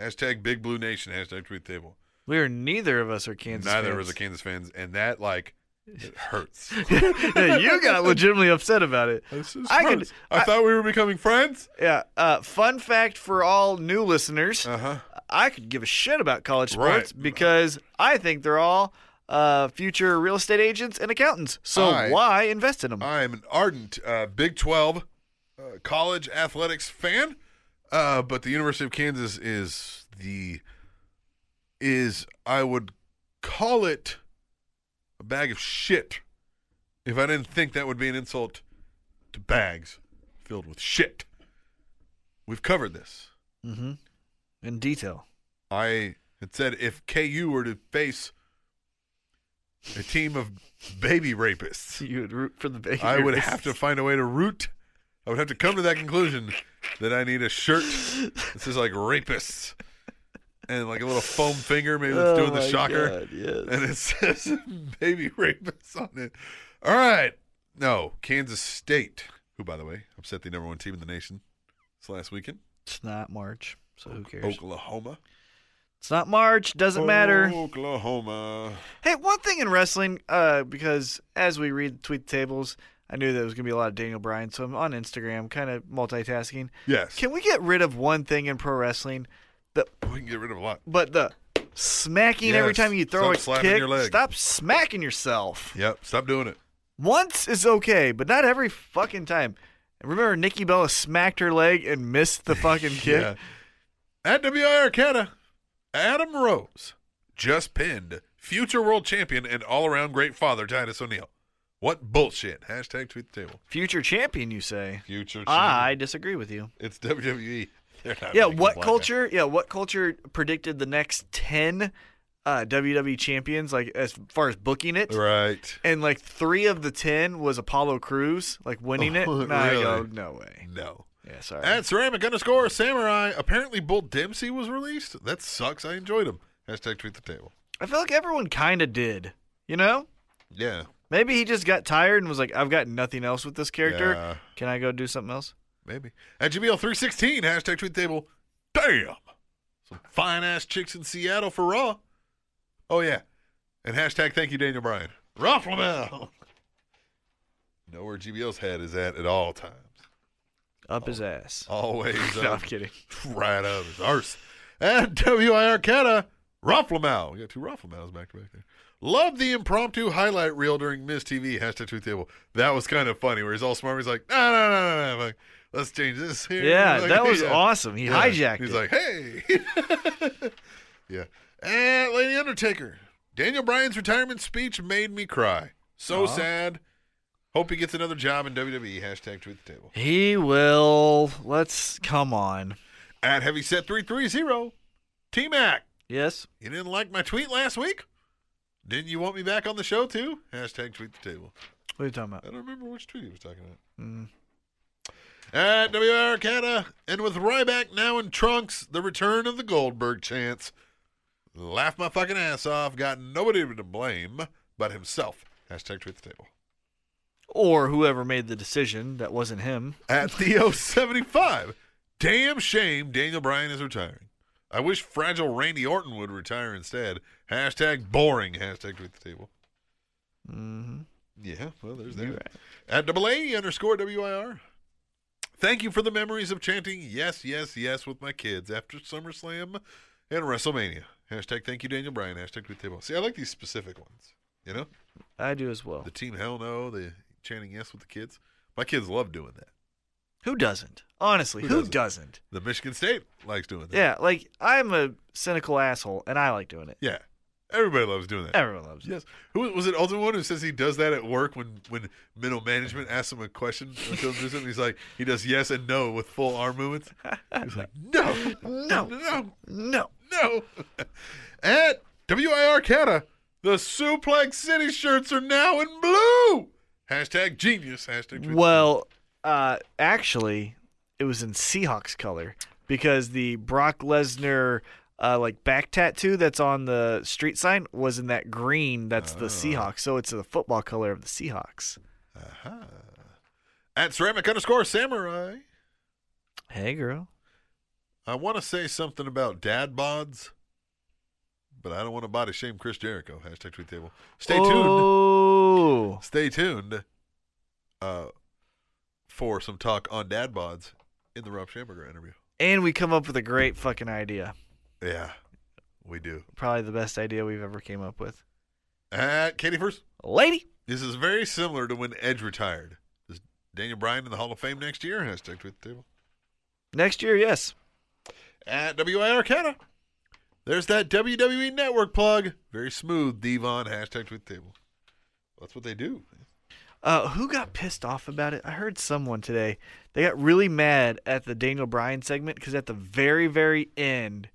S2: Hashtag Big Blue Nation. Hashtag Tweet Table.
S3: We are neither of us are Kansas.
S2: Neither of
S3: fans.
S2: us are Kansas fans, and that like it hurts.
S3: yeah, you got legitimately upset about it.
S2: This is
S3: I could-
S2: hurts. I thought we were becoming friends.
S3: Yeah. Uh, fun fact for all new listeners:
S2: Uh huh.
S3: I could give a shit about college sports
S2: Right.
S3: because I think they're all uh, future real estate agents and accountants. So
S2: I-
S3: why invest in them?
S2: I am an ardent uh, Big 12 uh, college athletics fan, uh, but the University of Kansas is the is I would call it a bag of shit if I didn't think that would be an insult to bags filled with shit. We've covered this.
S3: in detail.
S2: I had said if KU were to face a team of baby rapists,
S3: You would root for the Baker.
S2: I would have to find a way to root. I would have to come to that conclusion that I need a shirt. This is like rapists. And like a little foam finger, maybe that's
S3: Oh
S2: doing the shocker. And it says baby rapists on it. All right. No, Kansas State, who, by the way, upset the number one team in the nation this last weekend.
S3: It's not March, so who cares?
S2: Oh. Oklahoma.
S3: It's not March. Doesn't matter.
S2: Oh. Oklahoma.
S3: Hey, one thing in wrestling, uh, because as we read tweet tables, I knew there was going to be a lot of Daniel Bryan, so I'm on Instagram, kind of multitasking.
S2: Yes.
S3: Can we get rid of one thing in pro wrestling? The
S2: we can get rid of a lot.
S3: but the smacking every
S2: Yes.
S3: time you throw
S2: Stop
S3: a
S2: slapping
S3: kick.
S2: your leg.
S3: Stop smacking yourself.
S2: Yep. Stop doing it.
S3: Once is okay, but not every fucking time. And Remember, Nikki Bella smacked her leg and missed the fucking kick.
S2: Yeah. At WI Arcata, Adam Rose just pinned future world champion and all around great father Titus O'Neil. What bullshit. Hashtag tweet the table.
S3: Future champion, you say?
S2: Future
S3: I disagree with you.
S2: It's WWE. They're not
S3: yeah
S2: making
S3: what
S2: black
S3: culture yeah what culture predicted the next 10 uh, wwe champions like as far as booking it
S2: men. Right.
S3: and like three of the 10 was apollo Crews, like winning it
S2: Oh,
S3: and i go
S2: really?
S3: no way
S2: No.
S3: yeah sorry
S2: At ceramic underscore samurai, apparently Bull Dempsey was released. That sucks. I enjoyed him. Hashtag tweet the table.
S3: i feel like everyone kind of did you know
S2: Yeah.
S3: maybe he just got tired and was like i've got nothing else with this character
S2: Yeah.
S3: can i go do something else
S2: Maybe. At GBL316, hashtag tweet table. Damn. Some fine ass chicks in Seattle for Raw. Oh, yeah. And hashtag thank you, Daniel Bryan. Raw Flamel. Know where GBL's head is at at all times.
S3: up
S2: Oh.
S3: his ass
S2: Always.
S3: no i'm
S2: up.
S3: kidding
S2: right up his arse. At WIR Arcata, Raw Flamel. We got two Raw Flamels back to back there. Love the impromptu highlight reel during Miss TV. Hashtag tweet table. That was kind of funny where he's all smart. He's like, no, no, no, no, no. I'm Like, let's change this here.
S3: yeah
S2: Like,
S3: that was
S2: yeah.
S3: awesome he
S2: Yeah.
S3: hijacked
S2: He's
S3: it.
S2: like, hey. yeah. And Lady Undertaker. Daniel Bryan's retirement speech made me cry. So sad. Hope he gets another job in WWE. Hashtag tweet the table.
S3: he will let's come on
S2: At Heavyset330, T Mac.
S3: yes
S2: You didn't like my tweet last week? Didn't you want me back on the show too? Hashtag tweet the table.
S3: what are you talking about Mm.
S2: I don't remember which tweet he was talking about. At WR Arcata, and with Ryback now in trunks, the return of the Goldberg chance. Laugh my fucking ass off. Got nobody to blame but himself. Hashtag tweet the table.
S3: or whoever made the decision that wasn't him.
S2: At Theo75, damn shame Daniel Bryan is retiring. I wish fragile Randy Orton would retire instead. Hashtag boring. Hashtag tweet the table. Mm-hmm. Yeah, well, there's that. At double A underscore WIR. Thank you for the memories of chanting yes, yes, yes with my kids after SummerSlam and WrestleMania. Hashtag thank you, Daniel Bryan. Hashtag tweet the table. See, I like these specific ones. You know?
S3: I do as well.
S2: The team hell no, the chanting yes with the kids. My kids love doing that.
S3: Who doesn't? Honestly,
S2: Who
S3: who,
S2: doesn't?
S3: doesn't?
S2: The Michigan State likes doing that.
S3: Yeah, like I'm a cynical asshole, and I like doing it.
S2: Yeah. Everybody loves doing that.
S3: Everyone loves it.
S2: Yes. Who was it? Ultimate One who says he does that at work when when middle management asks him a question or tells him to do something. He's like he does yes and no with full arm movements. He's like no, no, no,
S3: No.
S2: no. At WIR Cata, the Suplex City shirts are now in blue. Hashtag genius. Hashtag tweet.
S3: Well, uh, actually, it was in Seahawks color because the Brock Lesnar uh, like back tattoo that's on the street sign was in that green. That's the Seahawks, so it's the football color of the Seahawks.
S2: At ceramic underscore samurai,
S3: Hey, girl.
S2: I want to say something about dad bods, but I don't want to body shame Chris Jericho. Hashtag tweet table. Stay tuned.
S3: Oh,
S2: stay tuned uh, for some talk on dad bods in the Rob Schamberger interview.
S3: and we come up with a great fucking idea.
S2: Yeah, we do.
S3: Probably the best idea we've ever came up with.
S2: At Katie first.
S3: Lady.
S2: This is very similar to when Edge retired. Is Daniel Bryan in the Hall of Fame next year? Hashtag tweet the table.
S3: Next year, yes.
S2: At WIR Canada. There's that WWE Network plug. Very smooth, Devon. Hashtag tweet the table. That's what they do.
S3: Uh, who got pissed off about it? I heard someone today. They got really mad at the Daniel Bryan segment because at the very, very end,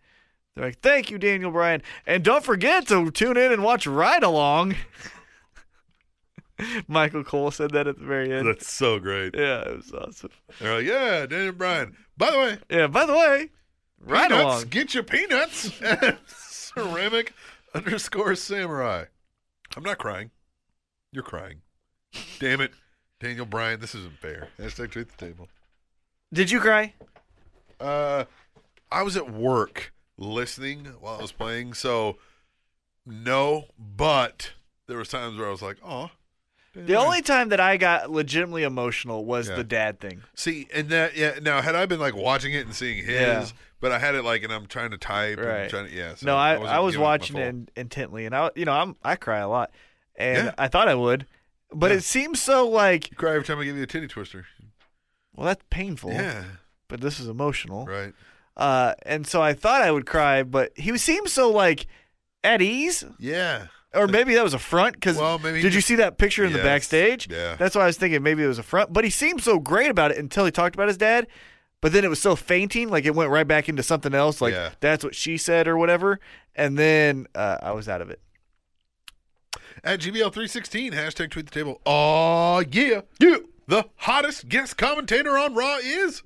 S3: they're like, "Thank you, Daniel Bryan, and don't forget to tune in and watch Ride Along." Michael Cole said that at the very end.
S2: That's so great.
S3: yeah, it was awesome.
S2: They're like, yeah, Daniel Bryan. By the way,
S3: Yeah. By the way, Ride
S2: peanuts,
S3: Along.
S2: Get your peanuts. Ceramic underscore samurai. I'm not crying. You're crying. Damn it, Daniel Bryan. This isn't fair. Hashtag tweet the table.
S3: Did you cry?
S2: Uh, I was at work listening while I was playing, so no. But there was times where I was like, oh.
S3: The only time that I got legitimately emotional was
S2: Yeah.
S3: the dad thing.
S2: See, and that yeah. Now, had I been like watching it and seeing his,
S3: Yeah.
S2: but I had it like, and I'm trying to type. And
S3: Right.
S2: trying to, yeah. So
S3: no, I,
S2: wasn't
S3: I, was
S2: giving it my
S3: watching
S2: full-
S3: it in, intently, and I, you know, I'm I cry a lot, and
S2: Yeah.
S3: I thought I would, but
S2: Yeah.
S3: it seems so like,
S2: You cry every time I give you a titty twister.
S3: well, that's painful,
S2: Yeah.
S3: but this is emotional,
S2: Right.
S3: uh, and so I thought I would cry, but he seemed so like at ease,
S2: Yeah.
S3: or maybe that was a front because
S2: Well, maybe he
S3: did you
S2: just-
S3: see that picture in
S2: Yes.
S3: the backstage?
S2: Yeah.
S3: that's why I was thinking maybe it was a front, but he seemed so great about it until he talked about his dad. But then it was so fainting, like it went right back into something else, like
S2: Yeah.
S3: that's what she said or whatever. And then uh, I was out of it.
S2: At GBL316, hashtag tweet the table. Aw, yeah. Yeah. The hottest guest commentator on Raw is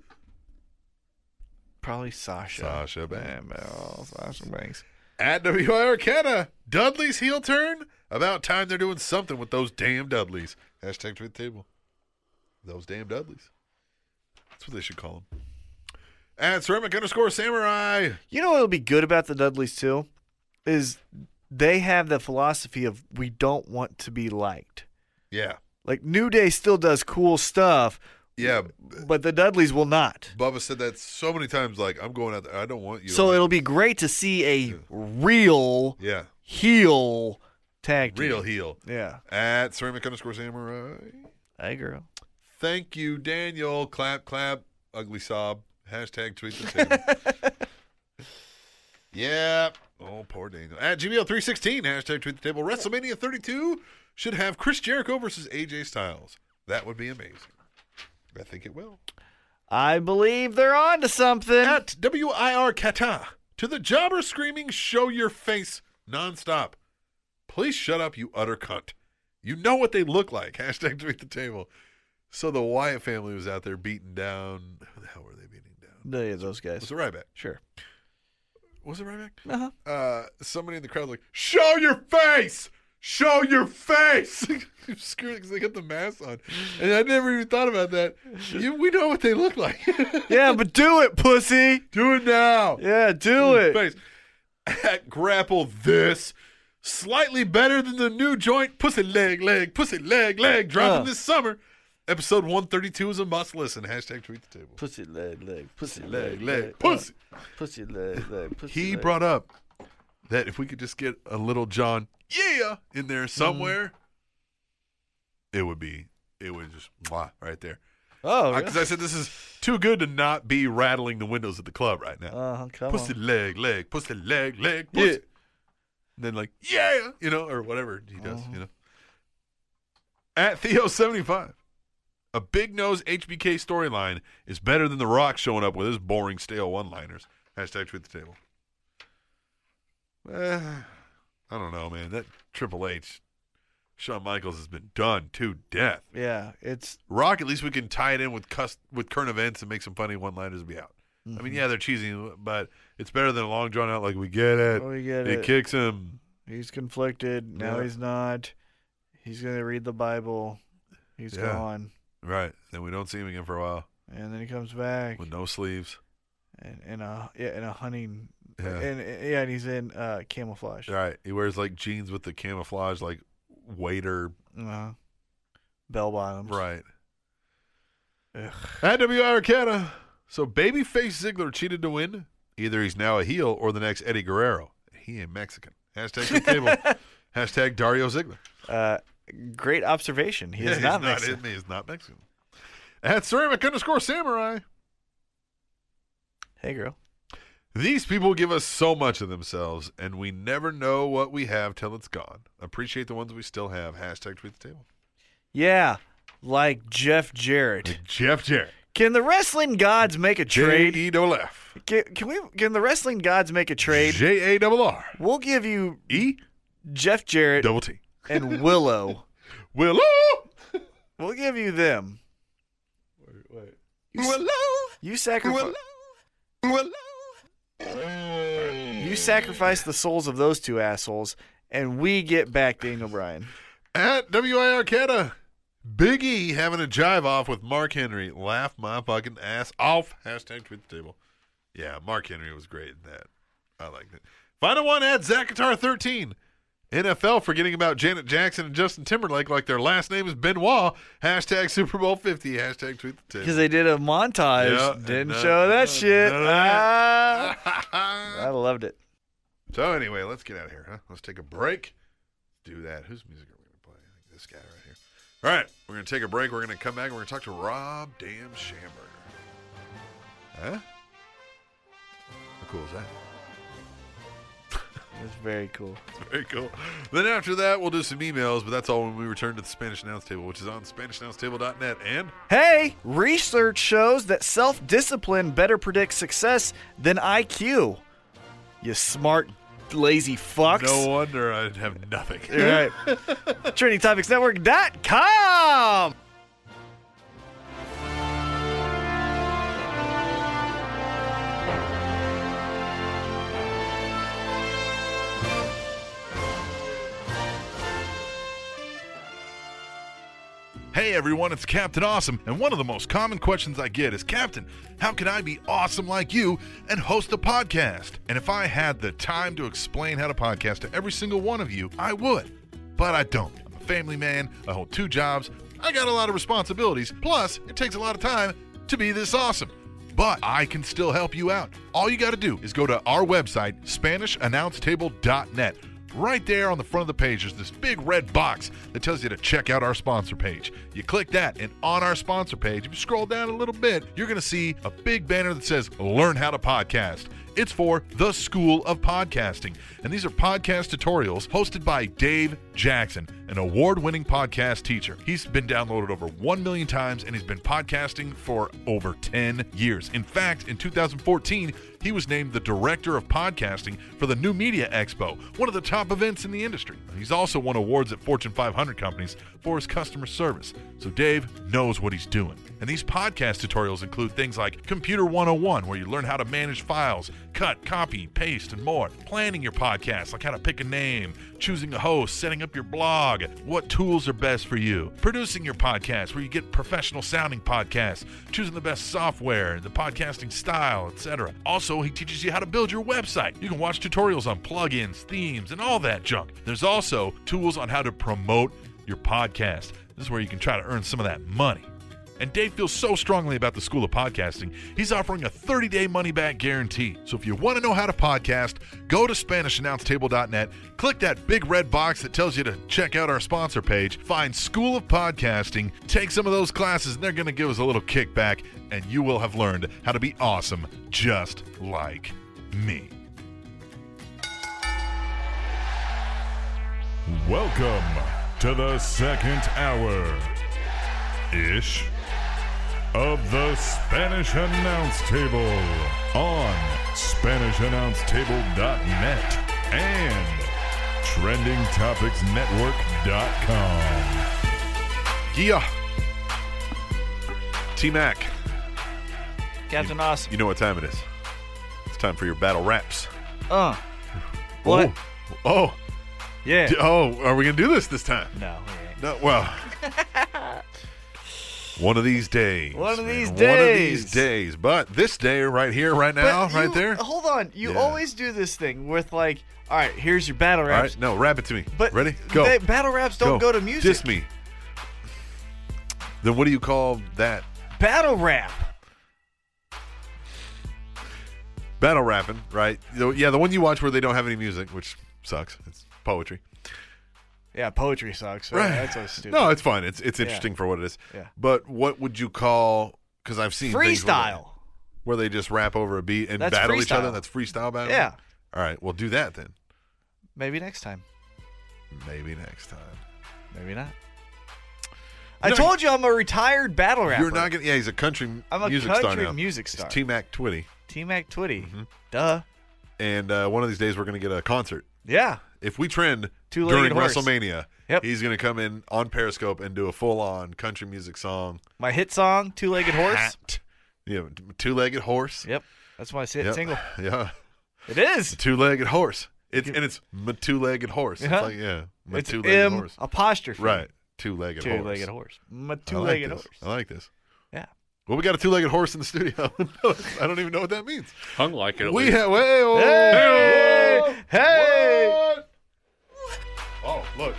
S3: Probably Sasha.
S2: Sasha Banks.
S3: Damn, Mel, Sasha Banks.
S2: At WIR Canada, Dudley's heel turn. About time they're doing something with those damn Dudleys. Hashtag tweet the table. Those damn Dudleys. That's what they should call them. At ceramic underscore samurai.
S3: You know what'll be good about the Dudleys too, is they have the philosophy of we don't want to be liked.
S2: Yeah.
S3: Like New Day still does cool stuff,
S2: Yeah.
S3: but the Dudleys will not.
S2: Bubba said that so many times. Like, I'm going out there. I don't want you. to
S3: So
S2: like-
S3: it'll be great to see a real
S2: Yeah.
S3: heel tag team.
S2: Real heel.
S3: Yeah.
S2: At ceramic underscore samurai.
S3: Hey girl.
S2: Thank you, Daniel. Clap, clap. Ugly sob. Hashtag tweet the table. yeah. Oh, poor Daniel. At GBL316, hashtag tweet the table. WrestleMania 32 should have Chris Jericho versus AJ Styles. That would be amazing. I think it will.
S3: I believe they're on to something.
S2: At WIR Kata, to the jobber screaming, show your face nonstop. Please shut up, you utter cunt. You know what they look like. Hashtag tweet the table. So the Wyatt family was out there beating down. Who the hell were they beating down?
S3: Yeah,
S2: Was
S3: those guys.
S2: it Ryback?
S3: Sure.
S2: Was it Ryback?
S3: Uh-huh.
S2: Uh, somebody in the crowd was like, show your face! show your face. Screw it, because they got the mask on, and I never even thought about that. You, we know what they look like.
S3: Yeah, but do it, pussy.
S2: Do it now.
S3: Yeah, do it.
S2: Face. At grapple this. Slightly better than the new joint Pussy Leg Leg, Pussy Leg Leg, dropping
S3: Huh.
S2: this summer. Episode 132 is a must listen. Hashtag tweet the table.
S3: Pussy leg, leg, pussy
S2: Leg Leg Pussy.
S3: pussy leg, leg, pussy.
S2: He brought up that if we could just get a little John, yeah, in
S3: Mm-hmm.
S2: there somewhere, it would be, it would just, mwah, right there.
S3: Oh,
S2: Because
S3: yeah.
S2: I said this is too good to not be rattling the windows at the club right now.
S3: uh, come
S2: pussy
S3: on.
S2: leg, leg, pussy leg, leg,
S3: Yeah.
S2: pussy. And then like, yeah, you know, or whatever he does,
S3: Uh-huh.
S2: you know. At Theo seventy five, a big nose HBK storyline is better than the Rock showing up with his boring stale one liners. Hashtag tweet the table. Eh, I don't know, man. That Triple H, Shawn Michaels has been done to death.
S3: Yeah, it's
S2: Rock, at least we can tie it in with cus- with current events and make some funny one liners be out. I
S3: mm-hmm.
S2: mean, yeah, they're cheesy, but it's better than a long drawn out. Like we get it,
S3: Oh, we get
S2: it
S3: it.
S2: kicks him.
S3: He's conflicted. Now
S2: Yeah.
S3: he's not. He's gonna read the Bible. He's
S2: Yeah.
S3: gone,
S2: Right, then we don't see him again for a while
S3: and then he comes back
S2: with no sleeves.
S3: and in a yeah in a hunting
S2: Yeah.
S3: and and- yeah and he's in uh camouflage.
S2: Right, he wears like jeans with the camouflage like waiter.
S3: Uh, Bell bottoms.
S2: Right.
S3: Ugh.
S2: At W Arcana, so babyface Ziggler cheated to win. Either he's now a heel or the next Eddie Guerrero. He ain't Mexican. Hashtag the table. Hashtag Dario Ziggler.
S3: Uh, great observation. He
S2: Yeah,
S3: is not
S2: he's
S3: Mexican.
S2: Not, he's not Mexican. At ceramic underscore samurai,
S3: Hey girl.
S2: these people give us so much of themselves, and we never know what we have till it's gone. Appreciate the ones we still have. Hashtag tweet the table.
S3: Yeah, like Jeff Jarrett.
S2: Jeff Jarrett.
S3: Can the wrestling gods make a trade?
S2: J E double F.
S3: Can, can we? Can the wrestling gods make a trade?
S2: J A double R.
S3: We'll give you
S2: E
S3: Jeff Jarrett
S2: double T.
S3: and Willow.
S2: Willow.
S3: We'll give you them.
S2: Willow.
S3: You sacrifice. You sacrifice the souls of those two assholes, and we get back Daniel Bryan.
S2: At W I Arcana. Biggie having a jive off with Mark Henry. Laugh my fucking ass off. Hashtag tweet the table. Yeah, Mark Henry was great in that. I liked it. Final one at Zakatar13. NFL forgetting about Janet Jackson and Justin Timberlake like their last name is Benoit. Hashtag Super Bowl 50. Hashtag tweet the
S3: Because
S2: table.
S3: they did a montage,
S2: Yeah,
S3: didn't
S2: none-
S3: show that shit.
S2: none of that.
S3: Ah, I loved it.
S2: so, anyway, let's get out of here, huh? Let's take a break. Do that. Whose music are we going to play? I think this guy right here. All right, we're going to take a break. We're going to come back and we're going to talk to Rob Damn Schamberger. Huh? How cool is that?
S3: It was very cool.
S2: Very cool. Then after that, we'll do some emails, but that's all when we return to the Spanish Announce Table, which is on SpanishAnnounceTable.net. And
S3: Hey, research shows that self discipline better predicts success than IQ. You smart, lazy fucks.
S2: no wonder I have nothing.
S3: All right. TrinityTopicsNetwork.com.
S5: Hey everyone, it's Captain Awesome, and one of the most common questions I get is Captain, how can I be awesome like you and host a podcast? And if I had the time to explain how to podcast to every single one of you, I would. But I don't. I'm a family man, I hold two jobs, I got a lot of responsibilities, plus, it takes a lot of time to be this awesome. But I can still help you out. All you got to do is go to our website, SpanishAnnounceTable.net. Right there on the front of the page, there's this big red box that tells you to check out our sponsor page. You click that, and on our sponsor page, if you scroll down a little bit, you're going to see a big banner that says Learn How to Podcast. It's for the School of Podcasting. And these are podcast tutorials hosted by Dave Jackson, an award winning podcast teacher. He's been downloaded over 1 million times and he's been podcasting for over 10 years. In fact, in 2014, he was named the director of podcasting for the New Media Expo, one of the top events in the industry. He's also won awards at Fortune 500 companies for his customer service. So Dave knows what he's oh doing. And these podcast tutorials include things like Computer 101, where you learn how to manage files, cut, copy, paste, and more. Planning your podcast, like how to pick a name, choosing a host, setting up your blog, what tools are best for you. Producing your podcast, where you get professional sounding podcasts, choosing the best software, the podcasting style, etc. Also, he teaches you how to build your website. You can watch tutorials on plugins, themes, and all that junk. There's also tools on how to promote your podcast. This is where you can try to earn some of that money. And Dave feels so strongly about the School of Podcasting, he's offering a 30 day money back guarantee.
S2: So if you want to know how to podcast, go to SpanishAnnounceTable.net, click that big red box that tells you to check out our sponsor page, find School of Podcasting, take some of those classes, and they're going to give us a little kickback, and you will have learned how to be awesome just like me.
S6: Welcome to the second hour ish of the Spanish Announce Table on SpanishAnnounceTable.net and TrendingTopicsNetwork.com.
S2: Yeah. T Mac,
S3: Captain Awesome.
S2: you know what time it is. It's time for your battle raps.
S3: Uh. What?
S2: Oh,
S3: Yeah.
S2: oh, oh are we going to do this this time?
S3: No. we ain't.
S2: No, well, one of these days.
S3: One of these
S2: One of these
S3: days.
S2: days. But this day, right here, right
S3: But
S2: now, right
S3: you-
S2: there.
S3: Hold on. You
S2: Yeah.
S3: always do this thing with like, all right, here's your battle
S2: All
S3: raps.
S2: right, no, rap it to me.
S3: But
S2: ready? Go.
S3: they- battle raps don't go, to music.
S2: Diss me. Then what do you call that?
S3: Battle rap.
S2: Battle rapping, right? The- Yeah, the one you watch where they don't have any music, which sucks. It's poetry.
S3: Yeah, poetry sucks. So That's so stupid.
S2: No, it's fine. It's it's interesting for what it is.
S3: Yeah.
S2: But what would you call? Because I've seen things where they-
S3: Freestyle.
S2: where they just rap over a beat and
S3: That's
S2: battle each other.
S3: freestyle.
S2: That's freestyle battle.
S3: Yeah.
S2: All right, we'll do that then.
S3: Maybe next time.
S2: Maybe next time.
S3: Maybe not. I
S2: No.
S3: told you I'm a retired battle rapper.
S2: You're not gonna. Yeah, he's a country
S3: I'm a
S2: music star
S3: country
S2: now.
S3: music star.
S2: T Mac Twitty,
S3: T Mac Twitty.
S2: Mm-hmm.
S3: Duh.
S2: and uh, one of these days we're gonna get a concert.
S3: Yeah.
S2: If we trend
S3: Two-legged
S2: during
S3: horse.
S2: WrestleMania,
S3: Yep.
S2: he's gonna come in on Periscope and do a full-on country music song.
S3: My hit song, Two Legged Horse.
S2: Hat. Yeah, two-legged horse.
S3: Yep. That's my hit
S2: Yep.
S3: single.
S2: Yeah,
S3: It is.
S2: two-legged horse. It's and it's my two-legged horse.
S3: Yeah.
S2: It's like yeah, my
S3: Uh-huh. It's
S2: two-legged
S3: M
S2: horse.
S3: apostrophe.
S2: Right, two-legged horse.
S3: Two-legged horse. My
S2: I like
S3: two-legged
S2: this.
S3: horse.
S2: I like this.
S3: Yeah.
S2: Well, we got a two-legged horse in the studio. I don't even know what that means.
S7: Hung like it. at
S2: We oh.
S7: least.
S2: have. Hey, whoa.
S3: Hey! Hey!
S2: What? Oh, look.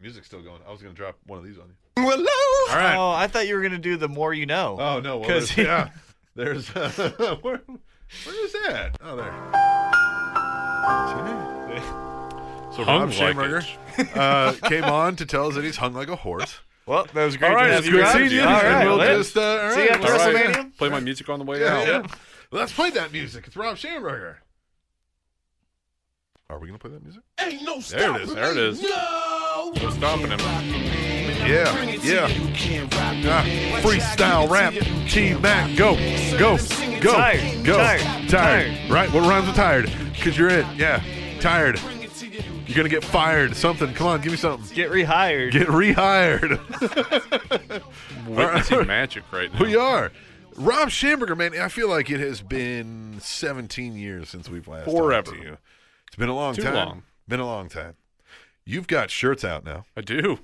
S2: Music's still going. I was going to drop one of these on you.
S3: All right. Oh, I thought you were gonna do the more you know.
S2: Oh, no. Well,
S3: 'Cause
S2: there's, yeah. There's. Uh, where, where is that? Oh, there. So
S7: Hung
S2: Rob
S7: like
S2: Schamberger uh, came on to tell us that he's hung like a horse.
S3: well, that was great.
S7: All right,
S3: to have
S7: it's
S3: you
S7: good
S3: on.
S7: seeing you.
S3: All right,
S2: and we'll
S3: let's-
S2: just. Uh, all
S3: see you
S2: right,
S3: after
S2: all right.
S3: WrestleMania.
S7: Play my music on the way
S2: Yeah,
S7: out.
S2: yeah. Let's play that music. It's Rob Schamberger. Are we going to play that music?
S7: There it is. There it is. No stopping him.
S2: Yeah, yeah. Ah, freestyle rap, T Mac, go, go, go,
S3: Tired,
S2: go.
S3: tired, tired.
S2: Right? What rhymes with tired? Cause you're it. Yeah, tired. You're gonna get fired. Something. Come on, give me something.
S3: Get rehired.
S2: Get rehired.
S7: Witnessing magic right now.
S2: we are. Rob Schamberger, man. I feel like it has been 17 years since we've last
S7: Forever.
S2: talked to you. It's been a long
S7: Too
S2: time.
S7: long.
S2: Been a long time. You've got shirts out now.
S7: I do.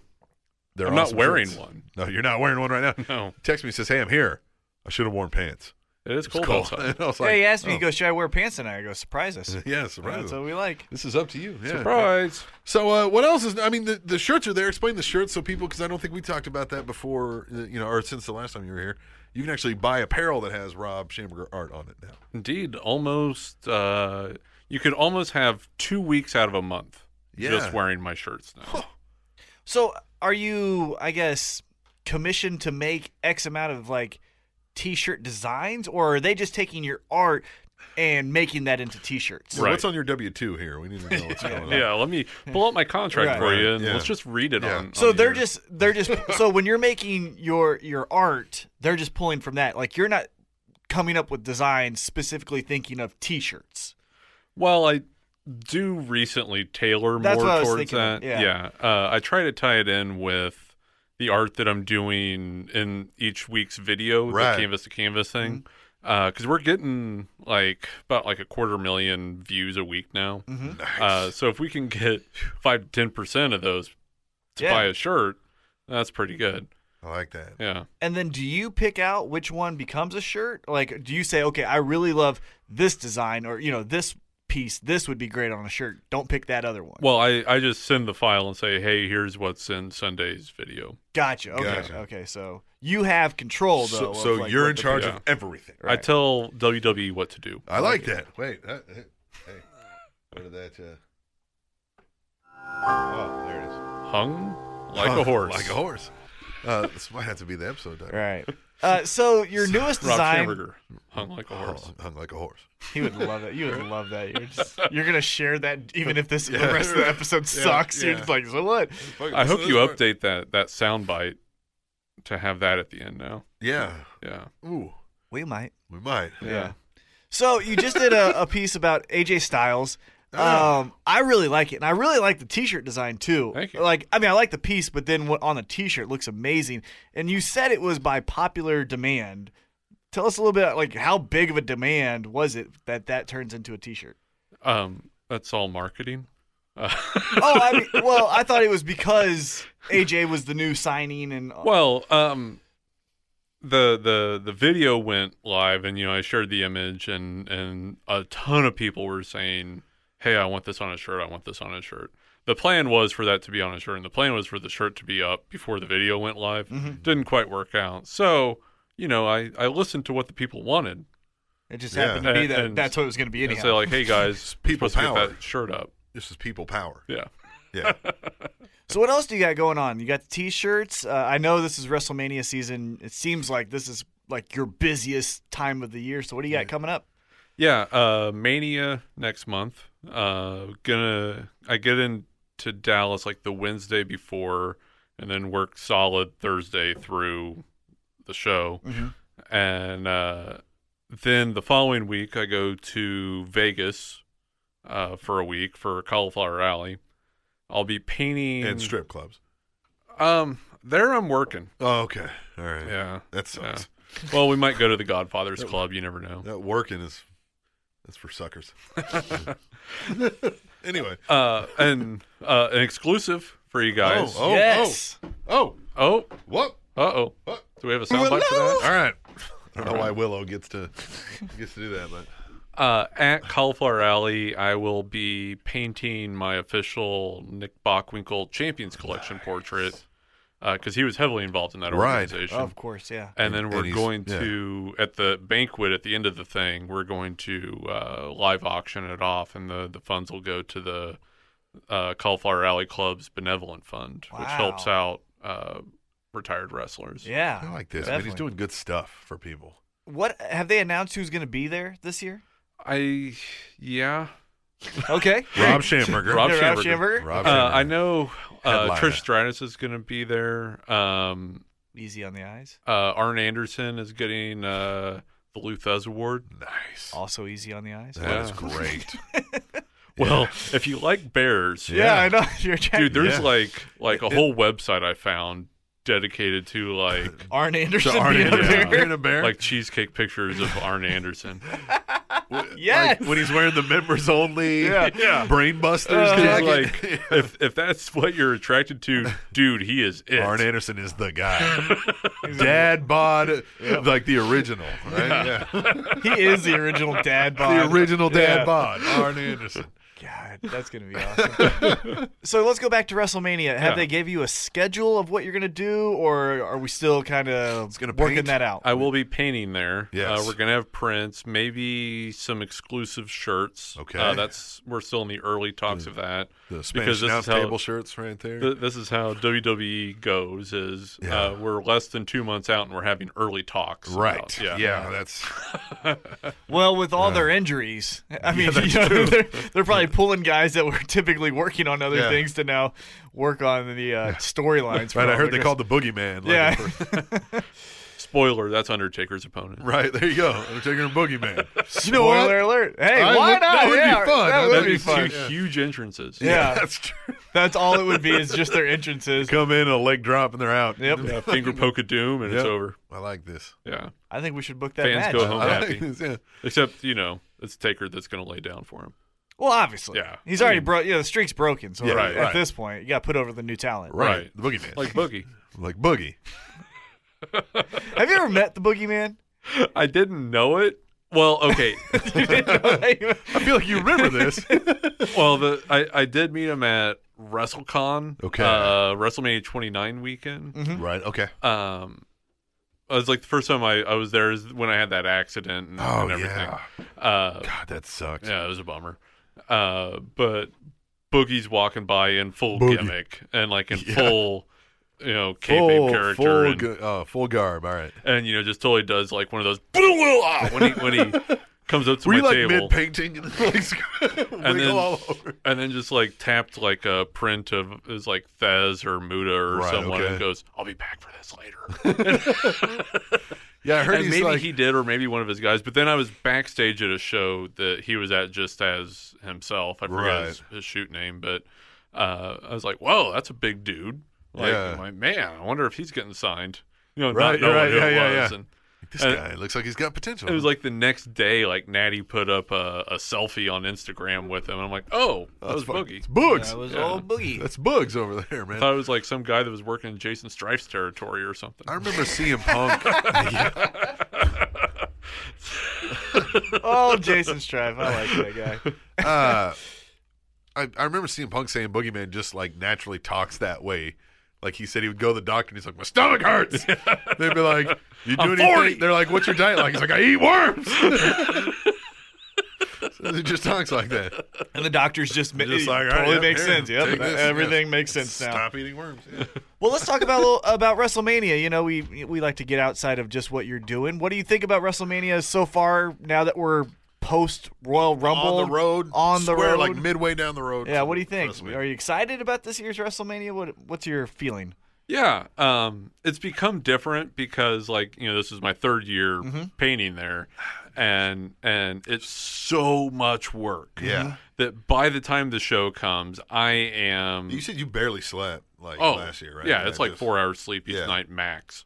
S2: They're
S7: I'm not
S2: awesome
S7: wearing
S2: shirts.
S7: one.
S2: No, you're not wearing one right now.
S7: No.
S2: Text me says, "Hey, I'm here. I should have worn pants.
S7: It is
S2: It's
S7: cold,
S2: cold."
S7: outside.
S2: And I was
S3: Yeah,
S2: like,
S3: he asked me,
S2: oh.
S3: he goes, Should I wear pants tonight? I go, Surprise us.
S2: Yeah, surprise.
S3: That's what we like.
S2: this is up to you. Yeah.
S7: Surprise.
S2: So, uh, what else is? I mean, the, the shirts are there. Explain the shirts so people, because I don't think we talked about that before. uh, You know, or since the last time you were here, you can actually buy apparel that has Rob Schamberger art on it now.
S7: Indeed. Almost. Uh, you could almost have two weeks out of a month
S2: Yeah.
S7: just wearing my shirts now.
S3: So are you, I guess, commissioned to make X amount of like t shirt designs, or are they just taking your art and making that into t shirts?
S2: Yeah,
S7: Right.
S2: What's on your W two here? We need to know what's going on.
S7: Yeah, let me pull out my contract
S3: Right.
S7: for you
S2: Right,
S7: and
S2: yeah.
S7: let's just read it
S2: Yeah.
S7: on.
S3: So
S7: on
S3: they're
S7: your-
S3: just they're just so when you're making your your art, they're just pulling from that. Like you're not coming up with designs specifically thinking of t-shirts.
S7: Well, I do recently tailor
S3: That's what I
S7: more
S3: was
S7: towards
S3: thinking of,
S7: that.
S3: yeah.
S7: Uh, I try to tie it in with the art that I'm doing in each week's video,
S2: Right.
S7: the canvas to canvas thing.
S3: Mm-hmm.
S7: because we're getting like about like a quarter million views a week now.
S3: Mm-hmm.
S7: Uh, so if we can get five to ten percent of those to
S3: Yeah.
S7: buy a shirt, that's pretty good.
S2: I like that.
S7: Yeah,
S3: And then do you pick out which one becomes a shirt? Like, do you say, okay, I really love this design or, you know, this piece, this would be great on a shirt. Don't pick that other one.
S7: Well, I, I just send the file and say, hey, here's what's in Sunday's video.
S3: Gotcha. Okay.
S2: Gotcha.
S3: Okay. So you have control, though.
S2: So,
S3: of,
S2: so
S3: like,
S2: you're
S3: what
S2: in
S3: the-
S2: charge
S7: yeah.
S2: of everything.
S7: I tell WWE what to do.
S2: I like that. Wait, uh, hey, hey, where did that? Uh... Oh, there it is.
S7: Hung like a horse.
S2: Like a horse. Uh, this might have to be the episode. Doc.
S3: Right. Uh, so your newest
S7: Rob
S3: design,
S7: Schamberger, hung like a horse.
S2: Oh, hung like a horse.
S3: he would love that. You would love that. You're just, you're gonna share that, even if this the rest of the episode
S2: Yeah,
S3: sucks. You're
S2: yeah.
S3: just like, so what?
S2: Oh.
S7: I hope you update that that sound bite to have that at the end now.
S2: Yeah.
S7: Yeah.
S2: Ooh,
S3: We might.
S2: we might.
S7: Yeah.
S3: So you just did a, a piece about AJ Styles.
S2: Ah.
S3: Um, I really like it, and I really like the T-shirt design too.
S7: Oh. Thank you.
S3: Like, I mean, I like the piece, but then what on the T-shirt looks amazing. And you said it was by popular demand. Tell us a little bit, like, how big of a demand was it that that turns into a T-shirt?
S7: Um, that's all marketing. Uh,
S3: Oh, I mean, well, I thought it was because AJ was the new signing, and
S7: well, um, the the the video went live, and you know I shared the image, and and a ton of people were saying, "Hey, I want this on a shirt. I want this on a shirt." The plan was for that to be on a shirt, and the plan was for the shirt to be up before the video went live. Didn't quite work out, so you know I I listened to what the people wanted.
S3: it just
S2: Yeah.
S3: happened to be
S7: And-
S3: that
S7: and-
S3: that's what it was going to be
S7: and
S3: anyhow.
S7: say like, "Hey guys,
S2: People
S7: people supposed
S2: power.
S7: to get that shirt up."
S2: This is people power.
S7: Yeah,
S2: Yeah.
S3: So what else do you got going on? You got the t-shirts. Uh, I know this is WrestleMania season. It seems like this is like your busiest time of the year. So what do you got coming up?
S7: yeah. Uh, Mania next month. Uh, gonna I get into Dallas like the Wednesday before, and then work solid Thursday through the show,
S2: Mm-hmm.
S7: and uh, then the following week I go to Vegas uh, for a week for Cauliflower Alley. I'll be painting
S2: and strip clubs.
S7: Um, there I'm working.
S2: Oh, okay. All right.
S7: Yeah.
S2: That sucks.
S7: Well, we might go to the Godfather's Club. You never know.
S2: That working is that's for suckers. anyway.
S7: Uh, and uh, an exclusive for you guys.
S2: Oh, oh,
S3: yes.
S2: oh,
S7: oh,
S2: what?
S7: uh oh.
S2: What?
S7: Do we have a soundbite for
S2: All
S7: that?
S2: right. I don't know why Willow gets to gets to do that, but
S7: Uh, at Cauliflower Alley, I will be painting my official Nick Bockwinkel Champions Collection portrait because he was heavily involved in that
S2: Right.
S7: organization.
S3: Of course, yeah.
S7: and then
S2: And-
S7: we're
S2: and he's-
S7: going
S2: yeah.
S7: to at the banquet at the end of the thing we're going to uh, live auction it off and the, the funds will go to the uh, cauliflower alley club's benevolent fund which
S3: Wow.
S7: helps out uh, retired wrestlers
S3: Yeah.
S2: I like this. Man, he's
S3: Definitely.
S2: doing good stuff for people.
S3: What have they announced who's going to be there this year?
S7: i yeah
S3: Okay.
S2: Rob Schamberger.
S7: Rob
S3: Yeah, Rob
S7: Schamberger.
S3: Schamberger.
S2: Rob
S7: uh,
S2: Schamberger.
S7: i know uh,
S2: Headliner.
S7: trish stratus is going to be there um,
S3: Easy on the eyes.
S7: uh, arn anderson is getting uh, the Luthez award
S2: Nice.
S3: Also easy on the eyes.
S2: That is
S7: Yeah.
S2: great.
S7: well if you like bears
S3: Yeah, I know. You're
S7: dude
S3: checking.
S7: there's
S2: Yeah.
S7: like like a whole website i found dedicated to like
S3: Arn Anderson
S2: So Arn
S3: being
S2: Anderson
S3: there.
S2: being a bear.
S7: like cheesecake pictures of arn anderson
S3: Yes.
S2: Like when he's wearing the members only
S3: Yeah.
S2: brain busters
S7: 'Cause,
S2: jacket.
S7: like if if that's what you're attracted to dude he is it
S2: Arn Anderson is the guy. Dad bod, like the original, right? Yeah.
S3: he is the original dad bod.
S2: The original dad bod, Arn Anderson.
S3: God, that's gonna be awesome. so let's go back to WrestleMania. Have
S7: Yeah.
S3: they gave you a schedule of what you're gonna do, or are we still kind of
S2: gonna
S3: working
S2: paint.
S3: that out?
S7: i will be painting there
S2: Yes.
S7: uh, we're gonna have prints maybe some exclusive shirts
S2: Okay.
S7: uh, that's we're still in the early talks of that
S2: The
S7: because
S2: Spanish
S7: this is
S2: announce
S7: how
S2: table shirts right there.
S7: th- this is how WWE goes. Is
S2: Yeah.
S7: uh, we're less than two months out and we're having early talks. about-
S2: right.
S7: yeah.
S2: yeah, that's
S3: well, with all their injuries, I mean, you know, they're, they're probably pulling guys that were typically working on other
S2: Yeah.
S3: things to now work on the uh, storylines. for
S2: right. I
S3: all
S2: heard they
S3: their-
S2: called the boogeyman. Like
S3: Yeah.
S2: the first-
S7: Spoiler: That's Undertaker's opponent.
S2: Right, there you go. Undertaker and Boogeyman.
S8: You know
S2: what?
S8: Spoiler alert. Hey,
S2: I
S8: why not?
S2: would- that would be
S8: Yeah,
S2: fun.
S8: That would
S7: That'd
S2: That'd
S7: be
S8: be
S7: two
S2: fun, yeah.
S7: huge entrances.
S2: Yeah,
S3: Yeah.
S2: that's true.
S3: That's all it would be is just their entrances.
S2: Come in, a leg drop, and they're out.
S8: Yep.
S7: Yeah, finger poke of doom, and
S2: Yep.
S7: it's over.
S2: I like this.
S7: Yeah,
S3: I think we should book that
S7: fans
S3: match.
S7: go home
S2: I
S7: happy.
S2: like this. Yeah.
S7: Except you know, it's Taker that's going to lay down for him.
S3: Well, obviously.
S7: Yeah.
S3: He's already broke. Yeah, the streak's broken. So
S2: Yeah,
S3: at
S2: right.
S3: this point, you got to put over the new talent.
S2: Right.
S7: Right.
S2: The Boogeyman.
S7: Like Boogie.
S2: like Boogie.
S3: Have you ever met the Boogeyman?
S7: I didn't know it. Well, okay.
S2: I feel like you remember this.
S7: Mm-hmm. well, the I, I did meet him at WrestleCon.
S2: Okay. Mm-hmm.
S7: Uh, WrestleMania 29 weekend.
S2: right. Okay.
S7: Um, it was like the first time I, I was there is when I had that accident and,
S2: Oh
S7: and everything.
S2: yeah.
S7: Uh,
S2: God, that sucked.
S7: yeah, it was a bummer. Uh, but Boogie's walking by in full
S2: Boogie.
S7: gimmick and like in
S2: Yeah.
S7: full, you know, kayfabe
S2: Full,
S7: character.
S2: full,
S7: and,
S2: gu- oh, full garb. All right.
S7: and you know just totally does like one of those when he when he comes up to
S2: Were
S7: my
S2: you like
S7: table
S2: mid painting and like
S7: and
S2: wiggle
S7: then
S2: all over?
S7: and then just like tapped like a print of it was like Thez or Muda or
S2: Right,
S7: someone
S2: okay.
S7: and goes I'll be back for this later
S2: Yeah, I heard
S7: and
S2: he's
S7: maybe
S2: like
S7: he did or maybe one of his guys but then I was backstage at a show that he was at just as himself I forget
S2: Right.
S7: his, his shoot name but uh, I was like whoa that's a big dude like
S2: Yeah.
S7: my man I wonder if he's getting signed you know
S2: Right,
S7: not knowing
S2: right,
S7: who
S2: yeah,
S7: it
S2: yeah,
S7: was
S2: yeah.
S7: and
S2: this
S7: and-
S2: guy looks like he's got potential.
S7: It was like the next day, like Natty put up a, a selfie on Instagram with him. I'm like, oh, that
S2: That's
S7: was
S2: fucking-
S7: Boogie.
S2: It's Bugs.
S3: That was
S7: Yeah.
S3: old Boogie.
S2: That's Bugs over there,
S7: I
S2: man.
S7: thought it was like some guy that was working in Jason Strife's territory or something.
S2: I remember CM Punk.
S3: Oh, Jason Strive. I like that guy.
S2: uh, I, I remember CM Punk saying Boogeyman just like naturally talks that way. Like he said he would go to the doctor and he's like, My stomach hurts. They'd be like, You do
S7: I'm
S2: anything?
S7: 40.
S2: They're like, What's your diet like? He's like, I eat worms. so he just talks like that.
S3: And the doctor's just, ma-
S2: Just like, "All right,
S3: totally
S2: yep,
S3: makes
S2: here,
S3: sense. Yep. uh,
S2: take this,
S3: Everything
S2: yes.
S3: makes sense now.
S2: Stop eating worms. Yeah.
S3: Well, let's talk about a little, about WrestleMania. You know, we we like to get outside of just what you're doing. What do you think about WrestleMania so far? Now that we're post Royal Rumble
S2: on the road.
S3: on the
S2: square,
S3: road,
S2: like midway down the road.
S3: yeah. What do you think?
S2: Wrestling.
S3: Are you excited about this year's WrestleMania? What what's your feeling?
S7: Yeah, um, it's become different because, like, you know, this is my third year
S2: Mm-hmm.
S7: painting there, and and it's so much work.
S2: Yeah. Mm-hmm.
S7: that by the time the show comes, I am.
S2: You said you barely slept like
S7: oh,
S2: last year, right?
S7: Yeah, it's like
S2: just-
S7: four hours sleep each
S2: Yeah.
S7: night max.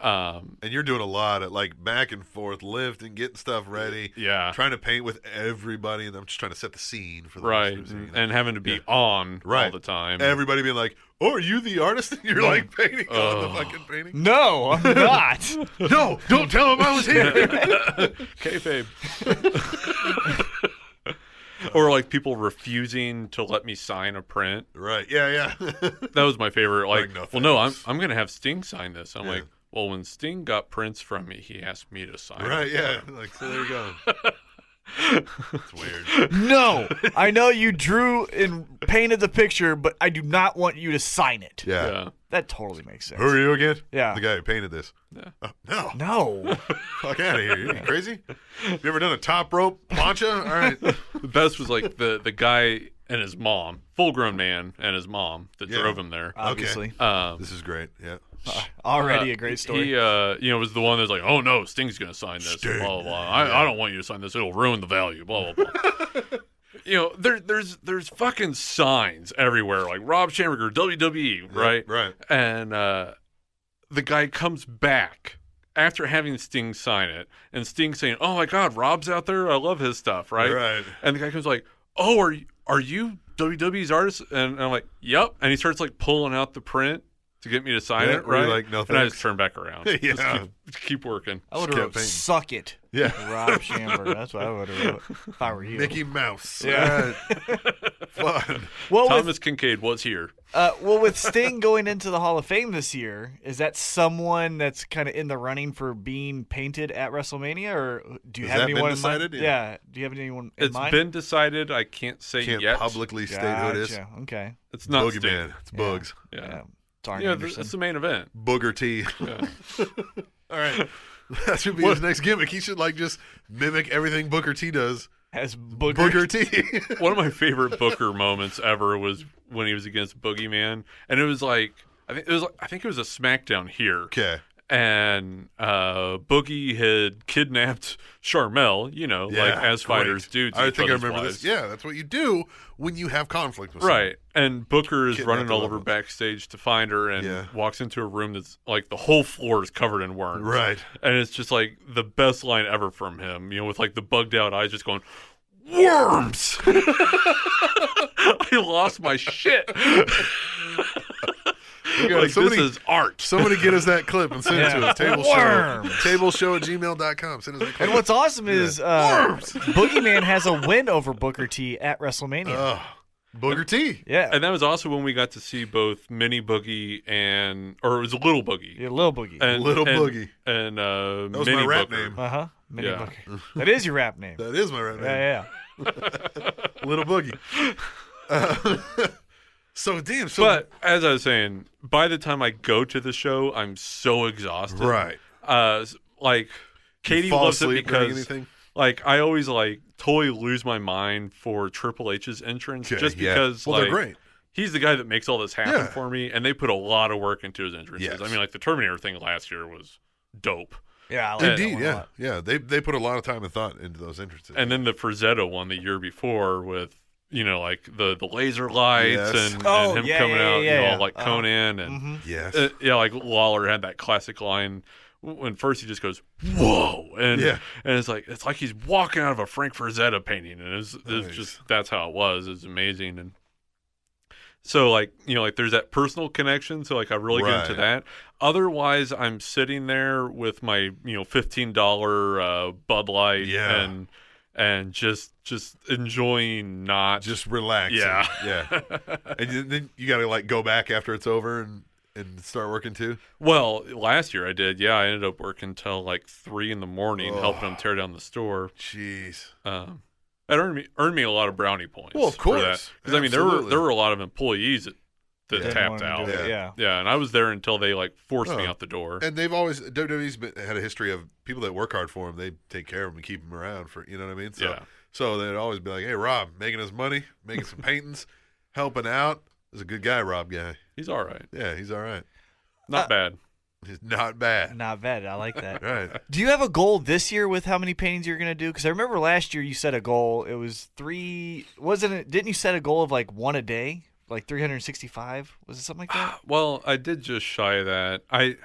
S7: Um,
S2: And you're doing a lot of like back and forth, lifting, getting stuff ready.
S7: yeah,
S2: trying to paint with everybody, and I'm just trying to set the scene for the
S7: right, Mm-hmm.
S2: listeners, you
S7: and,
S2: know.
S7: having to be
S2: Yeah.
S7: on all
S2: Right.
S7: the time.
S2: everybody being like, "Oh, are you the artist?" And you're like painting on the fucking painting.
S3: No, I'm not.
S2: no, don't tell him I was here.
S7: kayfabe. or like people refusing to let me sign a print.
S2: right? Yeah, yeah.
S7: That was my favorite.
S2: Like,
S7: Like,
S2: no
S7: well, no, I'm
S2: thanks.
S7: I'm gonna have Sting sign this. I'm
S2: Yeah.
S7: like, well, when Sting got prints from me, he asked me to sign.
S2: right?
S7: it.
S2: Yeah. Like so, there you go. it's weird.
S3: no, I know you drew and painted the picture, but I do not want you to sign it.
S2: Yeah.
S7: Yeah.
S3: That totally makes sense.
S2: Who are you again?
S3: Yeah.
S2: The guy who painted this. Oh, no.
S3: No,
S2: Fuck out of here. You crazy? You ever done a top rope plancha? All right.
S7: The best was like the the guy and his mom, full grown man and his mom that
S2: Yeah.
S7: drove him there.
S3: obviously,
S7: Um,
S2: This is great. Yeah.
S3: already
S7: Uh,
S3: a great story.
S7: He, uh, you know, was the one that's like, "Oh no, Sting's going to sign this."
S2: Sting.
S7: Blah blah. blah. I, I don't want you to sign this. It'll ruin the value. Blah blah blah. you know, there, there's there's fucking signs everywhere, like Rob Schamberger, WWE, E, right?
S2: Right.
S7: And uh, the guy comes back after having Sting sign it, and Sting saying, "Oh my God, Rob's out there. I love his stuff." Right.
S2: Right.
S7: And the guy comes like, "Oh, are you, are you WWE's artist?" And, I'm like, "Yep." And he starts like pulling out the print to get me to sign
S2: Yeah,
S7: it.
S2: were you
S7: Right.
S2: like, "No,
S7: and I
S2: thanks."
S7: just turn back around.
S2: Yeah.
S7: Just keep, just keep working.
S3: I would
S2: kept
S3: have
S2: painting.
S3: suck it.
S2: Yeah.
S3: Rob Schamberger. That's what I would have wrote if I were you.
S2: Mickey Mouse.
S3: Yeah.
S2: All right. Fun.
S3: well, with,
S7: Thomas Kincaid was here.
S3: uh, well, with Sting going into the Hall of Fame this year, is that someone that's kind of in the running for being painted at WrestleMania, or do you
S2: Has
S3: have
S2: that been
S3: anyone in
S2: decided?
S3: mind?
S2: Yeah.
S3: Yeah. Do you have anyone in
S7: It's
S3: mind?
S7: been decided. I can't say
S2: Can't
S7: yet.
S2: publicly state who it is.
S3: Gotcha. Okay.
S7: It's not
S2: Boogeyman.
S7: Sting.
S2: It's Bugs.
S7: Yeah.
S3: Yeah.
S7: Yeah.
S3: Darn
S7: th-
S3: Anderson.
S7: that's the main event.
S2: Booger T. All right. That should be his next gimmick. He should like just mimic everything Booker T does.
S3: As Booger.
S2: Booker T.
S7: One of my favorite Booker moments ever was when he was against Boogeyman, and it was like I think it was I think it was a SmackDown here.
S2: okay.
S7: and uh, Boogie had kidnapped Charmel, you know, like
S5: Yeah,
S7: as fighters
S5: great.
S7: do. To
S5: I
S7: each
S5: think I
S7: other's
S5: remember
S7: wives.
S5: this. Yeah, that's what you do when you have conflict with someone.
S7: Right. And Booker is
S5: Kidnapped
S7: running
S5: the
S7: all over
S5: loved ones.
S7: backstage to find her and
S5: Yeah.
S7: walks into a room that's like the whole floor is covered in worms.
S5: Right.
S7: And it's just like the best line ever from him, you know, with like the bugged out eyes just going, Worms! I lost my shit.
S5: We got
S7: like,
S5: somebody-
S7: this is art.
S5: Somebody get us that clip and send it to us. Table show.
S9: Worms.
S5: Tableshow at gmail.com. Send us that clip.
S3: And what's awesome is uh, Boogeyman has a win over Booker T at WrestleMania.
S5: Ugh. Booger T.
S3: yeah.
S7: And that was also when we got to see both Mini Boogie and, or it was Little Boogie.
S3: yeah, Lil Boogie.
S7: And,
S5: Little
S7: and-
S5: Boogie.
S7: And uh,
S5: That was
S7: Mini
S5: my rap
S7: Booker.
S5: name.
S3: Uh huh. Mini
S7: Yeah.
S3: Booker. That is your rap name.
S5: That is my right name.
S3: Yeah, yeah.
S5: Little Boogie. Uh, so, damn. So,
S7: But as I was saying, by the time I go to the show, I'm so exhausted.
S5: right.
S7: Uh, s- like Katie
S5: fall
S7: loves it
S5: asleep during
S7: because
S5: anything?
S7: like I always like totally lose my mind for Triple H's entrance
S5: Okay,
S7: just
S5: yeah.
S7: because
S5: Well, they're
S7: like
S5: great.
S7: he's the guy that makes all this happen
S5: Yeah.
S7: for me, and they put a lot of work into his entrances.
S5: Yes.
S7: I mean, like the Terminator thing last year was dope,
S3: Yeah, I like that
S5: Indeed,
S3: one a
S5: yeah.
S3: lot.
S5: Yeah. They, they put a lot of time and thought into those entrances.
S7: and then the Frazetta one the year before with. You know, like the the laser lights
S5: Yes.
S7: and, and
S3: Oh,
S7: him
S3: yeah,
S7: coming
S3: yeah, yeah,
S7: out, you know,
S3: yeah.
S7: like
S3: Uh,
S7: Conan and
S5: yes.
S7: Uh, yeah, like Lawler had that classic line when first he just goes whoa and
S5: Yeah.
S7: and it's like it's like he's walking out of a Frank Frazetta painting and it's, it's
S5: Nice.
S7: just that's how it was it's amazing and so like you know like there's that personal connection so like I really get into
S5: Right.
S7: that otherwise I'm sitting there with my you know fifteen dollar uh, Bud Light
S5: Yeah.
S7: and and just just enjoying not
S5: just relax.
S7: Yeah.
S5: and- yeah. And you- then you got to like go back after it's over and and start working too.
S7: Well, last year I did. Yeah, I ended up working till like three in the morning, helping them tear down the store.
S5: Jeez.
S7: Um, that earned me earned me a lot of brownie points.
S5: Well, of course.
S7: because I mean there were
S5: Absolutely.
S7: there were a lot of employees that, that
S5: Yeah.
S3: Didn't
S7: tapped
S3: want
S7: out.
S3: to do
S7: Yeah.
S3: it,
S5: Yeah.
S3: yeah.
S7: and I was there until they like forced me
S5: Oh.
S7: out the door.
S5: And they've always WWE's been, had a history of people that work hard for them. They take care of them and keep them around for you know what I mean. So
S7: Yeah.
S5: so they'd always be like, "Hey, Rob, making us money, making some paintings, helping out. Is a good guy, Rob guy.
S7: He's all right,
S5: Yeah, he's all right.
S7: not bad.
S5: He's not bad.
S3: Not bad. I like that.
S5: Right?
S3: Do you have a goal this year with how many paintings you're gonna do? Because I remember last year you set a goal. It was three. Wasn't it? Didn't you set a goal of like one a day, like 365? Was it something like that?
S7: Well, I did just shy of that. I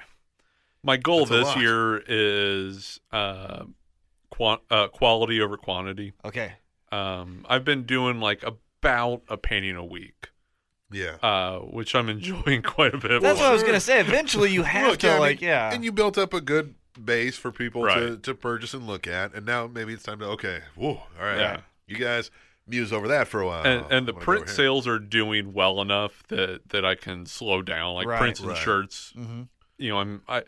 S7: my goal
S5: That's a
S7: this
S5: lot.
S7: year is uh, qua- uh, quality over quantity.
S3: Okay.
S7: Um, I've been doing like about a painting a week.
S5: Yeah.
S7: uh, which I'm enjoying quite a bit.
S3: That's what I was
S5: sure.
S3: gonna say. Eventually, you have
S5: Look,
S3: to
S5: I mean,
S3: like, yeah.
S5: And you built up a good base for people to,
S7: Right.
S5: to purchase and look at, and now maybe it's time to okay, whoa, all right,
S7: Yeah.
S5: you guys muse over that for a while.
S7: and, and the
S5: I'm gonna go
S7: print
S5: Oh, over here.
S7: sales are doing well enough that that I can slow down, like
S3: Right.
S7: prints and
S5: Right.
S7: shirts.
S5: Mm-hmm.
S7: You know, I'm I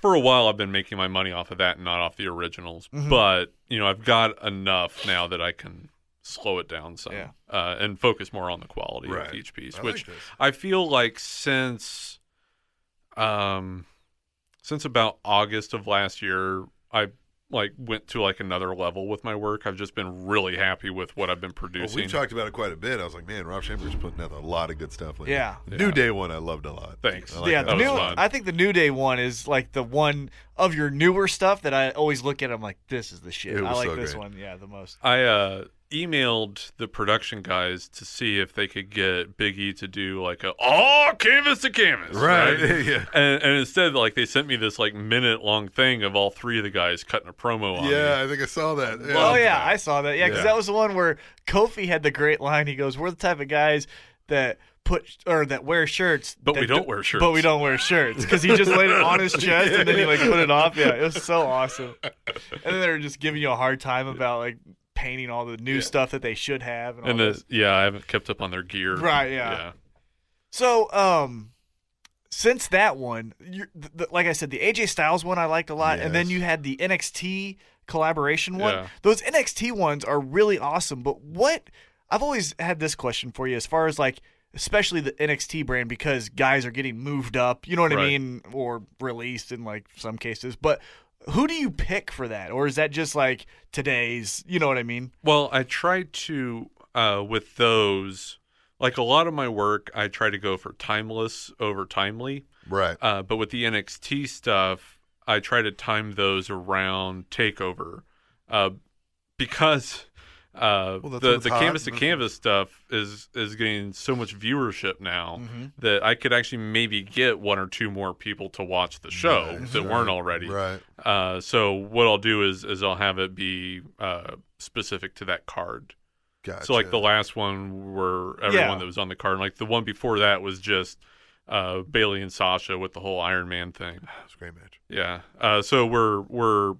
S7: for a while I've been making my money off of that, and not off the originals.
S3: Mm-hmm.
S7: But you know, I've got enough now that I can slow it down some
S3: Yeah.
S7: uh, and focus more on the quality
S5: Right.
S7: of each piece,
S5: I
S7: which
S5: like this.
S7: I feel like since um since about August of last year, I like went to like another level with my work. I've just been really happy with what I've been
S5: Well,
S7: producing.
S5: we've talked about it quite a bit. I was like, man, Rob Chamber's putting out a lot of good stuff lately.
S3: Yeah.
S5: New Day one, I loved a lot.
S7: Thanks.
S5: I like
S3: yeah,
S5: that
S3: the
S7: That
S5: one.
S7: was
S3: new.
S7: fun.
S3: I think the New Day one is like the one of your newer stuff that I always look at. I'm like, this is the shit.
S5: It
S3: I
S5: was
S3: like
S5: so
S3: this
S5: great.
S3: one, yeah, the most.
S7: I uh emailed the production guys to see if they could get Big E to do like a all canvas to canvas.
S5: Right, yeah.
S7: And, and instead like they sent me this like minute long thing of all three of the guys cutting a promo on me.
S5: Yeah, I think I saw that. Yeah.
S3: Oh yeah, I saw that. Yeah, because
S5: Yeah.
S3: that was the one where Kofi had the great line. He goes, "We're the type of guys that put or that wear shirts,
S7: But
S3: that
S7: we don't wear shirts."
S3: But we don't wear shirts because he just laid it on his chest and then he like put it off. Yeah, it was so awesome. And then they were just giving you a hard time about like painting all the new stuff that they should have and all
S7: And
S3: this.
S7: the, yeah, I haven't kept up on their gear.
S3: Right, yeah. So, um, since that one, you th- th- like I said, the AJ Styles one I liked a lot, and then
S5: Yes.
S3: you had the NXT collaboration one.
S7: Yeah.
S3: Those NXT ones are really awesome. But what I've always had this question for you, as far as like, especially the NXT brand, because guys are getting moved up. You know what I
S7: Right.
S3: mean, or released in like some cases, but. Who do you pick for that? Or is that just like today's, you know what I mean?
S7: Well, I try to uh, with those, like a lot of my work, I try to go for timeless over timely.
S2: Right.
S7: Uh, but with the NXT stuff, I try to time those around Takeover, uh, because uh,
S2: Well, that's
S7: the
S2: what's
S7: the
S2: hot.
S7: canvas to canvas stuff is is getting so much viewership now
S2: Mm-hmm.
S7: that I could actually maybe get one or two more people to watch the show that weren't already.
S2: Right.
S7: Uh, so what I'll do is is I'll have it be uh, specific to that card.
S2: Gotcha.
S7: So like the last one were everyone
S3: Yeah.
S7: that was on the card. And like the one before that was just uh, Bailey and Sasha with the whole Iron Man thing.
S2: That's a great match.
S7: Yeah. Uh, so we're we're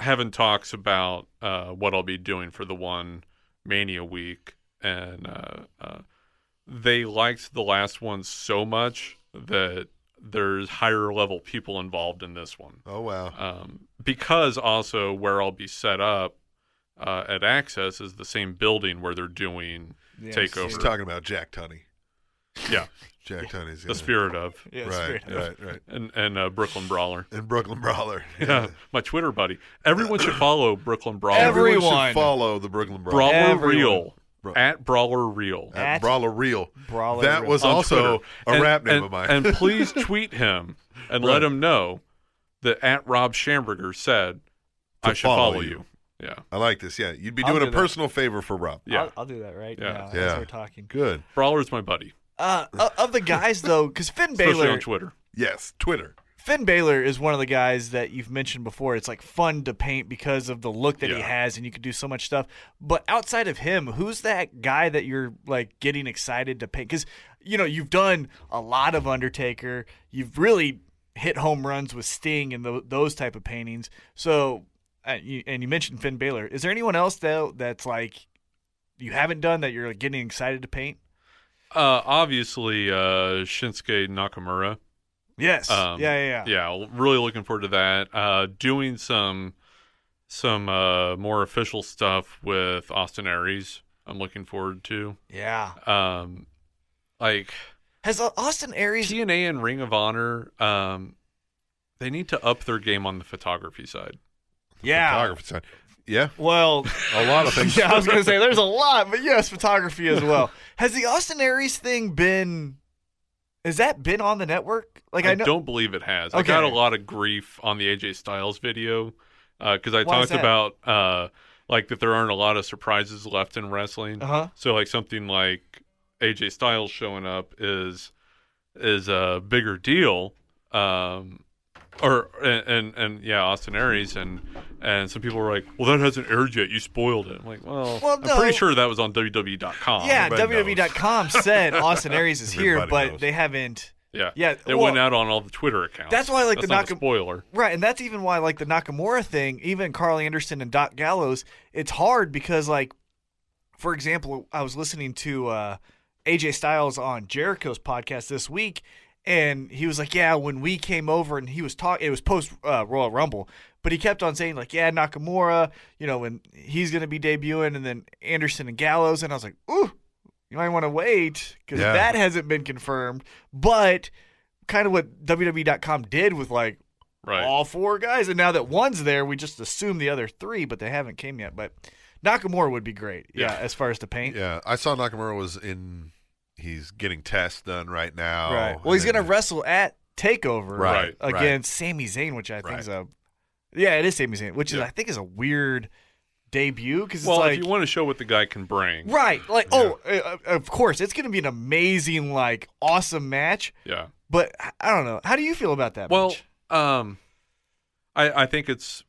S7: having talks about uh, what I'll be doing for the one Mania week, and uh, uh, they liked the last one so much that there's higher level people involved in this one
S2: Oh wow.
S7: um, because also where I'll be set up uh, at Access is the same building where they're doing
S2: He's
S7: takeover.
S2: talking about Jack Tunney.
S7: Uh, yeah,
S2: Jack Tunney's
S7: the
S2: gonna-
S7: spirit of
S3: Yeah,
S2: Right. Right. Right.
S7: and and uh, Brooklyn Brawler.
S2: And Brooklyn Brawler.
S7: Yeah, my Twitter buddy. Everyone should follow Brooklyn Brawler.
S3: Every-
S2: Everyone
S3: Everyone.
S2: should follow the Brooklyn Brawler.
S7: Brawler
S3: Everyone.
S7: Real
S2: Bro-
S7: at Brawler Real.
S2: At
S3: At
S2: Brawler Real.
S3: Brawler
S2: that
S3: Real.
S2: was
S7: on
S2: also
S7: Twitter.
S2: a
S7: And-
S2: rap name
S7: and-
S2: of mine.
S7: and please tweet him and
S2: Right.
S7: let him know that at Rob Schamberger said
S2: To
S7: I should follow,
S2: follow
S7: you. Yeah,
S2: I like this. Yeah, you'd be
S3: I'll
S2: doing a
S3: do that.
S2: personal favor for Rob.
S7: yeah.
S3: I'll, I'll do that right
S7: Yeah.
S3: now
S2: Yeah.
S3: as we're talking.
S2: Good.
S7: Brawler's my buddy,
S3: Uh, o- of the guys though, because Finn
S7: especially
S3: Baylor,
S7: on Twitter.
S2: Yes. Twitter.
S3: Finn Baylor is one of the guys that you've mentioned before. It's like fun to paint because of the look that he
S7: Yeah.
S3: has, and you can do so much stuff. But outside of him, who's that guy that you're like getting excited to paint? Because you know you've done a lot of Undertaker. You've really hit home runs with Sting and tho- those type of paintings. So, uh, you, and you mentioned Finn Baylor. Is there anyone else though that's like you haven't done that you're like, getting excited to paint?
S7: Uh, obviously, uh, Shinsuke Nakamura.
S3: Yes.
S7: Um,
S3: yeah, yeah, yeah.
S7: Yeah, really looking forward to that. Uh, doing some some uh, more official stuff with Austin Aries. I'm looking forward to.
S3: Yeah.
S7: Um, like
S3: Has uh, Austin Aries?
S7: TNA and Ring of Honor. Um, they need to up their game on the photography side.
S3: yeah.
S2: Photography side. Yeah.
S3: Well,
S2: A lot of things.
S3: yeah, I was gonna say there's a lot, but yes, photography as well. Has the Austin Aries thing been? Has that been on the network? Like I,
S7: I,
S3: know.
S7: don't believe it has.
S3: Okay.
S7: I got a lot of grief on the AJ Styles video because I
S3: Why is
S7: talked
S3: that?
S7: about uh, like that there aren't a lot of surprises left in wrestling.
S3: Uh-huh.
S7: So like something like AJ Styles showing up is is a bigger deal. Um, or and, and and yeah, Austin Aries and and some people were like, "Well, that hasn't aired yet. You spoiled it." I'm like, "Well,
S3: Well,
S7: I'm
S3: no.
S7: pretty sure that was on WWE.com."
S3: yeah,
S2: everybody knows.
S3: WWE.com said Austin Aries is here,
S2: Everybody
S3: but
S2: knows.
S3: they haven't.
S7: yeah,
S3: Yeah,
S7: It
S3: well-
S7: went out on all the Twitter accounts.
S3: That's why I like the
S7: not a
S3: Nakam-
S7: spoiler.
S3: Right, and that's even why, like the Nakamura thing, even Carly Anderson and Doc Gallows, it's hard because, like, for example, I was listening to uh, AJ Styles on Jericho's podcast this week, and he was like, "Yeah, when we came over, and he was talking, it was post uh, Royal Rumble, but he kept on saying like, yeah, Nakamura, you know, when he's going to be debuting, and then Anderson and Gallows, and I was like, ooh, you might want to wait because
S2: Yeah.
S3: that hasn't been confirmed, but." Kind of what WWE.com did with like
S7: Right.
S3: all four guys. And now that one's there, we just assume the other three, but they haven't came yet. But Nakamura would be great. Yeah,
S7: Yeah.
S3: as far as the paint.
S2: Yeah, I saw Nakamura was in. He's getting tests done right now.
S3: Right. Well, he's
S2: And
S3: gonna
S2: then-
S3: wrestle at Takeover
S2: Right,
S7: Oh, right.
S3: against Sami Zayn, which I
S2: Right.
S3: think is a yeah, it is Sami Zayn, which is
S7: Yeah.
S3: I think is a weird debut because it's
S7: Well,
S3: like
S7: if you want to show what the guy can bring,
S3: right, like oh, uh, uh, of course it's gonna be an amazing, like awesome match.
S7: yeah.
S3: But I- I don't know. How do you feel about that?
S7: Well,
S3: match?
S7: um, I I think it's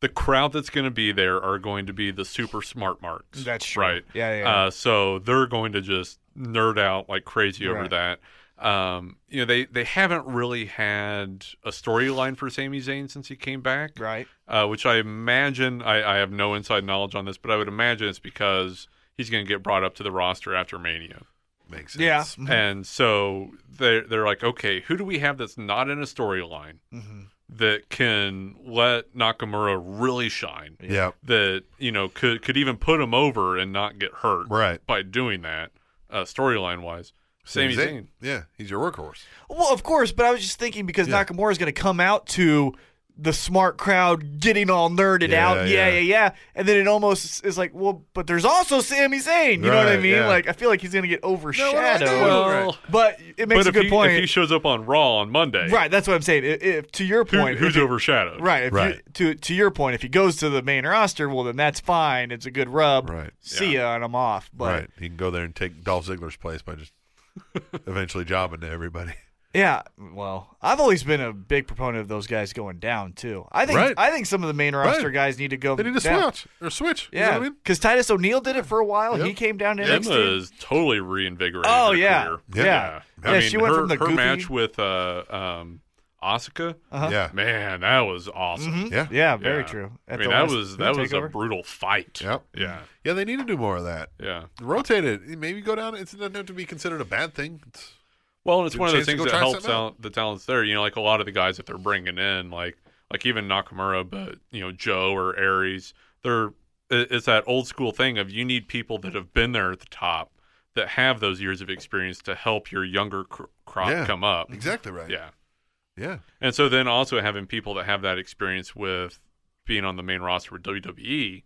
S7: the crowd that's going to be there are going to be the super smart marks.
S3: That's true.
S7: right.
S3: Yeah, yeah, yeah.
S7: Uh, so they're going to just nerd out like crazy over
S3: Right.
S7: that. Um, you know, they they haven't really had a storyline for Sami Zayn since he came back
S3: right,
S7: uh, which I imagine I, I have no inside knowledge on this, but I would imagine it's because he's going to get brought up to the roster after Mania,
S2: makes sense.
S3: yeah.
S7: and so they they're like, okay, who do we have that's not in a storyline
S3: Mm-hmm.
S7: that can let Nakamura really shine?
S2: Yeah.
S7: That you know could could even put him over and not get hurt
S2: Right.
S7: by doing that uh, storyline wise. Sami
S2: Sami
S7: Zayn.
S2: Yeah, he's your workhorse.
S3: Well, of course, but I was just thinking because
S2: Yeah.
S3: Nakamura is going to come out to the smart crowd getting all nerded
S2: Yeah,
S3: out. Yeah,
S2: yeah.
S3: yeah, yeah, And then it almost is like, well, but there's also Sami Zayn. You know what I
S2: Right,
S3: mean?
S2: yeah.
S3: Like, I feel like he's gonna get overshadowed.
S7: Well,
S3: but it makes
S7: but
S3: a
S7: if,
S3: good
S7: he,
S3: point.
S7: if he shows up on Raw on Monday,
S3: right, that's what I'm saying. If, if- to your
S7: who-
S3: point, if
S7: who's
S3: he-
S7: overshadowed?
S3: Right. If
S2: Right.
S3: You, to to your point, if he goes to the main roster, well, then that's fine. It's a good rub.
S2: Right.
S3: See ya, and I'm off. But
S2: right. He can go there and take Dolph Ziggler's place by just eventually jobbing to everybody.
S3: yeah, well, I've always been a big proponent of those guys going down too. I think
S2: Right.
S3: I think some of the main roster
S2: Right.
S3: guys need to go.
S2: They need to
S3: down.
S2: switch or switch. You know
S3: Yeah,
S2: what I mean?
S3: because Titus O'Neil did it for a while. He
S2: Yep.
S3: came down to NXT.
S7: Emma is totally reinvigorated.
S3: Oh,
S7: her
S3: yeah.
S7: career.
S3: Yeah.
S7: I
S3: Yeah,
S7: mean,
S3: she went
S7: her,
S3: from the
S7: her
S3: goofy- Uh-huh.
S7: match with uh, um, Asuka.
S2: Yeah.
S7: Man, that was awesome.
S2: Yeah.
S3: Yeah, very
S7: Yeah.
S3: true.
S7: I
S3: At
S7: mean,
S3: the
S7: that
S3: last
S7: was that was a
S3: takeover.
S7: brutal fight.
S2: Yep.
S7: Yeah.
S2: Yeah, they need to do more of that.
S7: Yeah.
S2: Rotate it. Maybe go down. It doesn't have to be considered a bad thing. It's,
S7: Well, and it's
S2: Good
S7: one of the
S2: chance to
S7: things
S2: go
S7: that
S2: try
S7: helps
S2: something out.
S7: out the talents there. You know, like a lot of the guys that they're bringing in, like like even Nakamura, but you know Joe or Aries, they're it- it's that old school thing of you need people that have been there at the top that have those years of experience to help your younger cr- crop
S2: Yeah,
S7: come up.
S2: exactly right.
S7: Yeah.
S2: Yeah.
S7: And so then also having people that have that experience with being on the main roster with WWE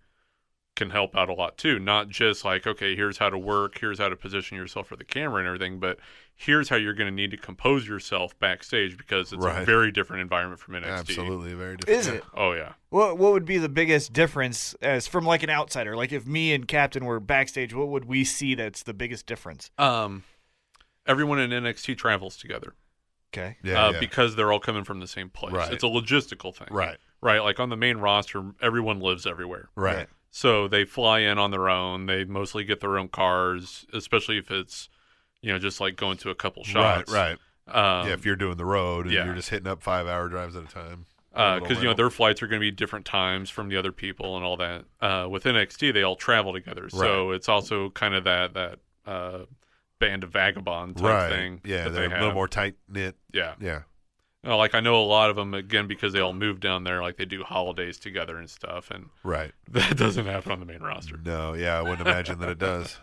S7: can help out a lot too. Not just like, okay, here's how to work, here's how to position yourself for the camera and everything, but here's how you're going to need to compose yourself backstage because it's
S2: Right.
S7: a very different environment from NXT.
S2: Absolutely. Very different.
S3: Is it?
S7: Oh yeah.
S3: What What would be the biggest difference as from like an outsider? Like if me and Captain were backstage, what would we see that's the biggest difference?
S7: Um everyone in NXT travels together.
S3: Okay.
S2: Yeah.
S7: uh,
S2: yeah.
S7: because they're all coming from the same place.
S2: Right.
S7: It's a logistical thing.
S2: Right.
S7: Right, like on the main roster, everyone lives everywhere.
S2: Right.
S7: So they fly in on their own. They mostly get their own cars, especially if it's, you know, just like going to a couple
S2: Right.
S7: shots.
S2: Right.
S7: Um,
S2: yeah. If you're doing the road and
S7: yeah.
S2: you're just hitting up five hour drives at a time.
S7: because uh, you know their flights are going to be different times from the other people and all that. Uh, with NXT, they all travel together, so it's also kind of that that uh, band of vagabond type
S2: right.
S7: thing.
S2: Yeah.
S7: that
S2: They're
S7: they
S2: a
S7: have.
S2: little more tight knit.
S7: Yeah,
S2: Yeah.
S7: No, like I know a lot of them again because they all move down there. Like they do holidays together and stuff, and
S2: Right.
S7: that doesn't happen on the main roster.
S2: No. Yeah. I wouldn't imagine that it does.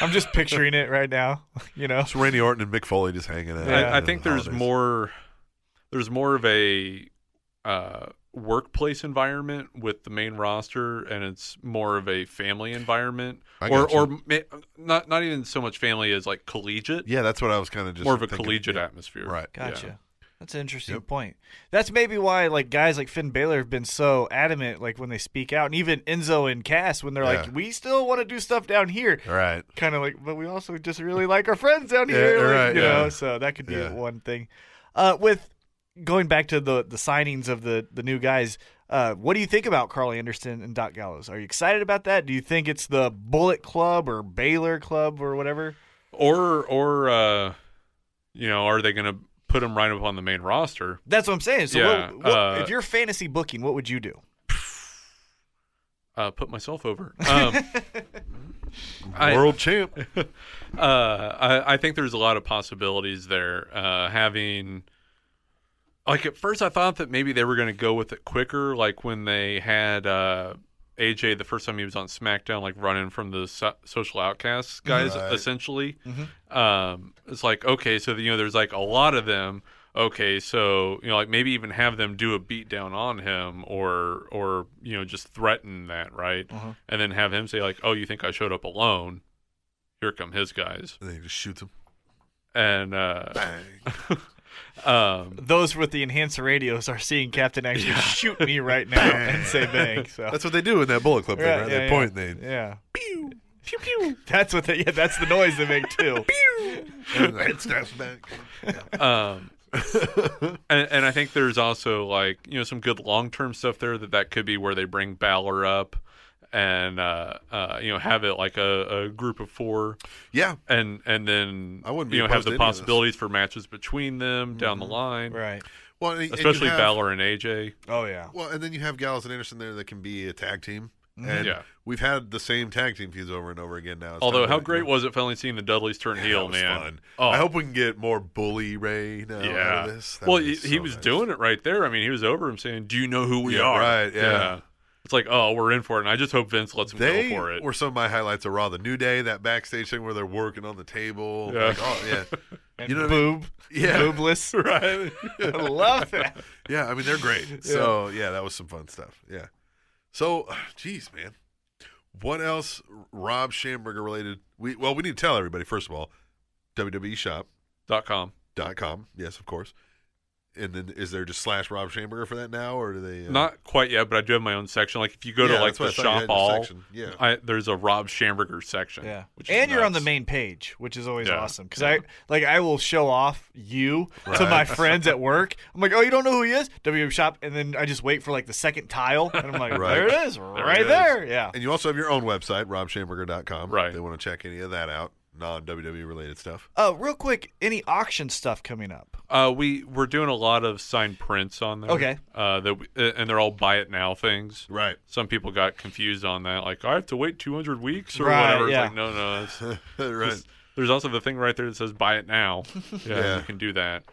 S3: I'm just picturing it right now. You know.
S2: It's Randy Orton and Mick Foley just hanging out.
S7: I, I
S2: during
S7: think
S2: the
S7: there's
S2: holidays.
S7: more there's more of a uh, workplace environment with the main roster and it's more of a family environment
S2: I
S7: or
S2: gotcha.
S7: or ma- not not even so much family as like collegiate
S2: Yeah, that's what I was kind of just
S7: more of a
S2: thinking.
S7: collegiate atmosphere
S2: Right.
S3: Gotcha.
S7: Yeah.
S3: That's an interesting
S2: Yep.
S3: point. That's maybe why like guys like Finn Balor have been so adamant like when they speak out, and even Enzo and Cass when they're
S2: Yeah.
S3: like, we still want to do stuff down here.
S2: Right.
S3: Kind of like, but we also just really like our friends down
S2: Yeah,
S3: here. like,
S2: right,
S3: you
S2: yeah.
S3: know, so that could be
S2: Yeah.
S3: one thing. Uh, with going back to the the signings of the the new guys. Uh, what do you think about Carly Anderson and Doc Gallows? Are you excited about that? Do you think it's the Bullet Club or Baylor Club or whatever?
S7: or or uh, you know are they going to put them right up on the main roster
S3: That's what I'm saying. So,
S7: Yeah,
S3: what, what,
S7: uh,
S3: if you're fantasy booking, what would you do?
S7: uh, put myself over um, I-
S2: World champ.
S7: uh, I, I think there's a lot of possibilities there. Uh, having like at first, I thought that maybe they were going to go with it quicker, like when they had uh, AJ the first time he was on SmackDown, like running from the so- social outcasts guys,
S2: Right.
S7: essentially. Um, it's like okay, so you know, there's like a lot of them. Okay, so you know, like maybe even have them do a beat down on him, or or you know, just threaten that, right? And then have him say like, "Oh, you think I showed up alone? Here come his guys."
S2: And then he just shoots him.
S7: and uh,
S2: Bang.
S7: um,
S3: Those with the enhancer radios are seeing Captain actually shoot me right now and say bang. So
S2: That's what they do in that bullet clip. thing,
S3: Right,
S2: right?
S3: yeah,
S2: they
S3: yeah.
S2: point. They
S3: yeah. Pew pew pew. That's what they yeah, that's the noise they make too.
S2: and the head snaps back.
S7: um, and, and I think there's also like you know some good long term stuff there that that could be where they bring Balor up and uh, uh, you know have it like a, a group of four
S2: Yeah.
S7: and and then
S2: I wouldn't be
S7: you know
S2: opposed
S7: have
S2: to
S7: the
S2: any of this.
S7: possibilities for matches between them down the line,
S3: Right.
S2: Well, and- and you
S7: especially
S2: have-
S7: Balor and AJ.
S3: Oh yeah.
S2: Well, and then you have Gallows and Anderson there that can be a tag team. And
S7: Mm-hmm. Yeah.
S2: we've had the same tag team feuds over and over again now. It's
S7: Although
S2: time to
S7: how
S2: let
S7: great
S2: go.
S7: was it finally seeing the Dudleys turn
S2: Yeah,
S7: heel,
S2: that was
S7: man?
S2: fun.
S7: Oh,
S2: I hope we can get more bully Ray now out of this. That
S7: well,
S2: would be
S7: he, he
S2: so
S7: was
S2: nice.
S7: doing it right there. I mean, he was over him saying, "Do you know who we
S2: Yeah,
S7: are?"
S2: right, yeah.
S7: It's like, oh, we're in for it. And I just hope Vince lets him
S2: They
S7: go for it.
S2: were some of my highlights of Raw. The New Day, that backstage thing where they're working on the table.
S7: Yeah.
S2: Like, oh, yeah. you know what I mean?
S3: Boob.
S2: Yeah.
S3: Boobless.
S2: Right.
S3: I love that.
S2: yeah, I mean they're great. So yeah, that was some fun stuff. Yeah. So, geez, man, what else Rob Schamberger related? We well, we need to tell everybody first of all, E WWEshop.com.
S7: dot com.
S2: Yes, of course. And then is there just slash Rob Schamberger for that now, or do they uh,
S7: Not quite yet, but I do have my own section. Like if you go
S2: Yeah,
S7: to like
S2: that's what
S7: the
S2: I thought you had
S7: shop
S2: in your
S7: all,
S2: section. Yeah.
S7: I, there's a Rob Schamberger section.
S3: Yeah.
S7: which is
S3: And you're on the
S7: nuts.
S3: main page, which is always
S7: Yeah.
S3: awesome. Because I like I will show off you to my friends at work. I'm like, oh, you don't know who he is? WM Shop, and then I just wait for like the second tile, and I'm like,
S2: Right.
S3: there it is, right
S7: it is.
S3: there. Yeah.
S2: And you also have your own website, robshamberger.com.
S7: Right.
S2: If they want to check any of that out, non WWE related stuff.
S3: Uh, real quick, any auction stuff coming up?
S7: Uh, we we're doing a lot of signed prints on there.
S3: Okay.
S7: Uh, that we, uh, and they're all buy it now things.
S2: Right.
S7: Some people got confused on that, like I have to wait 200 weeks or
S3: Right,
S7: whatever.
S3: yeah.
S7: It's like no, no. It's,
S2: right.
S7: it's- there's also the thing right there that says buy it now. Yeah,
S2: Yeah.
S7: you can do that.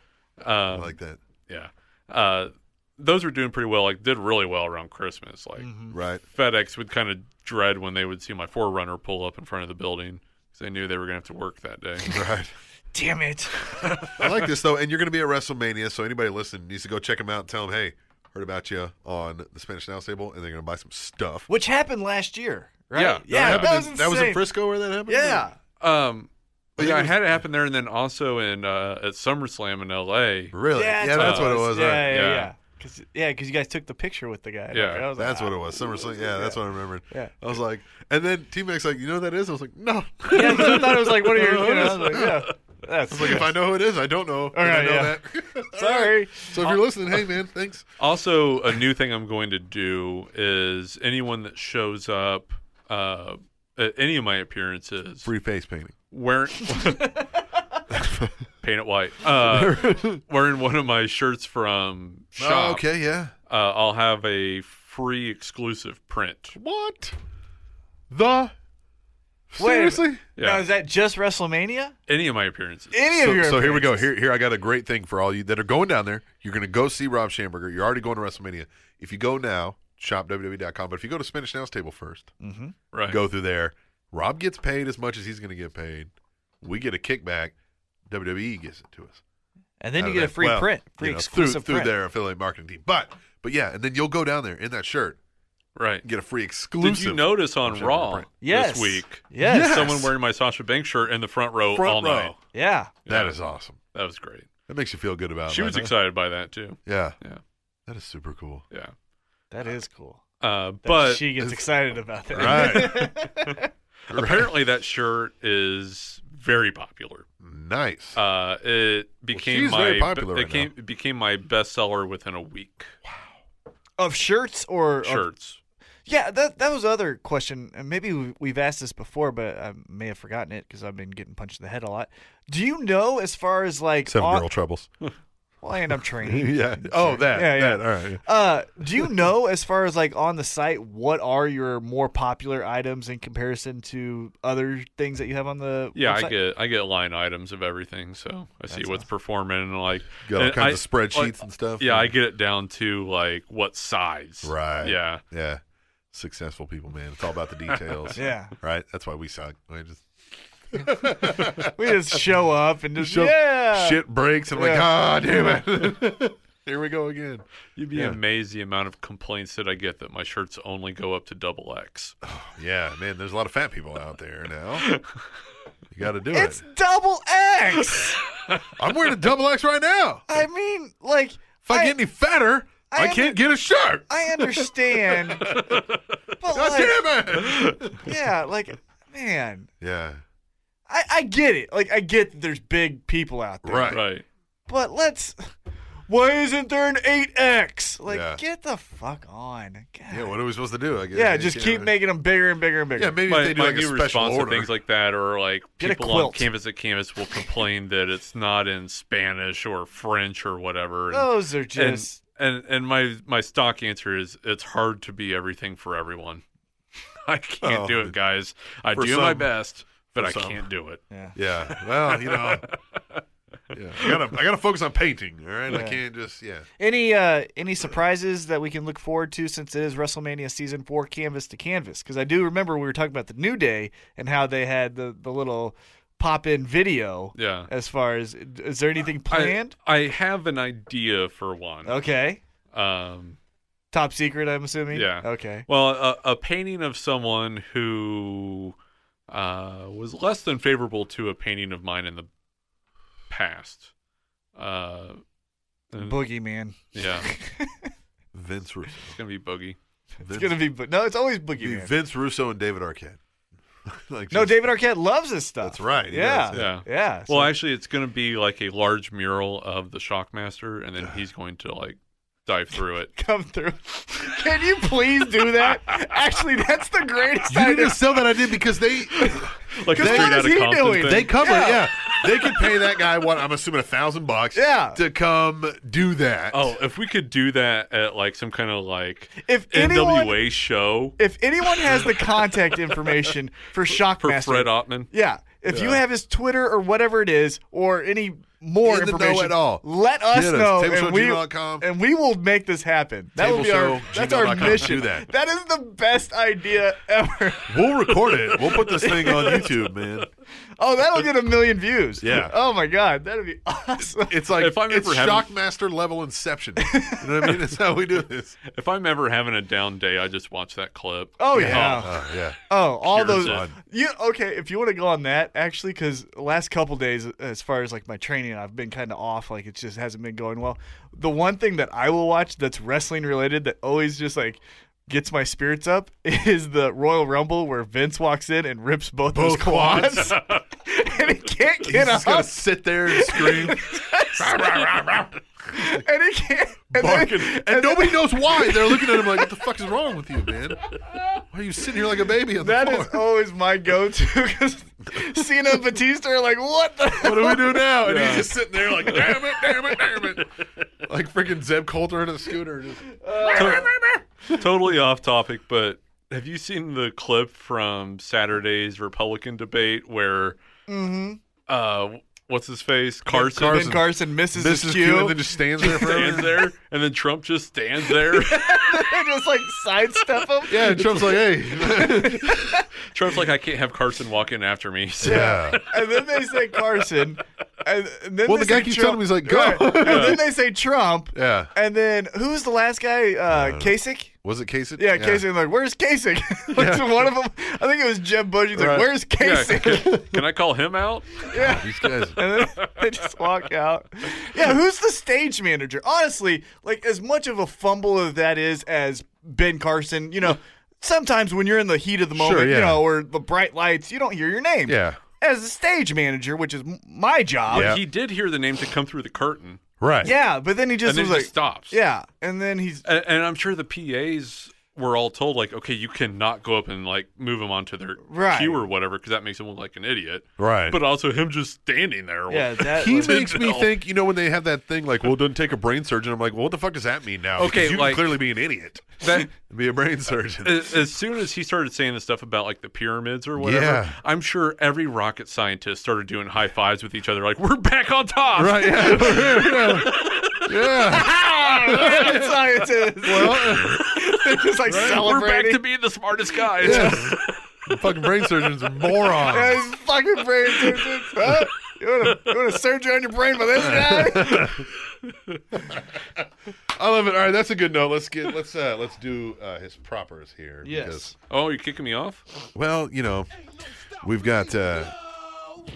S7: Um,
S2: I like that.
S7: yeah. Uh, those were doing pretty well. Like did really well around Christmas. Like
S3: Mm-hmm.
S2: Right.
S7: FedEx would kind of dread when they would see my forerunner pull up in front of the building because they knew they were going to have to work that day.
S2: Right.
S3: Damn it!
S2: I like this, though. And you're going to be at WrestleMania, so anybody listening needs to go check them out and tell them, hey, heard about you on the Spanish Now table, and they're going to buy some stuff.
S3: Which happened last year, right?
S7: Yeah, that
S3: yeah, that,
S7: happened
S3: was
S2: in, that was in
S3: insane.
S2: Frisco where that happened?
S3: Yeah,
S7: Um,
S2: I think
S7: yeah,
S2: it
S7: I
S2: was-
S7: had it happen there, and then also in uh, at SummerSlam in L.A.
S2: Really? Yeah,
S3: that's,
S2: that's what it was.
S3: Yeah,
S2: right.
S3: yeah,
S7: Yeah.
S3: yeah. Because yeah, because you guys took the picture with the guy.
S7: Yeah,
S3: I was like,
S2: That's
S3: ah.
S2: what it was. SummerSlam. Yeah, that's what I remembered.
S3: Yeah.
S2: I was like, and then T Mac's like, you know what that is? I was like, no.
S3: "Ah." Yeah, 'cause I thought it was like one of your. You know, I was like, yeah, that's
S2: It's like, if I know who it is, I don't know. and I
S3: right,
S2: know
S3: yeah.
S2: that.
S3: sorry.
S2: So if you're listening, hey, man, thanks.
S7: Also, a new thing I'm going to do is anyone that shows up uh, at any of my appearances
S2: Free face painting.
S7: wearing paint it white, uh, wearing one of my shirts from shop.
S2: Oh, okay, yeah.
S7: uh, I'll have a free exclusive print.
S2: What? The? Seriously?
S7: Yeah,
S3: Now is that just WrestleMania?
S7: any of my appearances.
S3: Any of
S2: So,
S3: your?
S2: so here we go.
S3: appearances?
S2: Here, here I got a great thing for all you that are going down there. You're going to go see Rob Schamberger. You're already going to WrestleMania. If you go now, shop www.com. But if you go to Spanish Now's table first,
S7: right.
S2: go through there. Rob gets paid as much as he's going to get paid. We get a kickback. WWE gives it to us.
S3: And then
S2: out
S3: you
S2: of
S3: get a
S2: that-
S3: free
S2: well,
S3: print, free
S2: you know, through-
S3: exclusive
S2: through,
S3: print.
S2: their affiliate marketing team. But but yeah, and then you'll go down there in that shirt,
S7: Right.
S2: and get a free exclusive.
S7: Did you notice on
S2: Sure,
S7: Raw
S2: print.
S3: Yes.
S7: this week?
S3: Yes.
S7: there's Someone wearing my Sasha Banks shirt in the front row
S2: Front
S7: all
S2: row.
S7: night.
S3: Yeah.
S2: That
S7: Yeah.
S2: is awesome.
S7: That was great.
S2: That makes you feel good about.
S7: she
S2: life,
S7: was
S2: huh?
S7: excited by that too.
S2: Yeah,
S7: Yeah.
S2: that is super cool.
S7: Yeah.
S3: That is cool.
S7: Uh,
S3: That
S7: but
S3: she gets excited about that.
S2: Right.
S7: apparently that shirt is very popular.
S2: nice.
S7: Uh, it became
S2: she's very
S7: my
S2: popular
S7: it
S2: right
S7: came- it became my bestseller within a week.
S3: Of shirts or of-
S7: Shirts.
S3: yeah, that that was the other question. And Maybe we- we've asked this before, but I may have forgotten it because I've been getting punched in the head a lot. Do you know as far as like
S2: Seven
S3: on-
S2: girl troubles.
S3: Well, and I'm training.
S2: yeah. Oh, that.
S3: Yeah, yeah.
S2: That. All right.
S3: Uh, do you know as far as like on the site what are your more popular items in comparison to other things that you have on the
S7: Yeah, I
S3: website?
S7: get I get line items of everything, so I see what's performing and like
S2: Got all
S7: and
S2: kinds of
S7: I-
S2: spreadsheets
S7: like,
S2: and stuff.
S7: Yeah, I get it down to like what size.
S2: Right.
S7: Yeah.
S2: Yeah. Successful people, man. It's all about the details.
S3: Yeah.
S2: Right. That's why we suck. We just
S3: We just show up and just
S2: Show-
S3: yeah.
S2: shit breaks and I'm like,
S3: Yeah.
S2: ah, damn it. Here we go again.
S7: You'd be
S2: Yeah.
S7: amazed the amount of complaints that I get that my shirts only go up to double X.
S2: Yeah, man. There's a lot of fat people out there now. You got to do
S3: It's
S2: it.
S3: double X.
S2: I'm wearing a double X right now.
S3: I mean, like
S2: If I,
S3: I-
S2: get any fatter,
S3: I
S2: I, can't get a shirt.
S3: I understand, but
S2: God
S3: like,
S2: damn it.
S3: yeah, like man,
S2: yeah.
S3: I I get it. Like I get that there's big people out there,
S2: Right.
S7: Right.
S3: but let's. Why isn't there an eight X? Like,
S2: Yeah.
S3: get the fuck on. God.
S2: Yeah. What are we supposed to do? I guess.
S3: Yeah,
S2: You
S3: just
S2: can't
S3: keep
S2: really-
S3: making them bigger and bigger and bigger.
S2: Yeah, maybe
S7: my,
S2: if they do
S7: my
S2: like a
S7: new
S2: special
S7: response
S2: order.
S7: to things like that are like
S3: Get a
S7: people on
S3: quilt.
S7: Canvas at Canvas will complain that it's not in Spanish or French or
S2: Oh,
S7: whatever. And,
S3: Those are
S7: and-
S3: just
S7: and, and my my stock answer is it's hard to be everything for everyone. I can't
S2: Oh.
S7: do it, guys. I
S2: For
S7: do my
S2: some.
S7: best, but
S2: For
S7: I
S2: some.
S7: can't do it.
S2: Yeah. Well, you know. Yeah. I gotta I gotta focus on painting. All right. I can't just yeah.
S3: any uh any surprises that we can look forward to since it is WrestleMania season four canvas to canvas because I do remember we were talking about the New Day and how they had the the little pop in video
S7: Yeah.
S3: as far as is there anything
S7: I,
S3: planned?
S7: I have an idea for one.
S3: okay.
S7: Um,
S3: Top secret, I'm assuming.
S7: Yeah.
S3: Okay.
S7: well, a, a painting of someone who uh, was less than favorable to a painting of mine in the past. Uh, and-
S3: Boogie man.
S7: yeah,
S2: Vince Russo.
S7: it's gonna be boogie.
S3: It's gonna be bo- no. It's always
S2: Be
S3: Boogie man.
S2: Vince Russo and David Arquette. like
S3: No,
S2: just-
S3: David Arquette loves this stuff.
S2: That's right. he
S3: Yeah.
S2: does,
S7: Yeah.
S3: Yeah. so-
S7: Well, actually, it's going to be like a large mural of the Shockmaster, and then he's going to like dive through it.
S3: come through. Can you please do that? Actually, that's the greatest
S2: You
S3: idea.
S2: didn't sell that idea because they
S7: Like a
S3: Because
S7: straight
S3: what
S7: out
S3: is
S7: of
S3: he
S7: Compton
S3: doing?
S7: thing.
S2: they cover it.
S3: Yeah.
S2: Yeah, they could pay that guy what I'm assuming a thousand bucks.
S3: Yeah.
S2: to come do that.
S7: oh, if we could do that at like some kind of like
S3: If anyone,
S7: NWA show
S3: if anyone has the contact information for
S7: for
S3: Shockmaster,
S7: Fred Ottman,
S3: yeah. If you have his Twitter or whatever it is, or any more
S2: In the know
S3: information
S2: at all.
S3: let us
S2: Hit us,
S3: know, and we
S2: tableshow@gmail.com.
S3: and we will make this happen. That will be our that's our
S2: Tableshow@gmail.com.
S3: mission.
S2: Do that.
S3: that is the best idea ever.
S2: We'll record it. We'll put this thing on YouTube, man.
S3: Oh, that'll get a million views.
S2: Yeah.
S3: Oh my god, that'd be awesome.
S2: It's like
S7: If I'm
S2: it's
S7: ever having-
S2: Shockmaster level Inception. You know what I mean? That's how we do this.
S7: if I'm ever having a down day, I just watch that clip.
S3: Oh yeah.
S2: Oh, yeah.
S3: Oh, all
S7: Cures
S3: those.
S7: it.
S3: You okay? If you want to go on that, actually, because last couple days, as far as like my training, I've been kind of off. Like it just hasn't been going well. The one thing that I will watch that's wrestling related that always just like gets my spirits up is the Royal Rumble where Vince walks in and rips both, of his
S2: Both quads.
S3: quads, and he can't
S2: He's
S3: get
S2: just gonna
S3: up,
S2: sit there and scream,
S3: and he can't. And then-
S2: barking, and nobody knows why. They're looking at him like, "What the fuck is wrong with you, man? Why are you sitting here like a baby on the
S3: that
S2: floor?"
S3: is always my go-to because Cena and Batista are like, "What the
S2: what do we do now? And he's just sitting there like, damn it, damn it, damn it. Like freaking Zeb Coulter in a scooter. Just,
S7: totally off topic, but have you seen the clip from Saturday's Republican debate where,
S3: Mm-hmm.
S7: uh, what's his face, Carson,
S3: Ben Carson misses
S2: this
S3: his
S2: is
S3: cue.
S2: cute. And then just stands there
S7: stands
S2: forever.
S7: there, and then Trump just stands there.
S3: and just like sidestep him.
S2: Yeah, and Trump's like, hey.
S7: Trump's like, I can't have Carson walk in after me. So
S2: Yeah.
S3: And then they say Carson. And, and then
S2: Well,
S3: they
S2: the guy
S3: say
S2: keeps
S3: Trump-
S2: telling him, he's like, go.
S3: Right. And then they say Trump.
S2: Yeah.
S3: And then who's the last guy? Uh, Kasich.
S2: Was it Kasich?
S3: Yeah, Kasich. Like, where's Kasich? Like, so one of them. I think it was Jeb Bush. He's
S2: Right.
S3: like, where's
S7: Yeah,
S3: Kasich?
S7: can, can I call him out?
S2: Yeah. These guys.
S3: and then they just walk out. Yeah, who's the stage manager? Honestly, like as much of a fumble of that is as Ben Carson, you know, sometimes when you're in the heat of the
S2: Sure,
S3: moment,
S2: yeah.
S3: you know, or the bright lights, you don't hear your name.
S2: Yeah.
S3: As a stage manager, which is m- my job.
S2: Yeah.
S7: He did hear the name to come through the curtain,
S2: Right.
S3: Yeah, but then he just
S7: and then
S3: was
S7: he
S3: like,
S7: just stops.
S3: yeah, and then he's
S7: and, and I'm sure the PAs were all told like, okay, you cannot go up and like move him onto their
S3: Right.
S7: queue or whatever because that makes him look like an idiot.
S2: Right.
S7: But also him just standing there.
S3: yeah, that
S2: He
S3: was-
S2: makes me
S7: No.
S2: think, you know, when they have that thing like, well, it doesn't take a brain surgeon. I'm like, well, what the fuck does that mean now?
S7: Okay,
S2: Because you
S7: like-
S2: can clearly be an idiot
S7: That-
S2: and be a brain surgeon.
S7: as, as soon as he started saying the stuff about like the pyramids or whatever,
S2: Yeah.
S7: I'm sure every rocket scientist started doing high fives with each other, like we're back on top.
S2: right. Yeah. yeah. yeah.
S3: rocket scientist.
S2: Well,
S3: They're just like
S7: We're back
S3: celebrating.
S7: to being the smartest guys.
S2: yeah. Fucking brain surgeons are morons.
S3: Yeah, his fucking brain. Huh? You want to you want a surgery on your brain by this guy?
S2: I love it. All right, that's a good note. Let's get let's uh let's do uh his propers here.
S3: Yes.
S7: Oh, you're kicking me off?
S2: because- well, you know, we've got uh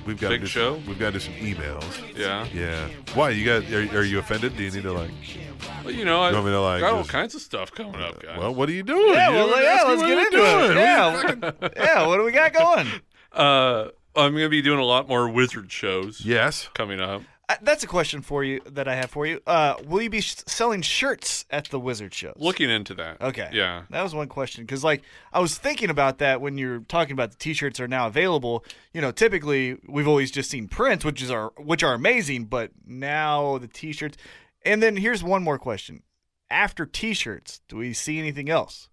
S2: we've got to
S7: Big
S2: do
S7: show?
S2: Some, we've got to do some emails.
S7: Yeah.
S2: Yeah. Why you got? Are, are you offended? Do you need to like?
S7: Well, you know, I
S2: You want me to, like,
S7: got all
S2: just-
S7: kinds of stuff coming up, guys.
S2: Well, what are you doing?
S3: Yeah,
S2: You
S3: well,
S2: didn't
S3: yeah,
S2: ask me
S3: let's
S2: what
S3: get
S2: I'm
S3: into
S2: doing.
S3: it.
S2: What are you
S3: Yeah.
S2: fucking-
S3: yeah, what do we got going?
S7: uh, I'm going to be doing a lot more wizard shows
S2: Yes.
S7: coming up.
S3: Uh, That's a question for you that I have for you. Uh, will you be sh- selling shirts at the Wizard shows?
S7: Looking into that.
S3: Okay.
S7: Yeah.
S3: That was one question because, like, I was thinking about that when you're talking about the T-shirts are now available. You know, typically we've always just seen prints, which is are which are amazing, but now the T-shirts. And then here's one more question: After T-shirts, do we see anything else?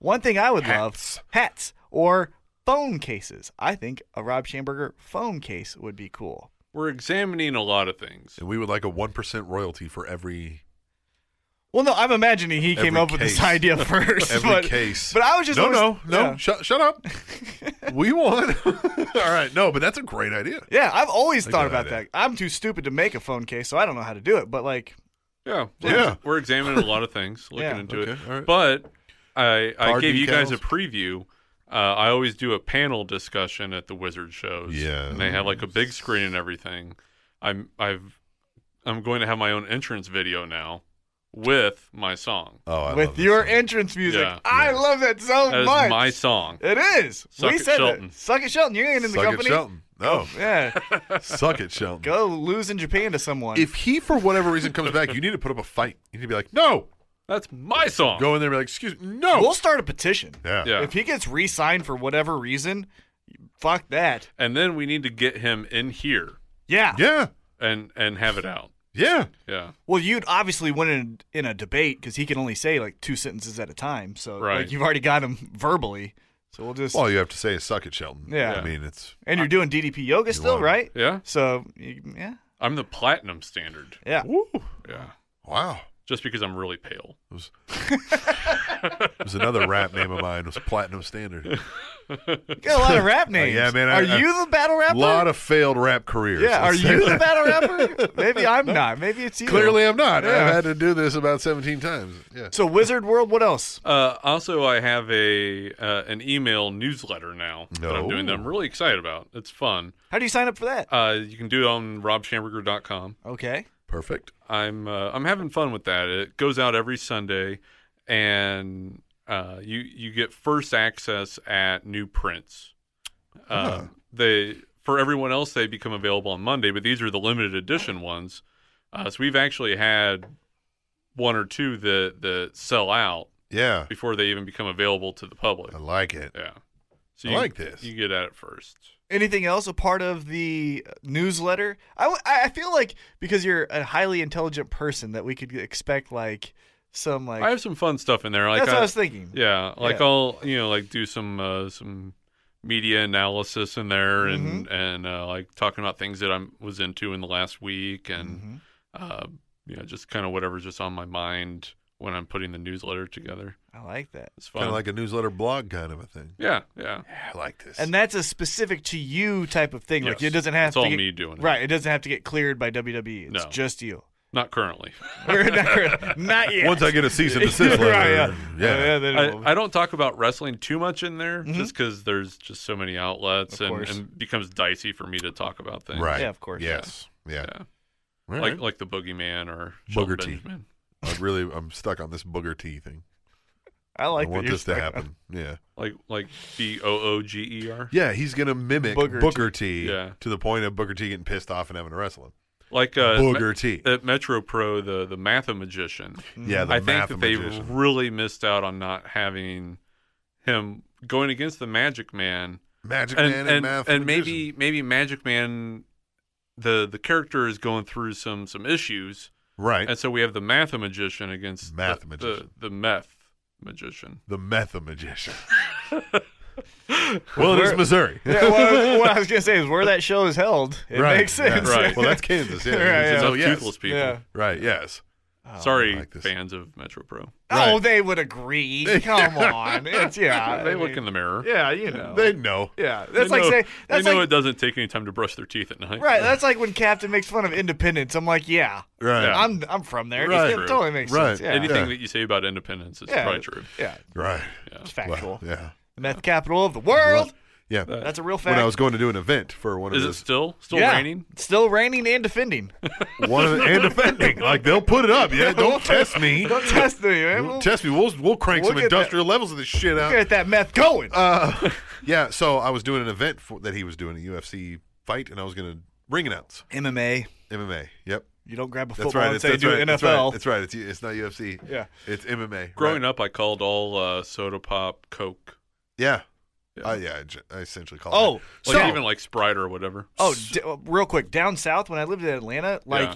S3: One thing I would love hats or phone cases. I think a Rob Schamberger phone case would be cool.
S7: We're examining a lot of things.
S2: And we would like a one percent royalty for every
S3: Well, no, I'm imagining he came
S2: Every
S3: up with this
S2: case.
S3: idea first.
S2: Every
S3: but,
S2: case.
S3: But I was just
S2: no,
S3: always-
S2: no, no.
S3: Yeah.
S2: Oh, Shut, shut up. we won. All right. No, but that's a great idea.
S3: Yeah, I've always thought
S2: good
S3: about
S2: idea.
S3: that. I'm too stupid to make a phone case, so I don't know how to do it. But like,
S7: Yeah,
S2: Yeah.
S7: we're, we're examining a lot of things, looking
S3: Yeah.
S7: into it.
S2: Okay, all right.
S7: But I I
S2: Card
S7: gave you guys
S2: decals?
S7: a preview. Uh, I always do a panel discussion at the Wizard shows.
S2: Yeah.
S7: and they have like a big screen and everything. I'm I've I'm going to have my own entrance video now with my song.
S2: Oh, I love
S3: with
S2: this
S3: your
S2: song.
S3: entrance music,
S7: Yeah.
S3: I love that so
S7: That is
S3: much.
S7: my song.
S3: It is.
S7: Suck
S3: we
S7: it,
S3: said
S7: Shelton.
S3: that. Suck it, Shelton. You're in the
S2: Suck it,
S3: company.
S2: Shelton. Oh. No,
S3: Yeah,
S2: suck it, Shelton.
S3: go lose in Japan to someone.
S2: If he, for whatever reason, comes back, you need to put up a fight. You need to be like, no.
S7: That's my song.
S2: Go in there and be like, excuse me, no.
S3: we'll start a petition.
S2: yeah.
S7: Yeah.
S3: If he gets re-signed for whatever reason, fuck that.
S7: and then we need to get him in here
S3: Yeah.
S2: Yeah.
S7: and and have it out.
S2: Yeah.
S7: Yeah,
S3: Well, you'd obviously win in, in a debate because he can only say like two sentences at a time. So
S7: Right.
S3: like you've already got him verbally. So we'll just
S2: All you have to say is suck it, Shelton.
S3: Yeah.
S2: I mean, it's
S3: and you're doing DDP yoga still,
S2: want-
S3: right?
S7: yeah.
S3: So you- yeah,
S7: I'm the platinum standard.
S3: yeah.
S7: Yeah,
S2: wow.
S7: just because I'm really pale.
S2: It was another rap name of mine. It was Platinum Standard.
S3: You got a lot of rap names.
S2: yeah, man, I-
S3: Are
S2: I-
S3: you the battle
S2: A
S3: rapper?
S2: lot of failed rap careers.
S3: yeah. Are
S2: Let's say
S3: you the
S2: that.
S3: battle rapper? Maybe I'm not. Maybe it's you.
S2: Clearly, I'm not.
S3: Yeah.
S2: I've had to do this about 17 times. Yeah.
S3: So Wizard World. What else?
S7: Uh, also, I have a uh, an email newsletter now that I'm doing that I'm really excited about. It's fun.
S3: How do you sign up for that?
S7: Uh, you can do it on robshamberger.com.
S3: Okay.
S2: Perfect.
S7: I'm uh, I'm having fun with that. It goes out every Sunday, and uh, you you get first access at new prints. Uh, They for everyone else they become available on Monday, but these are the limited edition ones. Uh, so we've actually had one or two that that sell out
S2: Yeah.
S7: before they even become available to the public.
S5: Oh.
S2: I like it.
S7: Yeah. So
S2: I like this.
S7: You get at it first.
S3: Anything else a part of the newsletter? I, w- I I feel like because you're a highly intelligent person that we could expect like some like
S7: I have some fun stuff in there. Like
S2: uh,
S3: that's what
S7: I-
S3: I was thinking.
S7: yeah, like
S3: Yeah.
S7: I'll you know like do some uh, some media analysis in there and
S3: Mm-hmm.
S7: and uh, like talking about things that I was into in the last week
S3: Mm-hmm.
S7: and uh, you know just kind of whatever's just on my mind when I'm putting the newsletter together.
S3: I like that.
S7: It's fun.
S2: Kind of like a newsletter blog kind of a thing.
S7: yeah, yeah.
S2: I like this.
S3: And that's a specific to you type of thing. Like
S7: Yes.
S3: it doesn't have
S7: It's
S3: to
S7: all
S3: get,
S7: me doing it.
S3: Right. It doesn't have to get cleared by WWE. It's
S7: No.
S3: just you.
S7: Not currently.
S3: We're not, not yet.
S2: Once I get a cease and desist
S3: Right,
S2: letter, yeah.
S3: yeah. Oh, yeah, then it will be.
S7: I, I don't talk about wrestling too much in there just because there's just so many outlets and,
S3: Mm-hmm. course.
S7: and it becomes dicey for me to talk about things.
S2: Right.
S3: Yeah, of course.
S2: Yes. Yeah.
S7: Yeah.
S2: All
S7: like
S2: right.
S7: like the boogeyman or
S2: Booger
S7: Shelton
S2: T.
S7: Benjamin.
S2: I really, I'm stuck on this booger T thing.
S3: I like
S2: I
S3: that
S2: want
S3: you're
S2: this to
S3: stuck on-
S2: happen. Yeah.
S7: like like B O O G E R.
S2: Yeah. He's gonna mimic Booker,
S3: Booker
S2: T,
S7: Yeah.
S2: to the point of Booker T getting pissed off and having to wrestle him.
S7: Like uh,
S2: Booger T.
S7: at Metro Pro, the the mathemagician.
S2: yeah. The
S7: I think that they
S2: mathematician.
S7: really missed out on not having him going against the Magic Man,
S2: Magic
S7: and
S2: Man
S7: and,
S2: math
S7: and maybe maybe Magic Man, the the character is going through some some issues,
S2: right
S7: and so we have the mathemagician against the-
S2: Mathemagician.
S7: the, the meth magician.
S2: the mathematician. well, it is Missouri.
S3: Yeah, well, what I was gonna say is where that show is held. It
S2: Right,
S3: makes sense.
S2: yeah.
S7: Right.
S2: Well, that's Kansas. Yeah.
S3: Right,
S2: It's-
S3: yeah.
S2: Oh,
S7: Enough
S2: yes.
S7: toothless people.
S3: Yeah.
S2: Right. Yes.
S7: Sorry,
S2: like this.
S7: fans of Metro Pro.
S3: Oh, they would agree. Come on. It's yeah.
S7: They
S3: I
S7: look
S3: mean,
S7: in the mirror.
S3: Yeah, you know.
S2: They know.
S3: yeah. That's
S7: They
S3: like
S7: know-
S3: say that's
S7: they know
S3: like
S7: it doesn't take any time to brush their teeth at night.
S3: Right, that's like when Captain makes fun of independence. I'm like, yeah,
S2: Right.
S7: Yeah.
S3: I'm I'm from there.
S2: Right.
S3: It totally makes
S2: Right.
S3: sense. Yeah.
S7: Anything
S2: Yeah.
S7: that you say about independence is
S3: Yeah.
S7: probably true.
S3: yeah,
S2: Right.
S3: it's
S2: Well,
S3: factual.
S2: yeah.
S3: Meth capital of the world.
S2: Yeah.
S3: That's a real fact.
S2: when I was going to do an event for one of
S7: Is it
S2: his
S7: still still
S3: yeah.
S7: raining?
S3: Still raining and defending.
S2: one of the, and defending. Like they'll put it up. Yeah, don't test me.
S3: Don't test me, man. We'll
S2: Don't test me. We'll we'll crank
S3: We'll
S2: some
S3: get that-
S2: industrial levels of this shit out.
S3: get that meth going.
S2: Uh, yeah. So I was doing an event for, that he was doing a UFC fight, and I was gonna ring announce
S3: MMA.
S2: MMA. Yep.
S3: You don't grab a
S2: That's
S3: football
S2: right.
S3: and
S2: It's,
S3: say
S2: that's
S3: do
S2: right.
S3: NFL.
S2: That's right. That's right. It's, it's not UFC.
S3: Yeah.
S2: It's MMA.
S7: Growing
S2: right.
S7: up, I called all uh, soda pop, Coke,
S2: Yeah.
S7: Yeah.
S2: I, yeah, I ge- I essentially call
S3: Oh,
S2: it.
S7: like
S3: so
S7: even like Sprite or whatever.
S3: oh, d- uh, real quick, down south when I lived in Atlanta, like
S7: Yeah.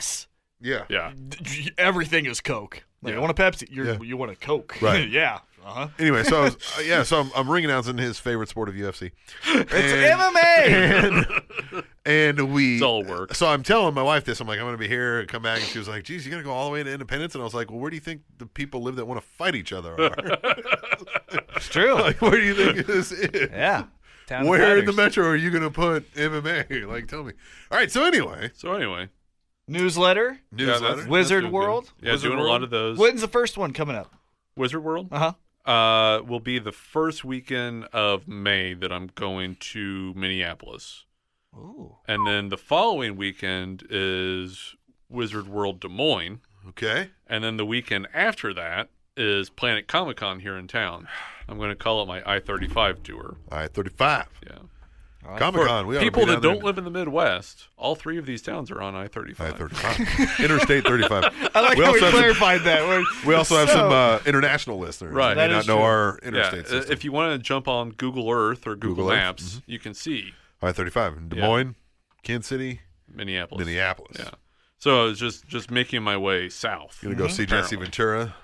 S3: yes,
S2: Yeah.
S7: Yeah,
S3: D- d- everything is Coke. Like,
S7: Yeah.
S3: I want a Pepsi. You're,
S2: Yeah.
S3: You want a Coke?
S2: Right.
S3: yeah. Uh huh.
S2: Anyway, so I was, uh, yeah, so I'm, I'm ring announcing his favorite sport of UFC.
S3: It's MMA.
S2: And,
S5: And we
S7: It's all work.
S5: So I'm telling my wife this. I'm like, I'm gonna be here and come back. And she was like, Geez, you gotta go all the way to Independence. And I was like, Well, where do you think the people live that want to fight each other are?
S3: It's true.
S5: like, where do you think this is?
S3: yeah. Town of
S5: Where in the
S3: Fighters.
S5: metro are you gonna put MMA? Like, tell me. All right. So anyway,
S7: So anyway,
S3: newsletter?
S7: yeah, that's-
S5: newsletter.
S7: that's
S3: Wizard
S7: doing good.
S3: World?
S7: Yeah,
S3: Wizard
S7: doing a
S3: World?
S7: lot of those.
S3: When's the first one coming up?
S7: Wizard World
S3: Uh huh.
S7: uh, will be the first weekend of May that I'm going to Minneapolis.
S3: Ooh.
S7: And then the following weekend is Wizard World Des Moines.
S5: okay.
S7: And then the weekend after that is Planet Comic Con here in town. I'm going to call it my I 35 tour.
S5: All right. Thirty-five.
S7: Yeah.
S5: Comic Con. We ought to be
S7: People
S5: down
S7: that
S5: there.
S7: don't live in the Midwest, all three of these towns are on I
S5: I
S7: 35.
S5: 35. Interstate 35.
S3: I like
S5: we
S3: how
S5: also
S3: we
S5: have some,
S3: clarified that. We're-
S5: we also have some
S3: So-
S5: uh, international listeners. who
S7: Right.
S5: May
S7: That
S5: not
S3: is
S5: know
S3: true.
S5: our
S7: Yeah,
S5: interstate
S7: uh,
S5: system.
S7: if you want to jump on Google Earth or Google,
S5: Google Earth, mm-hmm.
S7: Maps, you can see
S5: I 35 in Des
S7: Yeah.
S5: Moines, Kansas City,
S7: Minneapolis.
S5: Minneapolis.
S7: Yeah. So I was just just making my way south.
S5: Gonna
S3: Mm-hmm.
S5: go see Jesse
S7: Apparently.
S5: Ventura.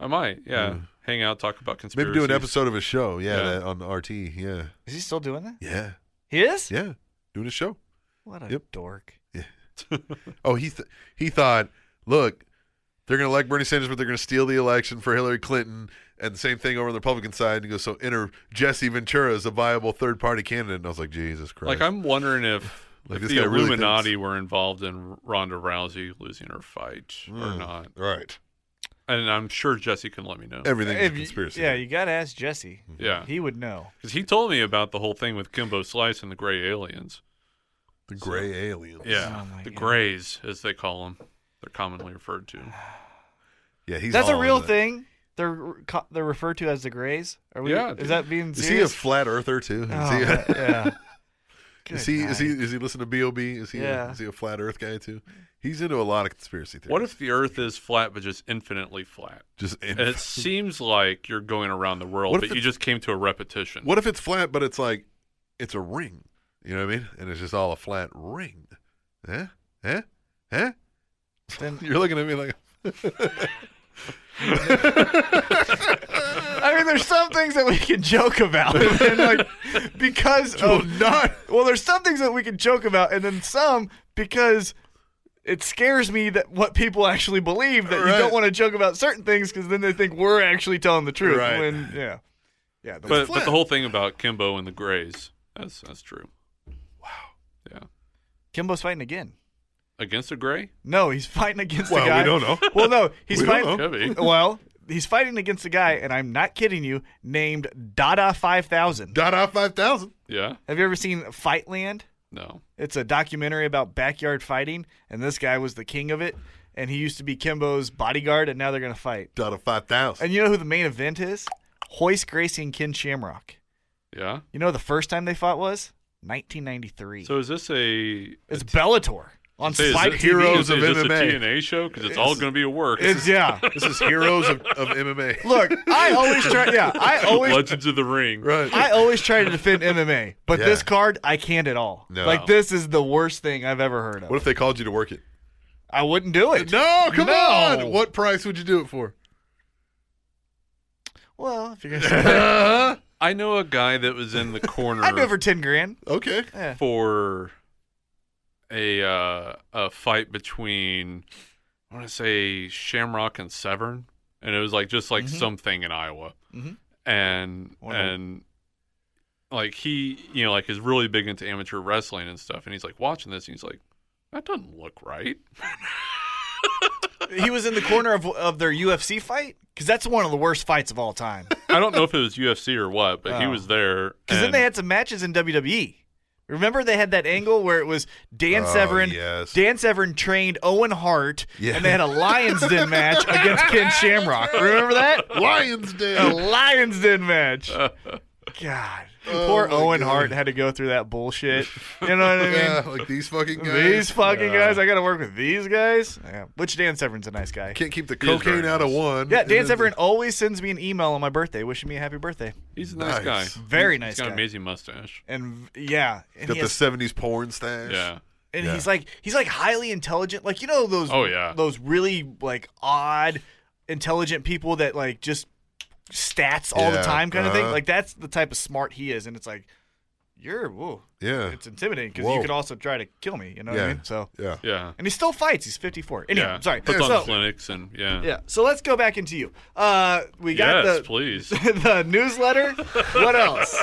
S7: I might, yeah. Hang out, talk about
S5: Maybe
S7: conspiracy.
S5: do an episode of a show. Yeah,
S7: Yeah.
S5: That, on RT. Yeah,
S3: Is he still doing that?
S5: yeah,
S3: He is?
S5: yeah. Doing a show.
S3: What a
S5: Yep.
S3: dork.
S5: Oh, he th- he thought, look, they're gonna like Bernie Sanders, but they're gonna steal the election for Hillary Clinton, and the same thing over on the Republican side. And he goes, so enter Jesse Ventura as a viable third party candidate. And I was like, Jesus Christ.
S7: Like I'm wondering if,
S5: Like,
S7: if
S5: this
S7: the
S5: guy really
S7: Illuminati were involved in Ronda Rousey losing her fight or
S5: Mm,
S7: not.
S5: right.
S7: And I'm sure Jesse can let me know.
S5: Everything's
S3: If
S5: a
S3: you-
S5: conspiracy.
S3: yeah, you got to ask Jesse.
S7: Yeah,
S3: He would know.
S7: because he told me about the whole thing with Kimbo Slice and the Gray Aliens.
S5: the gray aliens.
S7: Yeah,
S3: Oh my
S7: the
S3: God.
S7: Grays, as they call them, they're commonly referred to.
S5: yeah. He's
S3: That's a
S5: all
S3: real
S5: into that.
S3: thing. They're re- co- they're referred to as the Greys. Are we?
S7: Yeah, dude.
S3: Is that being
S5: Is he a
S3: serious?
S5: flat earther too? Is
S3: Oh,
S5: he a-
S3: that- yeah. Good
S5: Is he, is he
S3: night.
S5: is he listening to Bob? Is he a,
S3: Yeah.
S5: is he a flat Earth guy too? He's into a lot of conspiracy theories.
S7: What if the Earth is flat, but just infinitely flat?
S5: just
S7: And it seems like you're going around the world,
S5: What if
S7: but you
S5: it's-
S7: just came to a repetition.
S5: what if it's flat but it's like it's a ring? You know what I mean? And it's just all a flat ring. Eh? Eh? Eh?
S3: Then-
S5: You're looking at me like
S3: I mean, there's some things that we can joke about, and like because
S5: oh
S3: of
S5: not
S3: well, there's some things that we can joke about, and then some because it scares me that what people actually believe that you
S5: Right.
S3: don't want to joke about certain things because then they think we're actually telling the truth.
S5: Right.
S3: When, yeah, yeah. the-
S7: but, but
S5: flat.
S7: the whole thing about Kimbo and the Grays, that's that's true. Wow. Yeah.
S3: Kimbo's fighting again.
S7: Against a Gray?
S3: No, he's fighting against
S5: Well,
S3: the
S5: we
S3: guy.
S5: don't know.
S3: Well, no, he's
S5: We
S3: fighting.
S5: don't
S7: Could be.
S3: Well, he's fighting against a guy, and I'm not kidding you, named Dada Five Thousand.
S5: dot off five thousand.
S7: Yeah.
S3: Have you ever seen Fightland?
S7: No.
S3: It's a documentary about backyard fighting, and this guy was the king of it. And he used to be Kimbo's bodyguard, and now they're gonna fight.
S5: Dot off five thousand.
S3: And you know who the main event is? Hoist Gracie and Ken Shamrock.
S7: Yeah.
S3: You know the first time they fought was 1993.
S7: So is this a
S3: it's Bellator on
S7: say, is
S3: Spike
S7: this-
S5: Heroes
S7: is
S5: of
S7: this a
S5: MMA.
S7: TNA show? Because it's all going to be a work.
S3: It's yeah.
S5: This is heroes of, of MMA.
S3: Look, I always try. Yeah, I always
S7: Legends of the Ring.
S5: Right.
S3: I always try to defend MMA, but
S5: Yeah.
S3: this card I can't at all.
S5: No.
S3: Like this is the worst thing I've ever heard of.
S5: what if they called you to work it?
S3: I wouldn't do it.
S5: No, come
S3: No.
S5: on. What price would you do it for?
S3: Well, if you're gonna,
S7: I know a guy that was in the corner
S3: I'd do it for ten grand.
S5: Okay.
S7: for a uh, a fight between I want to say Shamrock and Severn, and it was like just
S3: Mm-hmm.
S7: like something in Iowa,
S3: Mhm.
S7: and
S3: Wow.
S7: and like he you know like is really big into amateur wrestling and stuff, and he's like watching this, and he's like, that doesn't look right.
S3: He was in the corner of of their UFC fight because that's one of the worst fights of all time.
S7: I don't know if it was UFC or what, but he
S3: Oh.
S7: was there.
S3: Because then
S7: and-
S3: they had some matches in WWE. Remember they had that angle where it was Dan
S5: Oh,
S3: Severn.
S5: yes.
S3: Dan Severn trained Owen Hart,
S5: Yeah.
S3: and they had a Lions Den match against Ken Shamrock. Remember that?
S5: Lions Den.
S3: a Lions Den match. God, poor
S5: Oh my
S3: Owen
S5: God.
S3: Hart had to go through that bullshit. You know what I mean?
S5: Yeah, like these fucking guys.
S3: These fucking guys, I got to work with these guys. Yeah. Which Dan Severn's a nice guy.
S5: Can't keep the
S7: He is
S5: cocaine
S7: very
S5: out of
S7: nice.
S5: one.
S3: Yeah, Dan
S5: And then-
S3: Severn always sends me an email on my birthday wishing me a happy birthday.
S7: He's a nice, guy.
S5: Nice.
S3: Very
S7: He's
S3: nice
S7: got
S3: guy.
S7: an amazing mustache.
S3: And v- yeah, and,
S5: Got
S3: he
S5: the
S3: has-
S5: seventies porn stash.
S7: Yeah.
S3: and
S5: yeah.
S3: he's like he's like highly intelligent. Like you know those
S7: Oh, yeah.
S3: those really like odd intelligent people that like just stats all
S5: Yeah,
S3: the time kind of
S5: uh-huh.
S3: thing. Like that's the type of smart he is and it's like you're whoa,
S5: Yeah.
S3: it's intimidating because
S5: Whoa.
S3: you could also try to kill me. You know what
S5: Yeah.
S3: I mean? So
S5: yeah.
S7: Yeah.
S3: and he still fights. He's 54. Anyway,
S7: yeah.
S3: sorry.
S7: Puts on
S3: so,
S7: clinics and yeah.
S3: yeah. So let's go back into you. Uh, we got
S7: yes,
S3: the
S7: please.
S3: the newsletter. What else?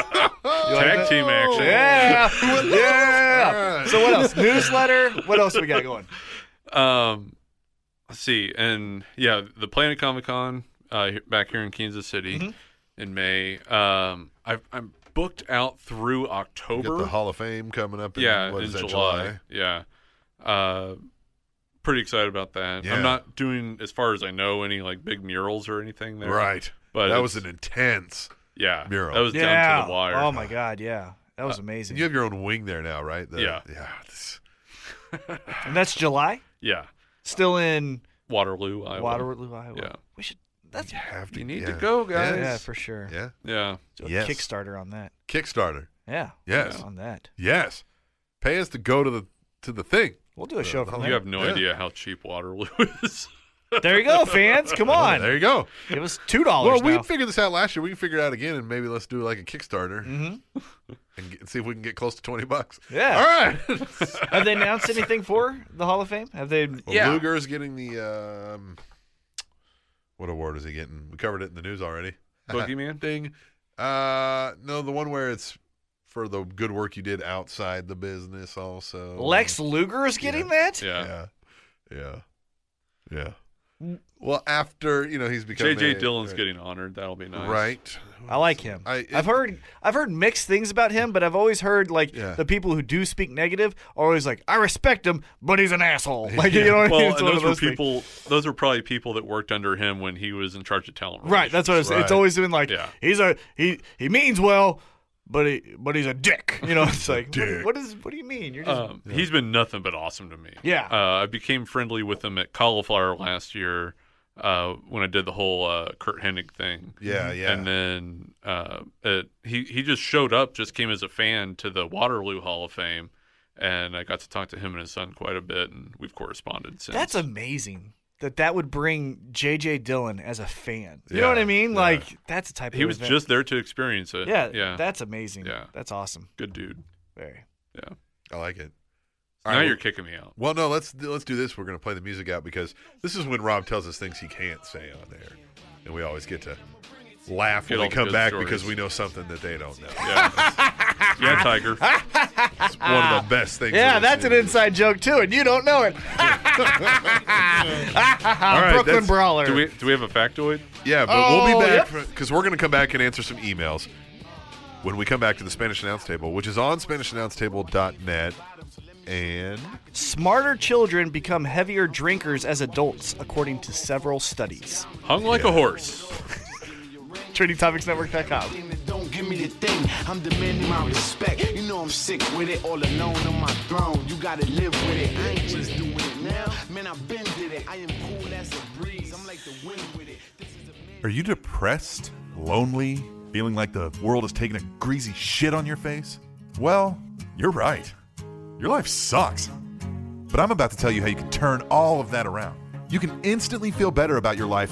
S7: Tag team action.
S3: Yeah.
S5: All
S3: yeah.
S5: right.
S3: So what else? Newsletter. What else we got going?
S7: Um, let's see, and yeah, the Planet Comic Con uh, back here in Kansas City
S3: Mm-hmm.
S7: in May. Um, I've, I'm booked out through
S5: You
S7: October.
S5: Got the Hall of Fame coming up. In,
S7: yeah,
S5: what
S7: in
S5: is that,
S7: July. Yeah, uh, pretty excited about that.
S5: Yeah.
S7: I'm not doing, as far as I know, any like big murals or anything there.
S5: Right.
S7: but
S5: that
S7: it's-
S5: was an intense.
S7: yeah
S5: mural.
S7: That was down to the wire. Uh,
S3: Oh my God. Yeah. That was amazing.
S5: You have your own wing there now, right? The-
S7: Yeah.
S5: Yeah. this-
S3: and that's July.
S7: Yeah,
S3: Still in
S7: Waterloo, Iowa.
S3: Waterloo, Iowa.
S7: Yeah.
S3: We should. That's
S5: have to,
S7: You need
S5: yeah.
S7: to go, guys.
S3: yeah,
S5: Yes.
S3: for sure.
S5: Yeah.
S7: Yeah,
S3: Do a
S5: Yes.
S3: Kickstarter on that.
S5: Kickstarter.
S3: Yeah.
S5: Yes.
S3: On that.
S5: Yes. Pay us to go to the to the thing.
S3: We'll do a show from
S7: you
S3: there.
S7: have no
S5: Yeah.
S7: idea how cheap Waterloo is.
S3: There you go, fans. Come
S5: Oh,
S3: on.
S5: there you go.
S3: Give us two dollars
S5: Well, we
S3: now.
S5: figured this out last year. We can figure it out again, and maybe let's do like a Kickstarter
S3: Mhm.
S7: Mm-hmm.
S5: and get, see if we can get close to twenty bucks.
S3: Yeah.
S5: All right. Oh.
S3: Have they announced anything for the Hall of Fame? Have they?
S5: Well, Luger is getting the um, what award is he getting? We covered it in the news already.
S7: Boogeyman?
S5: Ding. Uh, no, the one where it's for the good work you did outside the business. Also,
S3: Lex Luger is getting that.
S7: yeah.
S5: Yeah, yeah, yeah. Well, after you know he's become
S7: JJ
S5: a-
S7: Dillon's
S5: right.
S7: getting honored. That'll be nice.
S5: right.
S3: I like him.
S5: I-
S3: I've heard I've heard mixed things about him, but I've always heard like
S5: Yeah.
S3: the people who do speak negative are always like, I respect him, but he's an asshole. Like you know what I mean?
S7: Well,
S3: It's
S7: and
S3: one of
S7: those were
S3: things.
S7: people. Those were probably people that worked under him when he was in charge of talent.
S3: Right, that's what I'm saying. It's
S5: Right.
S3: always been like
S7: Yeah.
S3: he's a he he means well, but he but he's a dick. You know, it's like
S5: dick. Uh,
S3: what is what do you mean? You're just
S7: relations. Um, He's been nothing but awesome to me.
S3: Yeah.
S7: Uh, I became friendly with him at Cauliflower last year uh, when I did the whole uh, Kurt Hennig thing.
S3: Mm-hmm.
S5: Yeah, yeah.
S7: And then uh, it, he he just showed up, just came as a fan to the Waterloo Hall of Fame, and I got to talk to him and his son quite a bit, and we've corresponded since.
S3: that's amazing that that would bring JJ Dillon as a fan. You
S5: Yeah,
S3: know what I mean? Like that's a type
S7: He
S3: of
S7: was
S3: event.
S7: just there to experience it.
S3: yeah,
S7: Yeah.
S3: That's amazing.
S7: Yeah.
S3: that's awesome.
S7: good dude.
S3: Very.
S7: Yeah.
S5: I like it.
S7: Now
S5: All right,
S7: you're kicking me out.
S5: Well, no, let's let's do this. We're gonna play the music out because this is when Rob tells us things he can't say on there, and we always get to laugh when
S7: Get
S5: we
S7: all the
S5: come
S7: good
S5: back
S7: stories.
S5: because we know something that they don't know.
S7: Yeah, Tiger.
S5: It's one of the best things.
S3: Ah. Yeah,
S5: in this
S3: that's an
S5: interview.
S3: inside joke too, and you don't know it.
S5: right,
S3: Brooklyn
S5: that's-
S3: Brawler.
S7: Do we do we have a factoid?
S5: Yeah, but we'll
S3: Oh,
S5: be back because we're going to come back and answer some emails when we come back to the Spanish Announce Table, which is on SpanishAnnounceTable.net. And
S3: Smarter children become heavier drinkers as adults, according to several studies.
S7: Hung like a horse.
S3: TrainingTopicsNetwork.com.
S10: Don't give me the thing. I'm demanding my respect. You know I'm sick with it, all alone on my throne. You gotta live with it. I ain't just doing it now. Man, I've been did it. I am cool as a breeze. I'm like the wind with it. This is a man-
S2: Are you depressed, lonely, feeling like the world is taking a greasy shit on your face? Well, you're right. Your life sucks. But I'm about to tell you how you can turn all of that around. You can instantly feel better about your life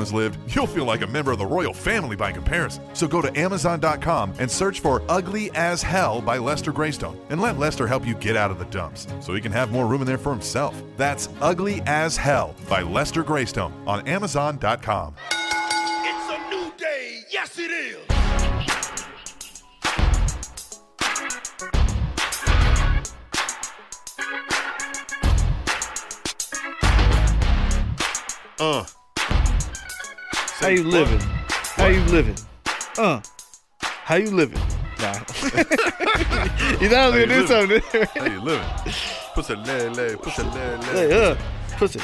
S2: has lived, you'll feel like a member of the royal family by comparison. So go to Amazon.com and search for Ugly as Hell by Lester Greystone and let Lester help you get out of the dumps so he can have more room in there for himself. That's Ugly as Hell by Lester Greystone on Amazon.com.
S10: It's a new day. Yes, it is.
S5: uh,
S3: How you living? How you living? Uh, how you living? Nah. you thought I was gonna do
S5: living?
S3: something.
S5: how you living? Pussy, lay, lay, pussy, lay, lay,
S3: hey, uh, pussy,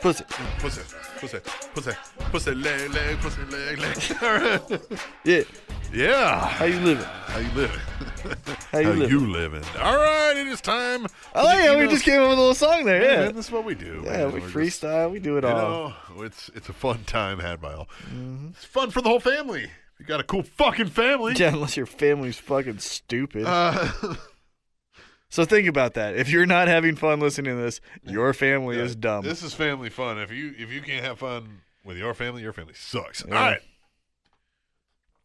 S3: pussy.
S5: pussy, pussy, pussy, pussy, lay, lay, pussy, lay, lay. All right.
S3: Yeah,
S5: yeah,
S3: how you living?
S5: how you living? How
S3: you living?
S5: living? All right, it is time.
S3: Oh yeah, we just came up with a little song there.
S5: Yeah,
S3: Yeah,
S5: man, this is what we do.
S3: yeah,
S5: man.
S3: we
S5: We're just-
S3: freestyle, we do it
S5: You
S3: all.
S5: know, it's it's a fun time had by all.
S3: Mm-hmm.
S5: It's fun for the whole family. If You got a cool fucking family.
S3: yeah, unless your family's fucking stupid.
S5: Uh,
S3: so think about that. If you're not having fun listening to this, your family
S5: yeah,
S3: is dumb.
S5: This is family fun. If you if you can't have fun with your family, your family sucks.
S3: Yeah.
S5: All right.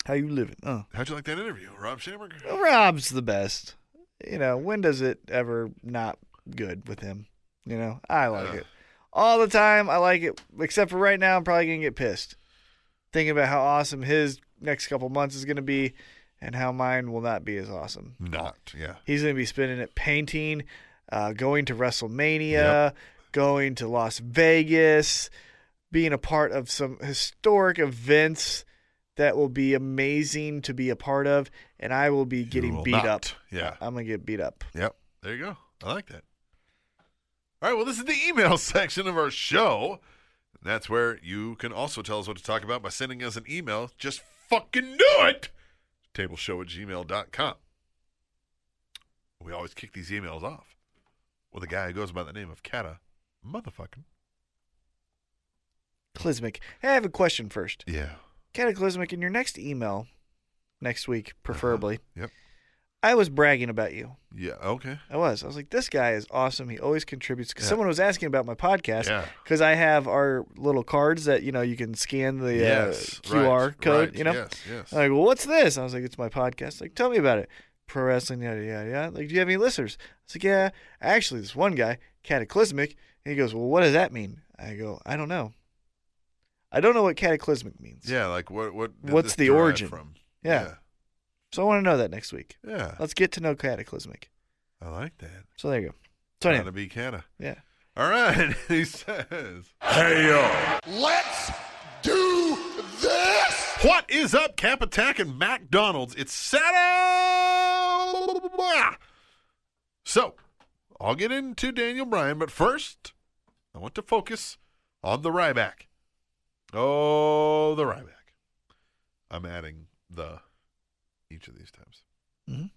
S3: How you living? Oh.
S5: How'd you like that interview, Rob Schamberger?
S3: Rob's the best. You know, when does it ever not good with him? You know, I like
S5: Ugh.
S3: it all the time. I like it, except for right now. I'm probably gonna get pissed thinking about how awesome his next couple months is gonna be, and how mine will not be as awesome.
S5: Not. Yeah.
S3: He's gonna be spending it painting, uh, going to WrestleMania,
S5: Yep.
S3: going to Las Vegas, being a part of some historic events that will be amazing to be a part of, and I will be getting
S5: will
S3: beat
S5: not.
S3: up.
S5: Yeah.
S3: I'm gonna get beat up.
S5: Yep. There you go. I like that. All right. Well, this is the email section of our show. That's where you can also tell us what to talk about by sending us an email. Just fucking do it. Tableshow at gmail.com. We always kick these emails off with a guy who goes by the name of Kata Motherfucking.
S3: Cataclysmic. Hey, I have a question first.
S5: Yeah.
S3: Cataclysmic, in your next email, next week preferably,
S5: Uh-huh. Yep.
S3: I was bragging about you.
S5: Yeah. Okay.
S3: I was. I was like, this guy is awesome. He always contributes. Because
S5: Yeah.
S3: someone was asking about my podcast
S5: Yeah.
S3: because I have our little cards that you know you can scan the
S5: yes.
S3: uh, QR
S5: right,
S3: code.
S5: right,
S3: you know,
S5: Yes. Yes.
S3: I'm like, well, what's this? I was like, it's my podcast. Like, tell me about it. Pro wrestling, yada yada yada. Like, do you have any listeners? I was like, yeah. Actually, this one guy, cataclysmic. And he goes, well, what does that mean? I go, I don't know. I don't know what cataclysmic means.
S5: yeah. Like what? What? did
S3: What's
S5: this
S3: the
S5: derive
S3: origin?
S5: From?
S3: Yeah. So I want to know that next week.
S5: Yeah. yeah.
S3: Let's get to know cataclysmic.
S5: I like that.
S3: So there you go. So
S5: Trying to
S3: anyway,
S5: be Kata.
S3: yeah.
S5: All right, he says.
S11: Hey yo!
S10: Let's do this!
S5: What is up, Cap Attack and McDonald's? It's Saturday. So, I'll get into Daniel Bryan, but first, I want to focus on the Ryback. Oh, the Ryback. I'm adding the each of these times.
S3: Mhm.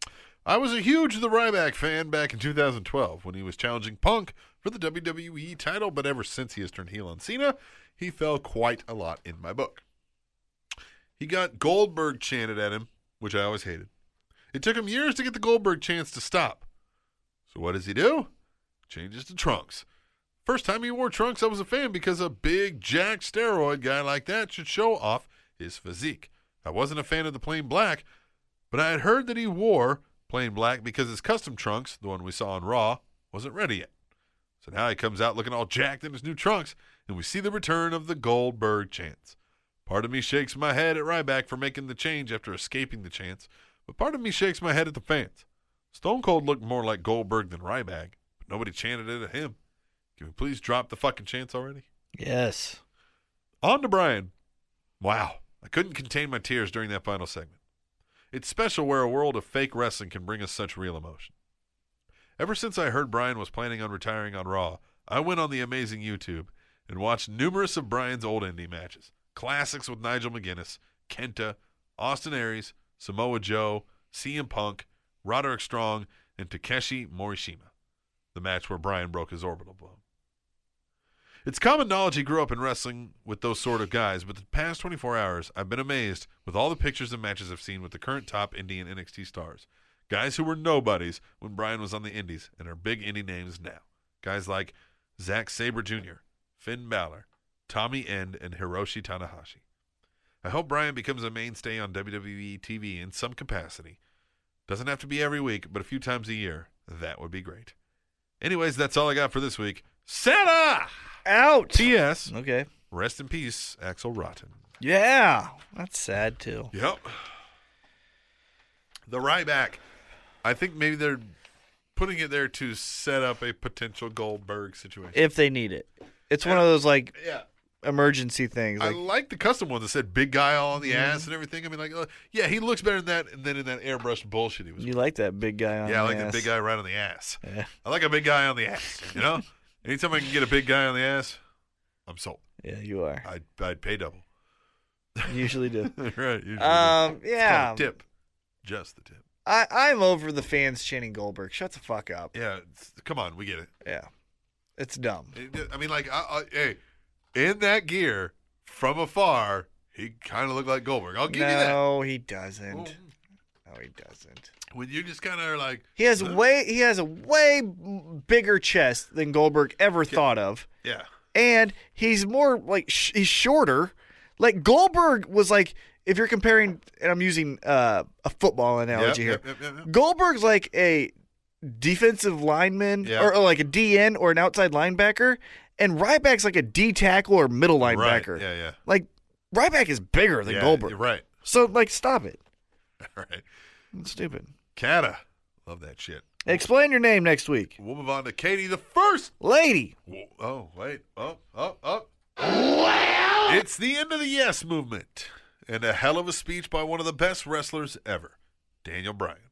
S5: I was a huge The Ryback fan back in 2012 when he was challenging Punk for the WWE title, but ever since he has turned heel on Cena, he fell quite a lot in my book. He got Goldberg chanted at him, which I always hated. It took him years to get the Goldberg chance to stop. So what does he do? Changes to trunks. First time he wore trunks, I was a fan because a big jack steroid guy like that should show off his physique. I wasn't a fan of the plain black, but I had heard that he wore plain black because his custom trunks, the one we saw on Raw, wasn't ready yet. So now he comes out looking all jacked in his new trunks, and we see the return of the Goldberg chance. Part of me shakes my head at Ryback for making the change after escaping the chance, but part of me shakes my head at the fans. Stone Cold looked more like Goldberg than Ryback, but nobody chanted it at him. Can we please drop the fucking chance already?
S3: Yes.
S5: On to Brian. Wow, I couldn't contain my tears during that final segment. It's special where a world of fake wrestling can bring us such real emotion. Ever since I heard Brian was planning on retiring on Raw, I went on the amazing YouTube and watched numerous of Brian's old indie matches, classics with Nigel McGuinness, Kenta, Austin Aries, Samoa Joe, CM Punk, Roderick Strong, and Takeshi Morishima, the match where Brian broke his orbital bone. It's common knowledge he grew up in wrestling with those sort of guys, but the past 24 hours, I've been amazed with all the pictures and matches I've seen with the current top indie and NXT stars. Guys who were nobodies when Brian was on the indies and are big indie names now. Guys like Zack Sabre Jr., Finn Balor, Tommy End, and Hiroshi Tanahashi. I hope Brian becomes a mainstay on WWE TV in some capacity. Doesn't have to be every week, but a few times a year. That would be great. Anyways, that's all I got for this week. Santa!
S3: Out.
S5: T.S.
S3: Okay.
S5: Rest in peace, Axel Rotten.
S3: Yeah. That's sad too.
S5: Yep. The Ryback. I think maybe they're putting it there to set up a potential Goldberg situation.
S3: If they need it, it's one of those like
S5: yeah.
S3: emergency things.
S5: I
S3: Like, Mm-hmm.
S5: like the custom one that said big guy all on the ass and everything. I mean, like, uh, yeah, he looks better than that than in that airbrushed bullshit he was.
S3: you like that big guy on
S5: yeah, I like
S3: the
S5: that
S3: ass.
S5: big guy right on the ass.
S3: Yeah.
S5: I like a big guy on the ass, you know? Anytime I can get a big guy on the ass, I'm sold.
S3: Yeah, you are.
S5: I'd, I'd pay double.
S3: You usually do.
S5: right. usually.
S3: um,
S5: It's called
S3: yeah.
S5: a tip. Just the tip.
S3: I, I'm over the fans chanting Goldberg. Shut the fuck up.
S5: Yeah, it's- come on, we get it.
S3: Yeah. It's dumb.
S5: It- I mean, like, I, I, hey, in that gear from afar, he kind of looked like Goldberg. I'll give you that.
S3: No, he doesn't. No, he doesn't.
S5: When you just kind of are like,
S3: He has way he has a way bigger chest than Goldberg ever thought of.
S5: yeah,
S3: and he's more like sh- he's shorter. Like Goldberg was like, if you're comparing, and I'm using uh, a football analogy
S5: Yep,
S3: here,
S5: yep, yep, yep, yep.
S3: Goldberg's like a defensive lineman
S5: Yeah.
S3: or, or like a DN or an outside linebacker, and Ryback's like a D tackle or middle
S5: right,
S3: linebacker.
S5: yeah, yeah.
S3: Like Ryback is bigger than
S5: yeah,
S3: Goldberg.
S5: You're right.
S3: So like, stop it.
S5: Right.
S3: It's stupid.
S5: Kata. Love that shit.
S3: Explain your name next week,
S5: We'll move on to Katie the first.
S3: lady.
S5: Whoa, Oh, wait. Up, up, up. It's the end of the yes movement and a hell of a speech by one of the best wrestlers ever, Daniel Bryan,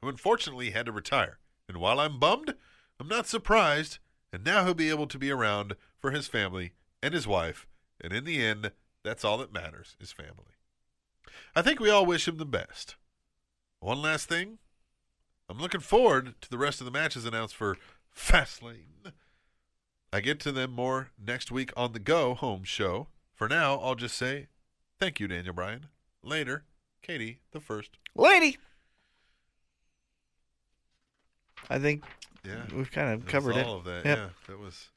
S5: who unfortunately had to retire. And while I'm bummed, I'm not surprised. And now he'll be able to be around for his family and his wife. And in the end, that's all that matters is family. I think we all wish him the best. One last thing I'm looking forward to the rest of the matches announced for Fastlane. I get to them more next week on the Go Home Show. For now, I'll just say thank you, Daniel Bryan. Later, Katie the first.
S3: Lady. I think
S5: Yeah, that was
S3: we've kind of covered it.
S5: all of that.
S3: Yep.
S5: Yeah, that was.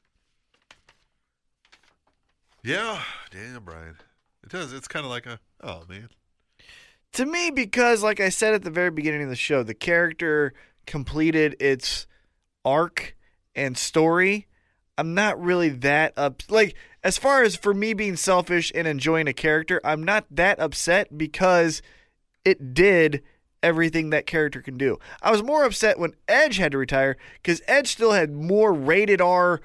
S5: Yeah, Daniel Bryan. It does. It's kind of like a oh man.
S3: to me because like i said at the very beginning of the show the character completed its arc and story i'm not really that up like as far as for me being selfish and enjoying a character i'm not that upset because it did everything that character can do i was more upset when edge had to retire because edge still had more rated r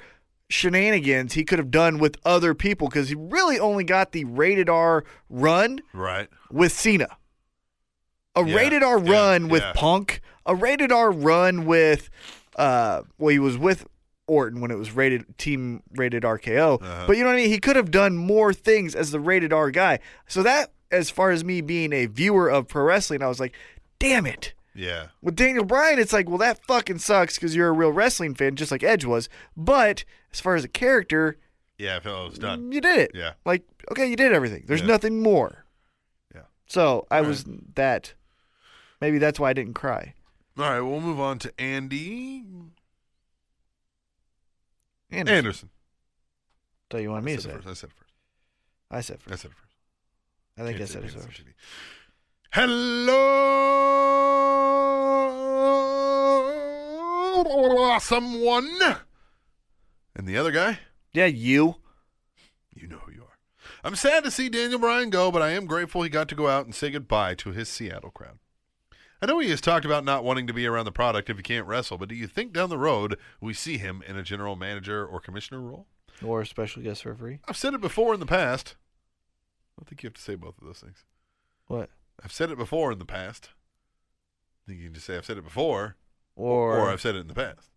S3: shenanigans he could have done with other people because he really only got the rated r run
S5: Right.
S3: with Cena. A
S5: Yeah,
S3: rated R
S5: yeah,
S3: run with
S5: yeah.
S3: Punk. A rated R run with uh well he was with Orton when it was rated team rated RKO.
S5: Uh-huh.
S3: But you know what I mean? He could have done more things as the rated R guy. So that as far as me being a viewer of pro wrestling, I was like, damn it.
S5: Yeah.
S3: With Daniel Bryan, it's like, well, that fucking sucks because you're a real wrestling fan, just like Edge was. But as far as a character,
S5: Yeah. I felt it was done.
S3: you did it.
S5: Yeah.
S3: Like, okay, you did everything. There's
S5: Yeah.
S3: nothing more.
S5: Yeah.
S3: So I was that. Maybe that's why I didn't cry.
S5: All right. We'll move on to Andy
S3: Anderson.
S5: Anderson.
S3: So you want me to
S5: I
S3: say?
S5: said it
S3: it.
S5: first. I said it first.
S3: I said
S5: I
S3: first.
S5: said it first.
S3: I think I
S5: Kansas
S3: said it
S5: City,
S3: first.
S5: Kansas City. Hello, someone. And the other guy,
S3: Yeah, you.
S5: you know who you are. I'm sad to see Daniel Bryan go, but I am grateful he got to go out and say goodbye to his Seattle crowd. I know he has talked about not wanting to be around the product if he can't wrestle, but do you think down the road we see him in a general manager or commissioner role?
S3: Or special guest referee.
S5: I've said it before in the past. I think you have to say both of those things.
S3: What?
S5: I've said it before in the past. I think you can just say I've said it before,
S3: Or,
S5: or, I've said it in the past.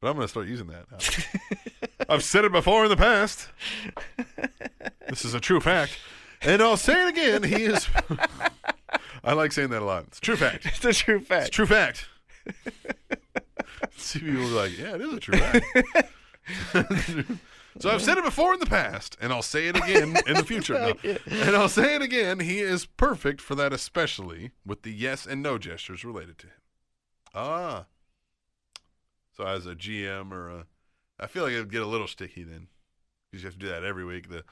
S5: But I'm going to start using that. now. I've said it before in the past. This is a true fact, and I'll say it again. He is. I like saying that a lot. It's a true fact.
S3: it's a true
S5: It's a
S3: fact.
S5: true fact. See people are like, yeah, it is a true fact. so I've said it before in the past, and I'll say it again in the future. No. And I'll say it again. He is perfect for that, especially with the yes and no gestures related to him. Ah. So as a GM or a, I feel like it would get a little sticky then, because you have to do that every week. The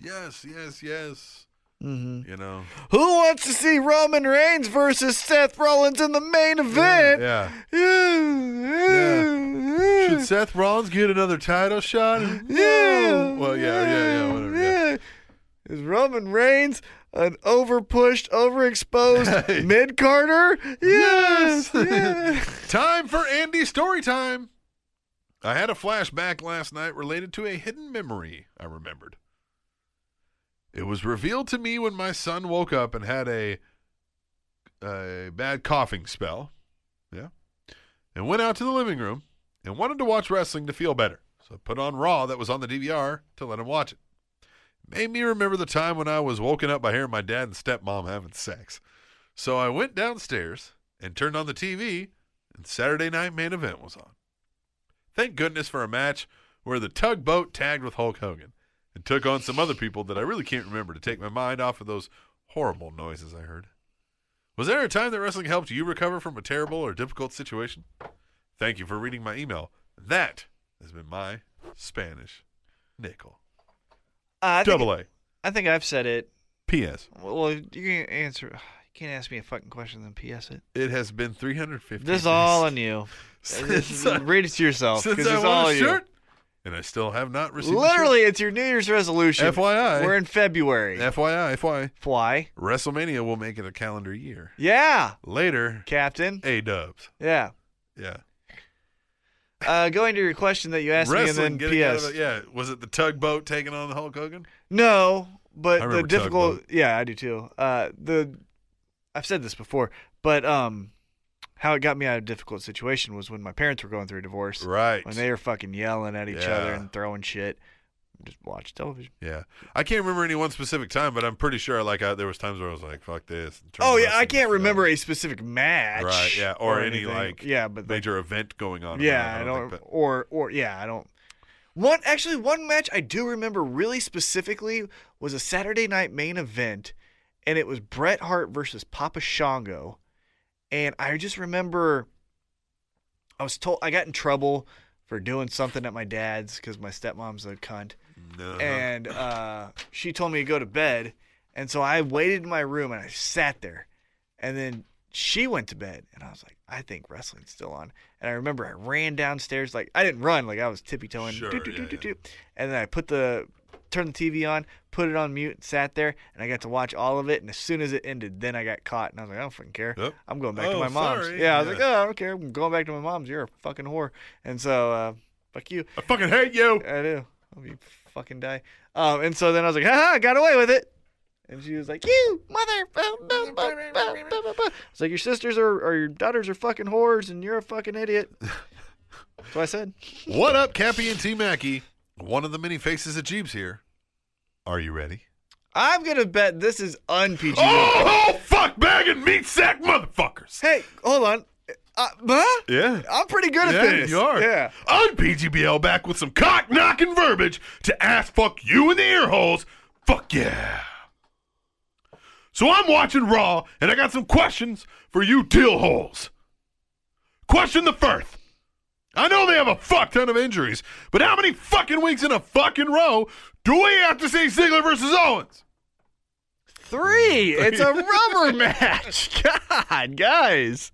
S5: yes, yes, yes. Mm-hmm. You know.
S3: Who wants to see Roman Reigns versus Seth Rollins in the main event?
S5: Yeah.
S3: Yeah.
S5: Should Seth Rollins get another title shot?
S3: Yeah.
S5: Well, yeah, yeah, yeah, whatever. Yeah.
S3: Is Roman Reigns an overpushed, overexposed mid Carter? Yes. yeah.
S5: Time for Andy story time. I had a flashback last night related to a hidden memory I remembered. It was revealed to me when my son woke up and had a a bad coughing spell. Yeah. And went out to the living room and wanted to watch wrestling to feel better. So I put on Raw that was on the DVR to let him watch it. Made me remember the time when I was woken up by hearing my dad and stepmom having sex. So I went downstairs and turned on the TV, and Saturday Night Main Event was on. Thank goodness for a match where the tugboat tagged with Hulk Hogan and took on some other people that I really can't remember to take my mind off of those horrible noises I heard. Was there a time that wrestling helped you recover from a terrible or difficult situation? Thank you for reading my email. That has been my Spanish nickel.
S3: I think,
S5: Double A.
S3: I think I've said it.
S5: P.S.
S3: Well, you can answer. You can't ask me a fucking question then PS it.
S5: It has been 350.
S3: This is
S5: days
S3: all on you.
S5: since I,
S3: Read it to yourself
S5: since
S3: because
S5: I
S3: it's
S5: won
S3: all
S5: a
S3: you.
S5: shirt, and I still have not received. a shirt.
S3: Literally, it's your New Year's resolution.
S5: FYI.
S3: we're in February.
S5: FYI, FYI,
S3: Fly.
S5: WrestleMania will make it a calendar year.
S3: Yeah,
S5: Later,
S3: Captain.
S5: A Dubs.
S3: Yeah.
S5: Yeah.
S3: Uh, going to your question that you asked
S5: Wrestling
S3: me and
S5: getting out
S3: then PS.
S5: of it. Yeah. Was it the tugboat taking on the Hulk Hogan?
S3: No,
S5: I
S3: but the
S5: remember
S3: difficult.
S5: Tugboat.
S3: Yeah, I do too. Uh, the I've said this before, but um, how it got me out of a difficult situation was when my parents were going through a divorce.
S5: Right.
S3: When they were fucking yelling at each other
S5: Yeah.
S3: and throwing shit. Just watch television.
S5: Yeah, I can't remember any one specific time, but I'm pretty sure like I, there was times where I was like, "Fuck this." and turned
S3: Oh yeah, I
S5: wrestling
S3: can't
S5: off.
S3: remember a specific match.
S5: Right, yeah, or any,
S3: anything.
S5: like,
S3: yeah, but like,
S5: major event going on.
S3: yeah, I
S5: around.
S3: don't,
S5: think that-
S3: or or yeah, I don't. One actually, one match I do remember really specifically was a Saturday night main event, and it was Bret Hart versus Papa Shango, and I just remember I was told I got in trouble for doing something at my dad's because my stepmom's a cunt,
S5: No.
S3: and uh, she told me to go to bed, and so I waited in my room and I sat there, and then she went to bed, and I was like, I think wrestling's still on, and I remember I ran downstairs like I didn't run like I was tippy toeing,
S5: Sure, yeah, yeah.
S3: and then I put the turned the TV on, put it on mute, sat there, and I got to watch all of it, and as soon as it ended, then I got caught, and I was like, I don't fucking care,
S5: Yep.
S3: I'm going back
S5: Oh,
S3: to my mom's,
S5: sorry.
S3: yeah, I was
S5: Yeah.
S3: like, oh, I don't care, I'm going back to my mom's, you're a fucking whore, and so uh, fuck you.
S5: I fucking hate you.
S3: I do. I'll you fucking die. Um, and so then I was like, haha, I got away with it. And she was like, you mother. blah, blah, blah, blah, blah, blah, blah." It's like your sisters are, or your daughters are fucking whores and you're a fucking idiot. That's what I said.
S5: What up, Cappy and T Mackey? One of the many faces of Jeebs here. Are you ready?
S3: I'm going to bet this is un PG.
S5: Oh, oh, fuck bag and meat sack motherfuckers.
S3: Hey, hold on. Uh, huh?
S5: Yeah.
S3: I'm pretty good at
S5: Yeah,
S3: this.
S5: you are.
S3: Yeah.
S5: On PGBL, back with some cock knocking verbiage to ass fuck you in the ear holes. Fuck yeah. So I'm watching Raw, and I got some questions for you till holes. Question the first. I know they have a fuck ton of injuries, but how many fucking weeks in a fucking row do we have to see Ziggler versus Owens?
S3: Three. It's a rubber match. God, guys.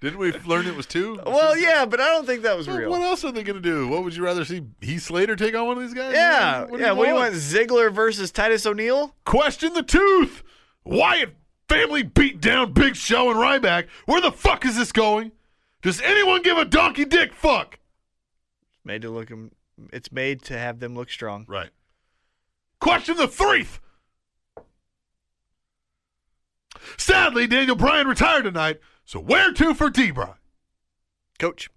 S5: Didn't we learn it was two?
S3: Well, yeah, but I don't think that was
S5: Well,
S3: real.
S5: What else are they gonna do? What would you rather see Heath Slater take on one of these guys?
S3: Yeah,
S5: What do
S3: yeah. What do you want? Ziggler versus Titus O'Neil?
S5: Question the tooth. Wyatt family beat down Big Show and Ryback. Where the fuck is this going? Does anyone give a donkey dick fuck?
S3: Made to look 'em- It's made to have them look strong.
S5: Right. Question the threeth. Sadly, Daniel Bryan retired tonight, so where to for D Bryan?
S3: Coach.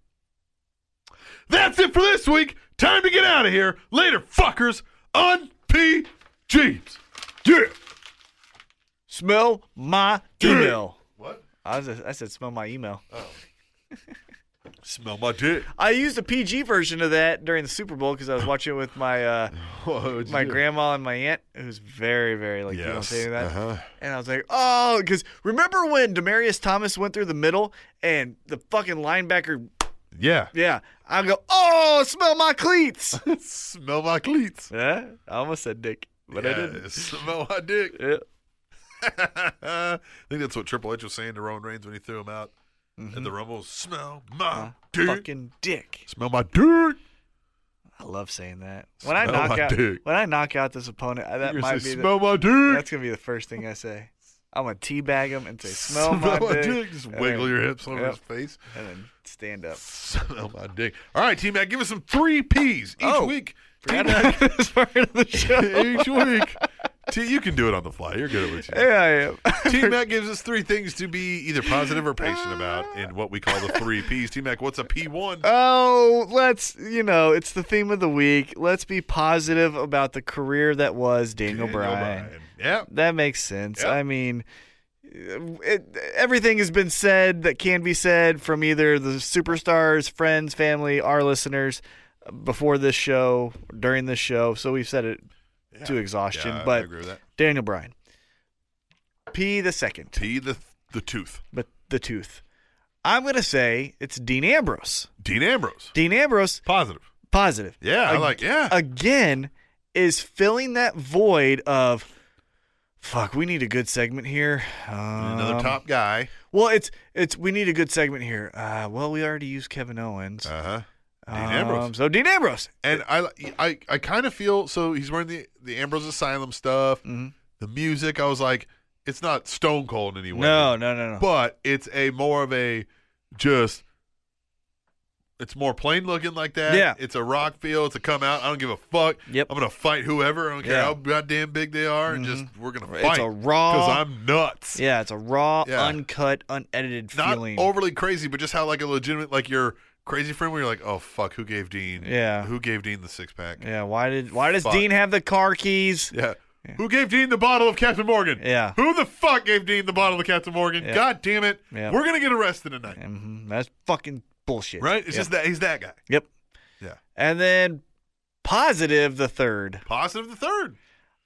S5: That's it for this week. Time to get out of here. Later, fuckers. On P. Jeeves. Yeah.
S3: Smell my email.
S5: What?
S3: I was. I said smell my email.
S5: Smell my dick.
S3: I used a PG version of that during the Super Bowl because I was watching it with my uh, my grandma and my aunt, who's very very like you don't say that.
S5: uh-huh.
S3: And I was like, oh, because remember when Demarius Thomas went through the middle and the fucking linebacker?
S5: Yeah.
S3: Yeah, I go, oh, smell my cleats.
S5: Smell my cleats.
S3: yeah, I almost said dick, but I
S5: Yeah,
S3: didn't.
S5: Smell my dick.
S3: Yeah.
S5: I think that's what Triple H was saying to Roman Reigns when he threw him out.
S3: Mm-hmm.
S5: And the Rumble, smell my dick.
S3: Fucking dick.
S5: Smell my dick.
S3: I love saying that. When I
S5: Smell
S3: knock
S5: my
S3: out
S5: dick.
S3: when I knock out this opponent, I- that
S5: You're
S3: might
S5: gonna
S3: be
S5: say,
S3: the,
S5: smell my dick.
S3: that's gonna be the first thing I say. I'm gonna teabag him and say, "Smell, my, dick,",
S5: Just
S3: and
S5: wiggle
S3: then,
S5: your hips over
S3: Yep.
S5: his face.
S3: and then stand up.
S5: Smell my dick. All right, T Mac, give us some three P's each
S3: Oh,
S5: week.
S3: Forgot about this part of the show.
S5: each week. T, you can do it on the fly. You're good at what you do.
S3: yeah, I am.
S5: T Mac gives us three things to be either positive or patient about in what we call the three P's. T Mac, what's a P1?
S3: Oh, let's you know, it's the theme of the week. Let's be positive about the career that was Daniel, Bryan.
S5: Yep.
S3: That makes sense.
S5: Yep.
S3: I mean, it, everything has been said that can be said from either the superstars, friends, family, our listeners before this show, during this show. So we've said it to exhaustion.
S5: Yeah, I- I
S3: but
S5: agree with that.
S3: Daniel Bryan, P the second,
S5: P the the tooth.
S3: but the tooth. I'm gonna say it's Dean Ambrose.
S5: Dean Ambrose.
S3: Dean Ambrose,
S5: Positive.
S3: positive.
S5: Yeah, I
S3: Ag-
S5: like- yeah.
S3: Again, is filling that void of. Fuck, we need a good segment here.
S5: Another
S3: Um,
S5: top guy.
S3: well, it's it's we need a good segment here. Uh, well, we already used Kevin Owens.
S5: Uh huh. Dean
S3: Um,
S5: Ambrose.
S3: So Dean Ambrose.
S5: And I I I kind of feel so he's wearing the the Ambrose Asylum stuff.
S3: Mm-hmm.
S5: The music, I was like, it's not Stone Cold in any way.
S3: No, no, no, no.
S5: But it's a more of a just. It's more plain looking like that.
S3: Yeah.
S5: It's a rock feel. It's a come out. I don't give a fuck.
S3: Yep.
S5: I'm gonna fight whoever. I don't care
S3: Yeah. Mm-hmm.
S5: how goddamn big they are. And just we're gonna
S3: It's
S5: fight.
S3: a raw-
S5: Because I'm nuts.
S3: yeah, it's a raw,
S5: Yeah.
S3: uncut, unedited
S5: not
S3: feeling.
S5: overly crazy, but just how like a legitimate like your crazy friend where you're like, oh fuck, who gave Dean?
S3: Yeah.
S5: who gave Dean the six pack?
S3: yeah. Why did Why does
S5: Fuck.
S3: Dean have the car keys?
S5: Yeah. Who gave Dean the bottle of Captain Morgan?
S3: Yeah.
S5: Who the fuck gave Dean the bottle of Captain Morgan?
S3: Yeah.
S5: God damn it.
S3: Yeah.
S5: We're gonna get arrested tonight.
S3: hmm That's fucking bullshit.
S5: Right? It's just that he's that guy.
S3: Yep.
S5: Yeah.
S3: And then positive the third.
S5: Positive the third.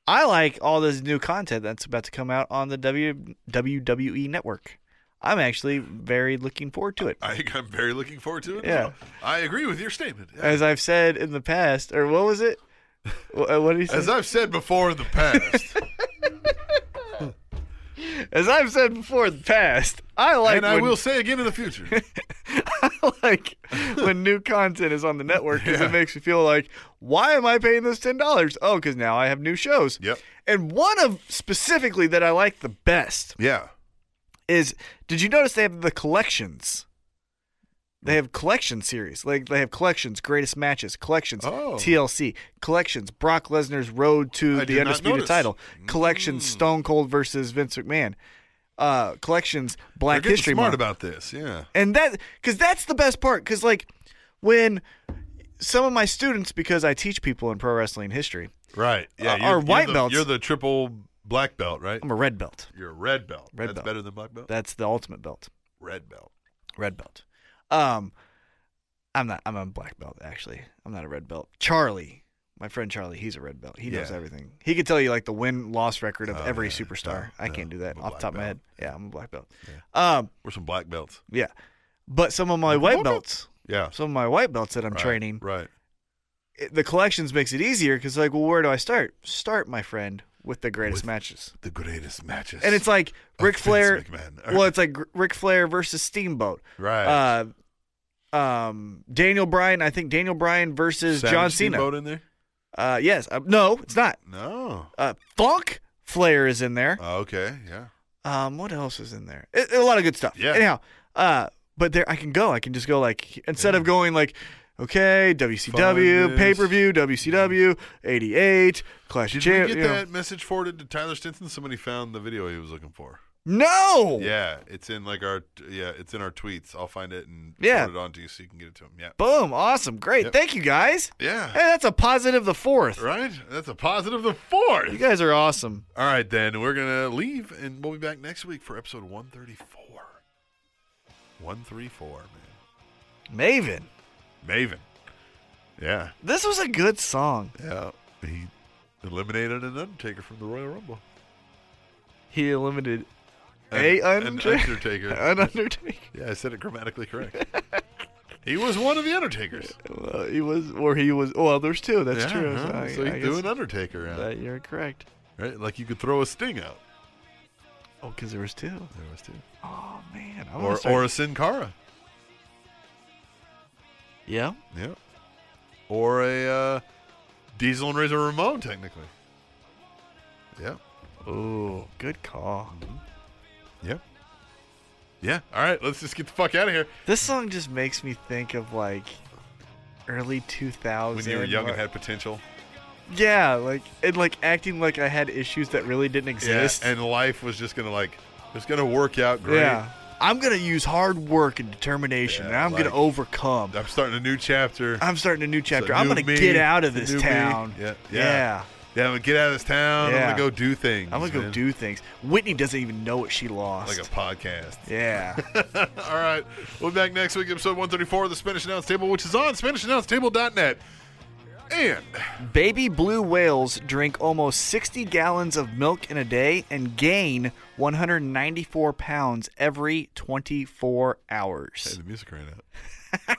S3: I like all this new content that's about to come out on the w- WWE network. I'm actually very looking forward to it.
S5: I think I'm very looking forward to it. as
S3: Yeah.
S5: well. I agree with your statement. Yeah.
S3: As I've said in the past, or what was it? Wh- uh, What did he say?
S5: As I've said before in the past,
S3: As I've said before in the past, I like
S5: and I
S3: when,
S5: will say again in the future,
S3: I like when new content is on the network because it makes me feel like, why am I paying this ten dollars? Oh, because now I have new shows.
S5: Yep.
S3: And one of specifically that I like the best
S5: yeah,
S3: is did you notice they have the collections? They have collection series. Like they have collections, greatest matches, collections,
S5: Oh.
S3: TLC, collections, Brock Lesnar's road to
S5: I did
S3: the
S5: not
S3: undisputed
S5: notice. Mm.
S3: title, collections, Stone Cold versus Vince McMahon, uh, collections,
S5: we're
S3: Black
S5: getting
S3: History
S5: smart
S3: Month.
S5: about this. Yeah,
S3: And that, because that's the best part. Because like when some of my students, because I teach people in pro wrestling history,
S5: right. Yeah,
S3: Uh, our white
S5: the,
S3: belts-
S5: You're the triple black belt, right?
S3: I'm a red belt.
S5: You're a red belt.
S3: Red
S5: That's
S3: belt.
S5: better than black belt.
S3: That's the ultimate belt,
S5: red belt.
S3: red belt. Um, I'm not. I'm a black belt actually. I'm not a red belt. Charlie, my friend Charlie, he's a red belt. He knows
S5: Yeah.
S3: everything. He could tell you like the win loss record of
S5: Oh,
S3: every
S5: yeah.
S3: superstar.
S5: No,
S3: I
S5: no,
S3: can't do that
S5: I'm a
S3: off the
S5: black
S3: top of my
S5: belt.
S3: head. Yeah, I'm a black belt. Um,
S5: We're some black belts.
S3: yeah, but some of my white
S5: Black belt?
S3: belts,
S5: Yeah.
S3: some of my white belts that I'm
S5: Right,
S3: training,
S5: Right.
S3: it- the collections makes it easier because like well where do i start start my friend with the greatest
S5: With-
S3: matches
S5: The greatest matches.
S3: and it's like
S5: Oh,
S3: Ric
S5: Vince
S3: flair
S5: McMahon.
S3: well it's like Ric flair versus steamboat
S5: Right.
S3: uh um daniel bryan i think daniel bryan versus john cena
S5: Steamboat in there?
S3: uh yes uh, no it's not
S5: No.
S3: uh funk flair is in there
S5: Oh, okay. Yeah.
S3: um what else is in there It- a lot of good stuff
S5: Yeah.
S3: anyhow uh but there i can go i can just go like instead of going like Okay,
S5: Find
S3: WCW,
S5: this.
S3: pay per view, WCW, 88, Clash
S5: Mm-hmm. Did
S3: of Champions.
S5: we
S3: you
S5: get
S3: know.
S5: that message forwarded to Tyler Stinson? Somebody found the video he was looking for.
S3: No.
S5: Yeah, it's in like our yeah, it's in our tweets. I'll find it and
S3: Yeah.
S5: forward it on to you so you can get it to him. Yeah.
S3: Boom. Awesome. Great.
S5: Yep.
S3: Thank you guys.
S5: Yeah.
S3: Hey, that's a positive the fourth.
S5: Right? That's a positive the fourth.
S3: You guys are awesome.
S5: All right, then we're gonna leave, and we'll be back next week for episode one thirty four. One three four,
S3: Maven.
S5: man. Maven. Yeah,
S3: This was a good song.
S5: yeah. He eliminated an Undertaker from the Royal Rumble.
S3: He eliminated
S5: An-
S3: a
S5: an
S3: Undertaker.
S5: Undertaker.
S3: An Undertaker.
S5: Yeah, I said it grammatically correct. he was one of the Undertakers.
S3: Well, he was, or he was. Well, there's two. That's
S5: Yeah,
S3: true.
S5: huh?
S3: I-
S5: so he
S3: I
S5: threw
S3: guess
S5: an Undertaker out,
S3: that you're correct.
S5: right? Like you could throw a Sting out.
S3: Oh, because there was two.
S5: There was two.
S3: Oh man. I
S5: Or
S3: wanna start-
S5: or a Sin Cara.
S3: yeah.
S5: Yeah. Or a uh, Diesel and Razor Ramon, technically. Yeah.
S3: Oh, good call.
S5: Mm-hmm. Yeah. Yeah. All right. Let's just get the fuck out of here.
S3: This song just makes me think of like early 2000s.
S5: When you were young
S3: or-
S5: and had potential.
S3: Yeah, like and like acting like I had issues that really didn't exist.
S5: Yeah. And life was just gonna like, it's gonna work out great.
S3: Yeah. I'm gonna use hard work and determination, and
S5: Yeah,
S3: I'm
S5: like-
S3: gonna overcome.
S5: I'm starting a new chapter.
S3: I'm starting a new chapter.
S5: new
S3: I'm gonna
S5: me,
S3: get out of
S5: the
S3: this
S5: new me.
S3: town.
S5: Yeah, yeah.
S3: yeah.
S5: Yeah, I'm gonna get out of this town. I'm
S3: Yeah.
S5: gonna go do things.
S3: I'm gonna go
S5: man.
S3: do things. Whitney doesn't even know what she lost.
S5: like a podcast.
S3: yeah.
S5: All right. We'll be back next week, episode 134 of the Spanish Announce Table, which is on SpanishAnnounceTable.net. And
S3: Baby blue whales drink almost 60 gallons of milk in a day and gain 194 pounds every 24 hours.
S5: the music ran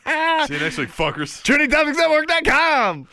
S5: out. See you next week, fuckers.
S3: TurningTopicsNetwork.com!